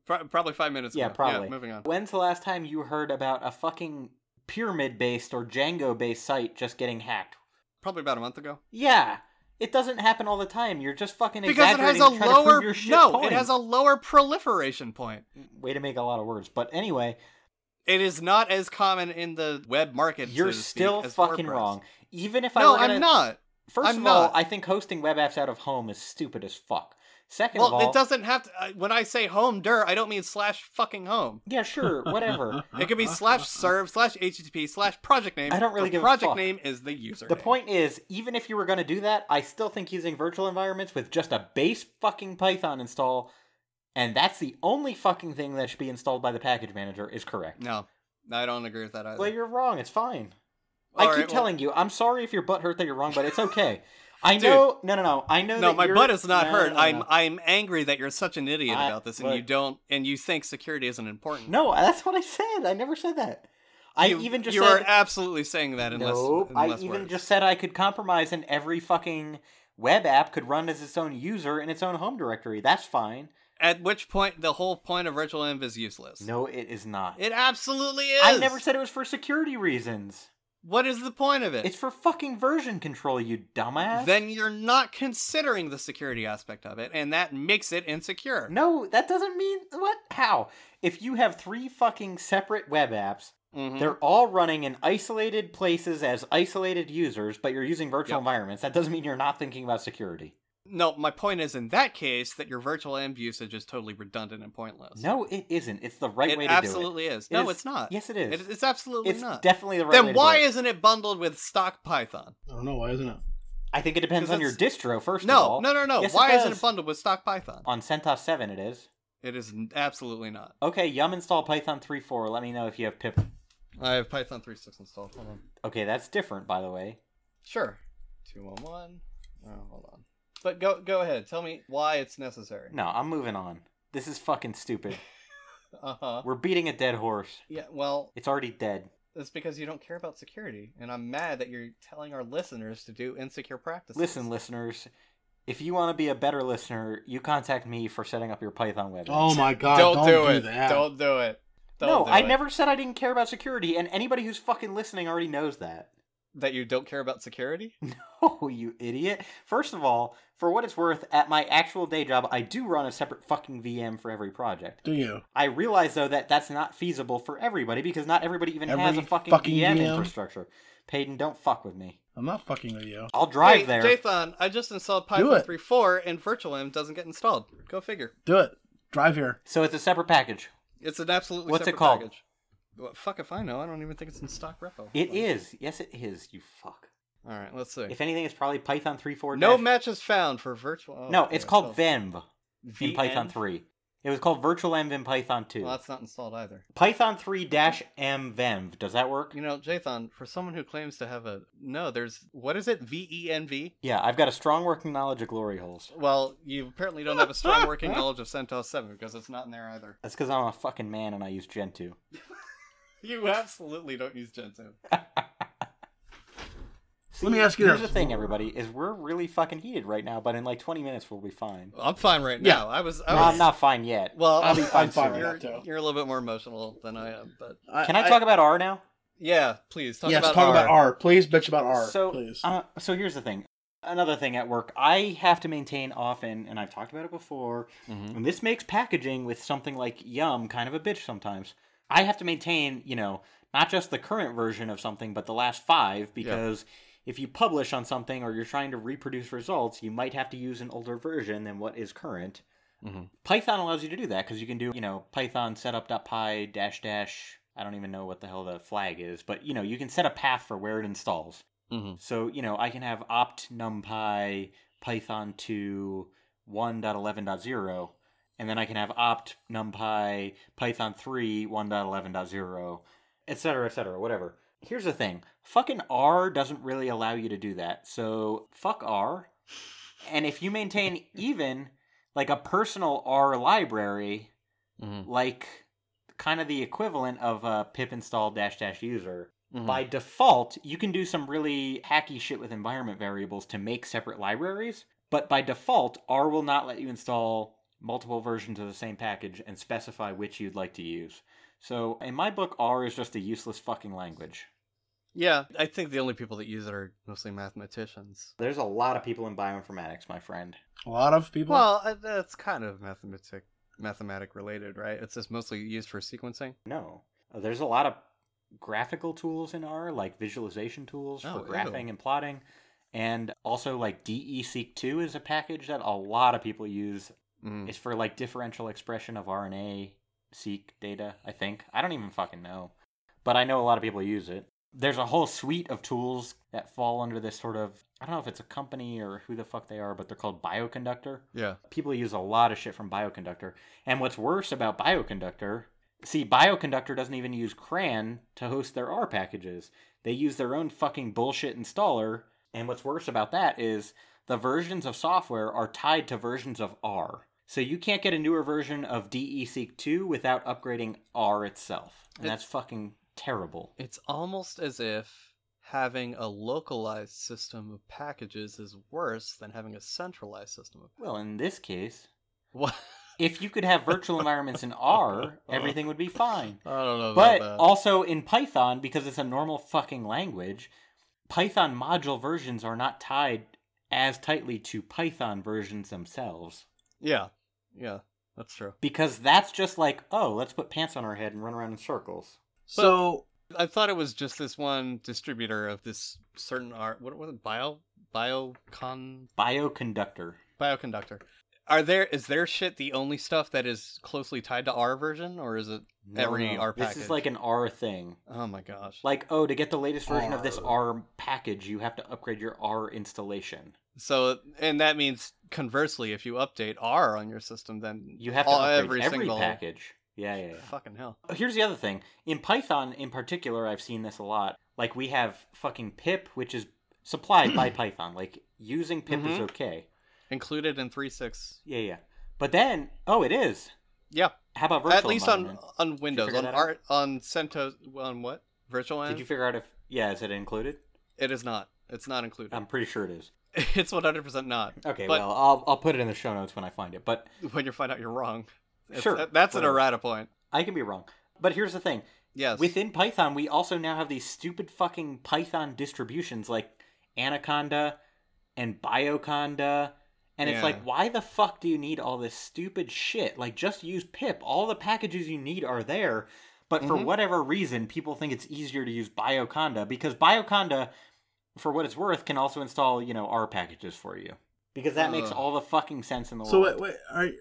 S1: Pro- probably five minutes.
S2: Yeah,
S1: ago.
S2: probably.
S1: Yeah, moving on.
S2: When's the last time you heard about a fucking pyramid-based or Django-based site just getting hacked?
S1: Probably about a month ago.
S2: Yeah, it doesn't happen all the time. You're just fucking
S1: Because it has
S2: exaggerating
S1: a
S2: to try to prove
S1: lower
S2: your shit
S1: no,
S2: point.
S1: it has a lower proliferation point.
S2: way to make a lot of words. But anyway,
S1: It is not as common in the web market. so
S2: you're
S1: to speak,
S2: still
S1: as
S2: fucking
S1: WordPress.
S2: wrong. Even if I
S1: No,
S2: were gonna,
S1: I'm not.
S2: 1st
S1: I'm
S2: of all,
S1: not.
S2: I think hosting web apps out of home is stupid as fuck. Second
S1: Well,
S2: of all,
S1: it doesn't have to. Uh, when I say home dir, I don't mean slash fucking home.
S2: yeah, sure, whatever.
S1: It could be slash serve slash http slash project name.
S2: I don't really
S1: the
S2: give a
S1: project
S2: fuck.
S1: name is the user.
S2: The point is, even if you were going to do that, I still think using virtual environments with just a base fucking Python install, and that's the only fucking thing that should be installed by the package manager, is correct.
S1: No, no, I don't agree with that either.
S2: Well, you're wrong. It's fine. I
S1: All
S2: keep
S1: right, well-
S2: telling you, I'm sorry if your butt hurt that you're wrong, but it's okay. I
S1: Dude.
S2: know. No, no, no. I know.
S1: No,
S2: that
S1: my
S2: you're-
S1: butt is not
S2: No, no,
S1: hurt.
S2: no, no.
S1: I'm I'm angry that you're such an idiot
S2: I-
S1: about this, and
S2: look.
S1: you don't, and you think security isn't important.
S2: No, that's what I said. I never said that. I
S1: you,
S2: even just
S1: you
S2: said
S1: are absolutely saying that unless,
S2: nope. I
S1: unless
S2: even
S1: words.
S2: just said I could compromise, and every fucking web app could run as its own user in its own home directory. That's fine.
S1: At which point, the whole point of virtual env is useless.
S2: No, it is not.
S1: it absolutely is.
S2: I never said it was for security reasons.
S1: What is the point of it?
S2: It's for fucking version control, you dumbass.
S1: then you're not considering the security aspect of it, and that makes it insecure.
S2: no, that doesn't mean what? How? If you have three fucking separate web apps,
S1: Mhm.
S2: they're all running in isolated places as isolated users, but you're using virtual
S1: Yep.
S2: environments. That doesn't mean you're not thinking about security.
S1: No, my point is in that case that your virtual env usage is totally redundant and pointless.
S2: No, it isn't. It's the right
S1: it
S2: way to do it.
S1: absolutely is.
S2: It
S1: No,
S2: is-
S1: it's not.
S2: yes, it is.
S1: It- it's absolutely
S2: It's
S1: not.
S2: definitely the right way
S1: then
S2: to
S1: why
S2: do it.
S1: isn't it bundled with stock Python?
S3: I don't know why isn't it?
S2: I think it depends
S1: 'Cause
S2: on your distro, first of
S1: No,
S2: all.
S1: no, no, no.
S2: Yes,
S1: why
S2: it
S1: isn't
S2: does.
S1: it bundled with stock Python?
S2: On CentOS 7, it is.
S1: It is n- absolutely not.
S2: Okay, yum install Python 3.4. Let me know if you have pip.
S1: I have Python 3.6 installed. Hold on.
S2: Okay, that's different, by the way.
S1: Sure. 211. Oh, hold on. But go go ahead. Tell me why it's necessary.
S2: No, I'm moving on. This is fucking stupid.
S1: Uh-huh.
S2: We're beating a dead horse.
S1: Yeah, well,
S2: It's already dead.
S1: it's because you don't care about security, and I'm mad that you're telling our listeners to do insecure practices.
S2: Listen, listeners, if you want to be a better listener, you contact me for setting up your Python web.
S3: Oh my god!
S1: don't,
S3: Don't,
S1: do it.
S3: that.
S1: Don't do it. Don't
S2: no,
S1: do
S2: I
S1: it.
S2: never said I didn't care about security, and anybody who's fucking listening already knows that.
S1: that you don't care about security.
S2: Oh, you idiot. First of all, for what it's worth, at my actual day job, I do run a separate fucking VM for every project.
S3: Do you?
S2: I realize though that that's not feasible for everybody because not everybody even has
S3: Every
S2: a fucking,
S3: fucking
S2: VM,
S3: VM.
S2: infrastructure. Payton, don't fuck with me.
S3: I'm not fucking with you.
S2: I'll drive
S1: hey,
S2: there.
S1: Jathan, I just installed Python
S3: it.
S1: 3.4 and VirtualM doesn't get installed. Go figure.
S3: Do it. Drive here.
S2: so it's a separate package.
S1: It's an absolutely
S2: What's it
S1: separate
S2: called?
S1: package. Well, fuck if I know. I don't even think it's in stock repo.
S2: It is. Yes, it is. You fuck.
S1: All right, let's see.
S2: If anything, it's probably Python 3.4.
S1: no
S2: dash-
S1: matches found for virtual. oh,
S2: no,
S1: okay,
S2: it's called
S1: called
S2: Venv in
S1: VN?
S2: Python 3. It was called Virtual Env in Python 2.
S1: Well, that's not installed either.
S2: Python 3 dash M Venv. Does that work?
S1: You know, Jathan, for someone who claims to have a no, there's what is it? V E N V.
S2: Yeah, I've got a strong working knowledge of glory holes.
S1: Well, you apparently don't have a strong working knowledge of CentOS 7 because it's not in there either.
S2: That's because I'm a fucking man and I use Gentoo.
S1: You absolutely don't use Gentoo.
S2: See,
S3: Let me ask you
S2: Here's
S3: this.
S2: the thing, everybody: is we're really fucking heated right now, but in like 20 minutes we'll be fine.
S1: I'm fine right
S3: Yeah.
S1: now. I was. I
S2: No,
S1: was
S2: I'm not fine yet.
S1: Oh, Well,
S3: I'll be fine
S1: sorry.
S3: soon.
S1: You're,
S3: Too.
S1: you're a little bit more emotional than I am, but
S2: Can I talk about R now?
S1: yeah, please talk
S3: yes,
S1: about
S3: talk
S1: R.
S3: about R. Please bitch about R.
S2: so,
S3: please.
S2: uh, so here's the thing. Another thing at work, I have to maintain often, and I've talked about it before.
S1: Mhm.
S2: And this makes packaging with something like Yum kind of a bitch sometimes. I have to maintain, you know, not just the current version of something, but the last five, because if you publish on something or you're trying to reproduce results, you might have to use an older version than what is current. Python allows you to do that because you can do, you know, Python setup.py dash dash I don't even know what the hell the flag is, but you know, you can set a path for where it installs.
S1: Mm-hmm.
S2: So, you know, I can have opt numpy python to 1.11.0 and then I can have opt numpy python 3 1.11.0 et cetera, et cetera, whatever. Here's the thing. Fucking R doesn't really allow you to do that. So, fuck R. And if you maintain even like a personal R library,
S1: Mm-hmm.
S2: like kind of the equivalent of a pip install dash dash user.
S1: Mhm.
S2: By default, you can do some really hacky shit with environment variables to make separate libraries, but by default, R will not let you install multiple versions of the same package and specify which you'd like to use. So, in my book, R is just a useless fucking language.
S1: Yeah, I think the only people that use it are mostly mathematicians.
S2: There's a lot of people in bioinformatics, my friend.
S3: A lot of people.
S1: Well, uh, that's kind of mathematic mathematic related, right? It's just mostly used for sequencing.
S2: No. Uh, There's a lot of graphical tools in R, like visualization tools
S1: Oh,
S2: for
S1: ew.
S2: graphing and plotting. And also, like DESeq2 is a package that a lot of people use.
S1: Mm.
S2: It's for like differential expression of RNA seq data, I think. I don't even fucking know. But I know a lot of people use it. There's a whole suite of tools that fall under this sort of I don't know if it's a company or who the fuck they are, but they're called Bioconductor
S1: Yeah.
S2: people use a lot of shit from Bioconductor. And what's worse about Bioconductor, see, Bioconductor doesn't even use CRAN to host their R packages. They use their own fucking bullshit installer. And what's worse about that is the versions of software are tied to versions of R. So you can't get a newer version of DESeq2 without upgrading R itself. And that's fucking terrible.
S1: It's almost as if having a localized system of packages is worse than having a centralized system of
S2: Well, in this case,
S1: What?
S2: if you could have virtual environments in R, everything would be fine.
S1: I don't know
S2: But
S1: about that.
S2: also in Python, because it's a normal fucking language, Python module versions are not tied as tightly to Python versions themselves.
S1: yeah. Yeah. That's true.
S2: Because that's just like, oh, let's put pants on our head and run around in circles.
S3: so
S1: I thought it was just this one distributor of this certain art. What was it? Bio biocon
S2: Bioconductor.
S1: bioconductor. Are there is their shit the only stuff that is closely tied to our version, or is it
S2: No,
S1: every
S2: no,
S1: R
S2: This
S1: package?
S2: is like an R thing.
S1: oh my gosh,
S2: Like, oh, to get the latest version of this R package, you have to upgrade your R installation.
S1: so and that means conversely, if you update R on your system, then
S2: You have to
S1: all, every,
S2: upgrade every,
S1: single
S2: package. Yeah, yeah, yeah.
S1: Fucking hell.
S2: Here's the other thing. In Python in particular, I've seen this a lot. Like we have fucking pip, which is supplied by Python. Like using pip
S1: Mm-hmm.
S2: is okay.
S1: Included in three six.
S2: Yeah, yeah. But then, oh, it is.
S1: Yeah,
S2: How about virtual
S1: at least on
S2: environment?
S1: on Windows,
S2: figure
S1: on
S2: that
S1: art, on CentOS, on what virtual?
S2: Did
S1: End?
S2: you figure out if yeah, is it included?
S1: It is not. It's not included.
S2: I'm pretty sure it is.
S1: it's one hundred percent not.
S2: Okay,
S1: But-
S2: well, I'll I'll put it in the show notes when I find it. But
S1: When you find out you're wrong, It's-
S2: Sure,
S1: that- that's
S2: whatever.
S1: an errata point.
S2: I can be wrong. But here's the thing.
S1: Yes.
S2: Within Python, we also now have these stupid fucking Python distributions like Anaconda and Bioconda. And it's
S1: Yeah.
S2: like, why the fuck do you need all this stupid shit? Like, just use pip. All the packages you need are there. But for
S1: Mm-hmm.
S2: whatever reason, people think it's easier to use Bioconda because Bioconda, for what it's worth, can also install, you know, R packages for you. Because that makes
S1: Ugh.
S2: all the fucking sense in the
S3: so
S2: world.
S3: wait, wait,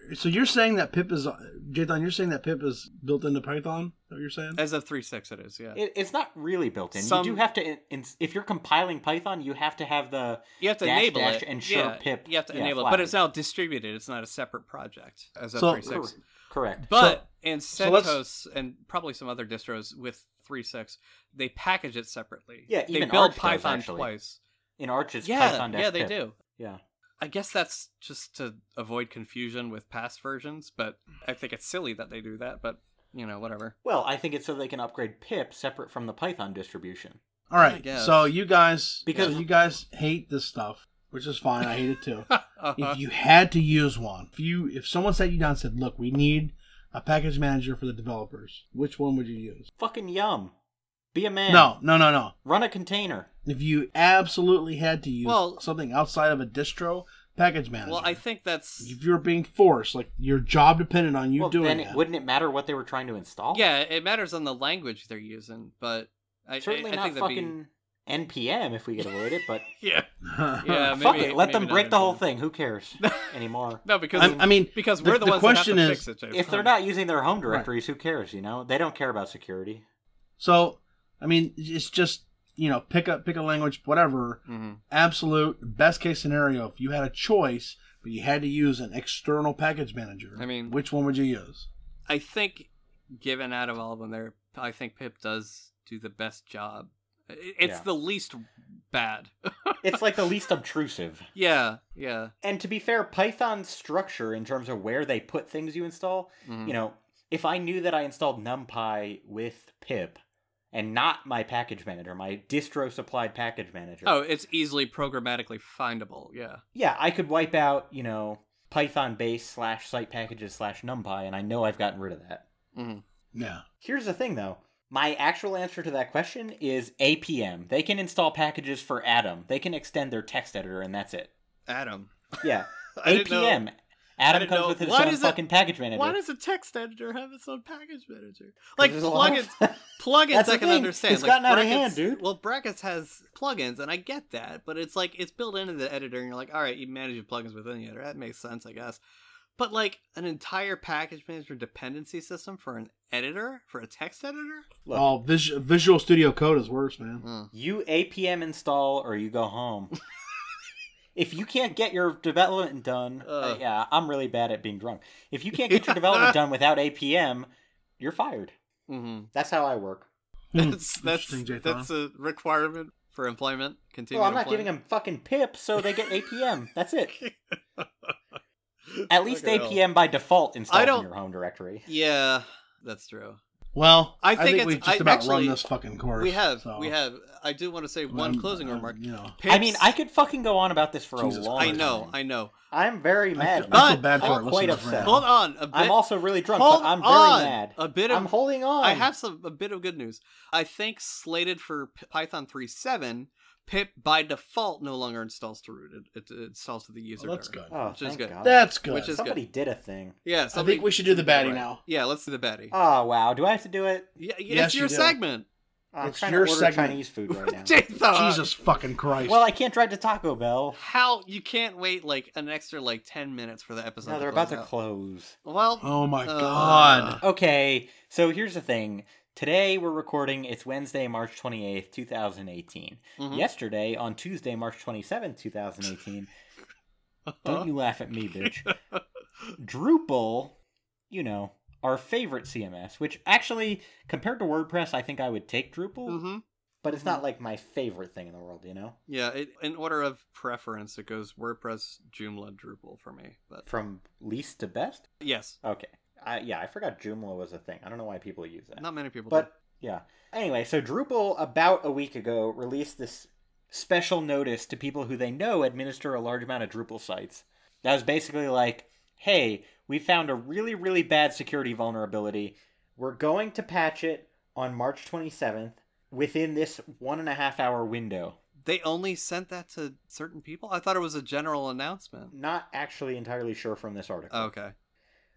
S3: are, so you're saying that pip is Jathan? You're saying that pip is built into Python? Is that what you're saying?
S1: As of three six, it is. Yeah.
S2: It, it's not really built in.
S1: Some-
S2: You do have to, in, in, if you're compiling Python, you have to have the
S1: you have to
S2: dash,
S1: enable
S2: dash,
S1: it
S2: and sure
S1: yeah,
S2: pip.
S1: You have to
S2: Yeah,
S1: enable it,
S2: flag.
S1: but it's now distributed. It's not a separate project as of
S3: So-
S1: three six.
S2: correct.
S1: But in
S3: so let's-
S1: CentOS and probably some other distros with three six, they package it separately.
S2: Yeah,
S1: they
S2: even
S1: build
S2: Arch does,
S1: Python
S2: actually.
S1: twice.
S2: in Arch, it's
S1: yeah,
S2: Python dash
S1: yeah, they
S2: pip.
S1: do.
S2: Yeah,
S1: I guess that's just to avoid confusion with past versions, but I think it's silly that they do that. But you know, whatever.
S2: well, I think it's so they can upgrade pip separate from the Python distribution.
S3: All
S1: I
S3: right.
S1: guess.
S3: So you guys,
S2: Because-
S3: because you guys hate this stuff, which is fine. I hate it too.
S1: Uh-huh.
S3: if you had to use one, if you if someone sat you down and said, "Look, we need a package manager for the developers," which one would you use?
S2: Fucking yum. Be a man.
S3: No, no, no, no.
S2: Run a container.
S3: If you absolutely had to use
S1: Well-
S3: something outside of a distro package manager,
S1: well, I think that's
S3: if you're being forced, like your job dependent on you
S2: well,
S3: doing
S2: then
S3: that,
S2: it, wouldn't it matter what they were trying to install?
S1: yeah. It matters on the language they're using, but I
S2: certainly
S1: I, I
S2: not
S1: think that'd be-
S2: fucking npm if we could avoid it. But
S1: Yeah. Yeah.
S2: fuck
S1: maybe-
S2: it, let
S1: maybe
S2: them
S1: not
S2: break the whole
S1: NPM.
S2: thing. Who cares anymore?
S1: No, because
S3: I, I mean,
S1: because we're the, ones
S3: question
S1: that have
S3: is,
S1: to fix it. James.
S2: If they're not using their home directories, who cares? You know, they don't care about security.
S3: So, I mean, it's just you know, pick up pick a language, whatever.
S1: Mm-hmm.
S3: Absolute best case scenario, if you had a choice, but you had to use an external package manager.
S1: I mean-
S3: which one would you use?
S1: I think, given out of all of them, there, I think Pip does do the best job. It- It's
S2: Yeah.
S1: the least bad.
S2: It's like the least obtrusive.
S1: yeah, yeah.
S2: And to be fair, Python's structure in terms of where they put things you install,
S1: Mhm.
S2: you know, if I knew that I installed NumPy with pip and not my package manager, my distro supplied package manager,
S1: Oh, it's easily programmatically findable. Yeah.
S2: yeah, I could wipe out, you know, Python base slash site packages slash NumPy, and I know I've gotten rid of that.
S1: Mm-hmm.
S3: Yeah.
S2: Here's the thing though. My actual answer to that question is APM. They can install packages for Atom. They can extend their text editor and that's it.
S1: Adam.
S2: Yeah.
S1: I didn't know-
S2: APM. Adam
S1: didn't
S2: comes
S1: know-
S2: with his
S1: why
S2: own
S1: does it-
S2: fucking package manager.
S1: Why does a text editor have its own package manager? Like
S2: there's a lot
S1: plugins,
S2: of-
S1: plugins
S2: That's
S1: I
S2: the
S1: can
S2: thing.
S1: understand.
S2: It's
S1: like
S2: gotten out of
S1: brackets,
S2: hand, dude.
S1: Well, brackets has plugins, and I get that, but it's like it's built into the editor, and you're like, all right, you manage your plugins within the editor. That makes sense, I guess. But like an entire package manager dependency system for an editor, for a text editor,
S2: Look,
S3: Oh, Vis- Visual Studio Code is worse, man.
S2: you APM install or you go home. if you can't get your development done, uh,
S1: Ugh.
S2: yeah, I'm really bad at being drunk. If you can't get your development done without APM, you're fired.
S1: mm-hmm.
S2: That's how I work.
S3: Hmm.
S1: that's that's
S3: Mm-hmm. Interesting, Jay
S1: that's a requirement for employment. Continue.
S2: Well, I'm not giving them fucking pip, so they get APM. That's it. At least
S1: Fucking hell.
S2: APM by default
S1: I
S2: installed
S1: don't-
S2: in your home directory.
S1: Yeah, that's true.
S3: Well,
S1: I
S3: I think,
S1: think it's-
S3: we've just
S1: I-
S3: about
S1: actually,
S3: run this fucking course.
S1: we have,
S3: so- uh,
S1: we have. I do want to say one
S3: I'm-
S1: closing
S3: I'm,
S1: remark.
S3: You know,
S2: I mean,
S1: Pips-
S2: I could fucking go on about this for
S3: Jesus
S2: a long
S1: I
S2: time.
S3: Christ.
S1: know, I know.
S2: I'm very
S3: I
S2: mad.
S3: feel, I feel
S1: But-
S3: bad for our
S2: I'm quite
S3: listeners right
S2: upset.
S3: now.
S1: Hold on, a bit.
S2: I'm also really drunk,
S1: Hold
S2: but I'm very
S1: on.
S2: mad.
S1: A bit
S2: I'm
S1: of-
S2: holding on.
S1: I have some a bit of good news. I think slated for P- Python 3.7, pip by default no longer installs to root. It, it, it installs to the user.
S3: Well, that's
S1: directory.
S3: good.
S2: Oh,
S1: Which is
S2: thank
S1: good.
S2: God.
S3: That's good.
S1: Which is
S2: Somebody did a thing.
S1: Yeah,
S3: I
S1: somebody-
S3: think we should do the baddie now.
S1: Yeah, let's do the baddie.
S2: Oh wow, do I have to do it?
S1: yeah, yeah,
S3: Yes,
S1: it's
S3: you
S1: your
S3: do.
S1: segment.
S2: I'm
S3: It's
S2: trying
S3: your
S2: to order
S3: segment.
S2: Chinese food right now.
S1: Jathan!
S3: Jesus fucking Christ.
S2: well, I can't drive to Taco Bell.
S1: How you can't wait like an extra like 10 minutes for the episode.
S2: No, they're about
S1: close
S2: to
S1: out.
S2: close.
S1: Well,
S3: oh my
S1: uh,
S3: god.
S2: Okay, so here's the thing. Today we're recording. It's Wednesday, March 28th, 2018.
S1: Mhm.
S2: Yesterday, on Tuesday, March 27th, 2018. Don't you laugh at me, bitch. Drupal, you know, our favorite CMS, which actually, compared to WordPress, I think I would take Drupal,
S1: mhm.
S2: but it's not like my favorite thing in the world, you know?
S1: Yeah, it, in order of preference, it goes WordPress, Joomla, Drupal for me. But
S2: From least to best?
S1: yes,
S2: Okay. I, yeah, I forgot Joomla was a thing. I don't know why people use that.
S1: not many people. do.
S2: But yeah. Anyway, so Drupal about a week ago released this special notice to people who they know administer a large amount of Drupal sites. That was basically like, "Hey, we found a really really bad security vulnerability. We're going to patch it on March 27th within this one and a half hour window."
S1: They only sent that to certain people? I thought it was a general announcement. Oh,
S2: Not actually entirely sure from this article.
S1: Okay.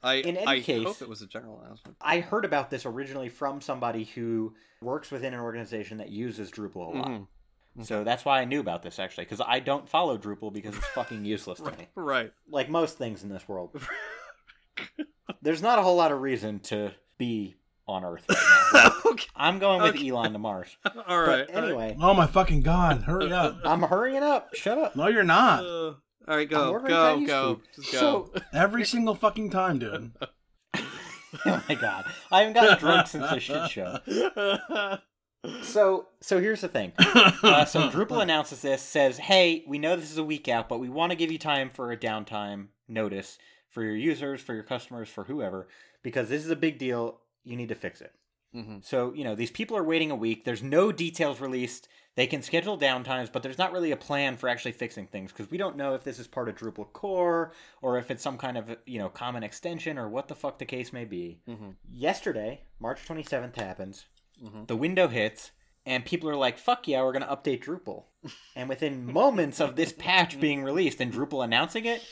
S1: I
S2: In any
S1: I
S2: case-
S1: hope it was a general announcement.
S2: I heard about this originally from somebody who works within an organization that uses Drupal a lot.
S1: Mhm.
S2: So that's why I knew about this actually, because I don't follow Drupal because it's fucking useless to me.
S1: Right. right.
S2: Like most things in this world, there's not a whole lot of reason to be on Earth right now.
S1: okay.
S2: I'm going with
S1: Okay.
S2: Elon to Mars.
S1: All right.
S2: but anyway,
S3: Oh my fucking god. Hurry
S1: uh,
S3: up.
S2: I'm hurrying up. Shut up.
S3: No, you're
S1: All right,
S3: not.
S1: Uh, all right
S2: I'm
S1: go.
S2: ordering
S1: Go,
S2: Chinese
S1: go.
S2: food.
S1: Just go.
S3: Every single fucking time, dude.
S2: Oh my god, I haven't gotten drunk since this shit show. Mm-hmm. So, so here's the thing. Uh, so Drupal announces this, says, "Hey, we know this is a week out, but we want to give you time for a downtime notice for your users, for your customers, for whoever, because this is a big deal. You need to fix it."
S1: Mhm.
S2: So, you know, these people are waiting a week. There's no details released. They can schedule downtimes, but there's not really a plan for actually fixing things because we don't know if this is part of Drupal core or if it's some kind of, you know, common extension or what the fuck the case may be.
S1: Mhm.
S2: Yesterday, March 27th happens.
S1: Mhm.
S2: The window hits and people are like, "Fuck yeah, we're going to update Drupal." and within moments of this patch being released and Drupal announcing it,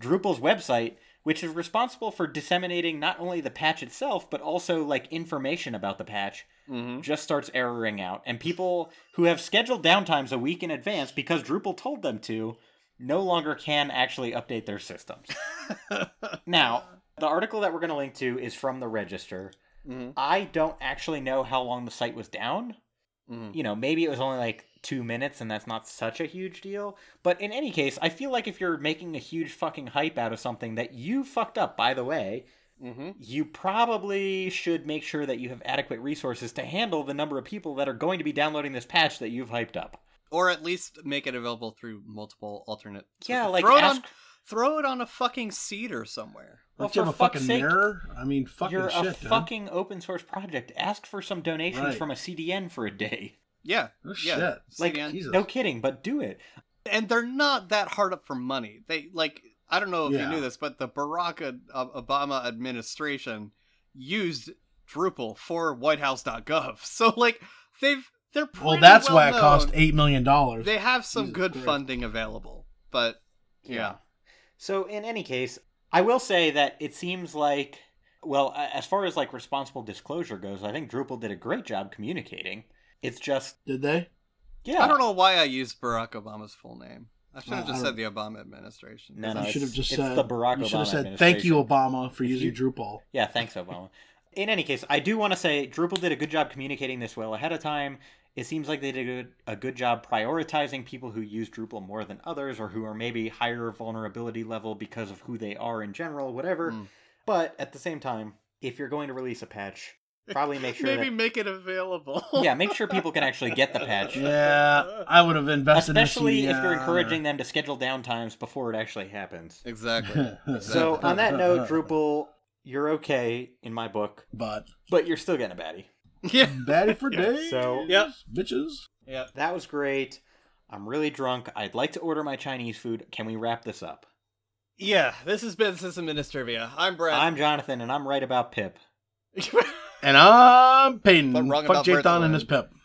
S2: Drupal's website, which is responsible for disseminating not only the patch itself but also like information about the patch,
S1: Mhm.
S2: just starts erroring out. And people who have scheduled downtimes a week in advance because Drupal told them to no longer can actually update their systems. now, the article that we're going to link to is from the Register.
S1: Mhm.
S2: I don't actually know how long the site was down.
S1: Mhm.
S2: You know, maybe it was only like two minutes and that's not such a huge deal. But in any case, I feel like if you're making a huge fucking hype out of something that you fucked up, by the way,
S1: Mm-hmm.
S2: you probably should make sure that you have adequate resources to handle the number of people that are going to be downloading this patch that you've hyped up.
S1: Or at least make it available through multiple alternate.
S2: Yeah, like
S1: throw it
S2: ask,
S1: on, throw it on a fucking cedar somewhere.
S2: Well,
S3: Don't you have
S2: for
S3: a fucking
S2: fuck's sake,
S3: mirror? I mean, fucking
S2: you're
S3: shit,
S2: a
S3: dude.
S2: fucking open source project. Ask for some donations
S3: Right.
S2: from a CDN for a day.
S1: Yeah,
S3: Oh,
S1: yeah.
S3: shit. Like,
S1: CDN.
S3: Jesus.
S2: No kidding, but do it.
S1: and they're not that hard up for money. They like I don't know if
S3: Yeah.
S1: you knew this, but the Barack Ob- Obama administration used Drupal for WhiteHouse.gov. So like they've they're pretty
S3: Well, that's why it
S1: well-known.
S3: cost eight million dollars.
S1: They have some
S3: Jesus
S1: good
S3: Christ.
S1: funding available, but yeah,
S2: So in any case, I will say that it seems like well, a- as far as like responsible disclosure goes, I think Drupal did a great job communicating. It's just
S3: Did they?
S2: yeah.
S1: I don't know why I used Barack Obama's full name. I should have
S3: Uh,
S1: just
S3: I
S1: said the Obama administration.
S2: No, no,
S3: you
S2: it's-
S3: should have just
S2: it's
S3: said.
S2: the Barack
S3: you should have
S2: Obama
S3: said, "Thank you, Obama, for using
S2: you-
S3: Drupal."
S2: Yeah, thanks, Obama. In any case, I do want to say Drupal did a good job communicating this well ahead of time. It seems like they did a good, a good job prioritizing people who use Drupal more than others or who are maybe higher vulnerability level because of who they are in general, whatever.
S1: Mm.
S2: But at the same time, if you're going to release a patch, probably make sure
S1: Maybe
S2: that,
S1: make it available.
S2: yeah, make sure people can actually get the patch.
S3: Yeah, I would have invested.
S2: Especially
S3: in E a
S2: if you're
S3: CDN or-
S2: encouraging them to schedule downtimes before it actually happens.
S1: exactly.
S2: So, on that note, Drupal, you're okay in my book,
S3: But
S2: but you're still getting a baddie.
S1: yeah,
S3: batty for
S1: Yeah.
S3: days.
S2: So-
S1: Yep.
S3: bitches.
S1: yeah.
S2: That was great. I'm really drunk. I'd like to order my Chinese food. Can we wrap this up?
S1: Yeah, this has been System Ministervia. I'm Brad.
S2: I'm Jonathan, and I'm right about Pip.
S3: And I'm Peyton.
S1: But wrong
S3: Fuck
S1: about
S3: Jathan
S1: Bertha
S3: and his
S1: Lynn.
S3: pep.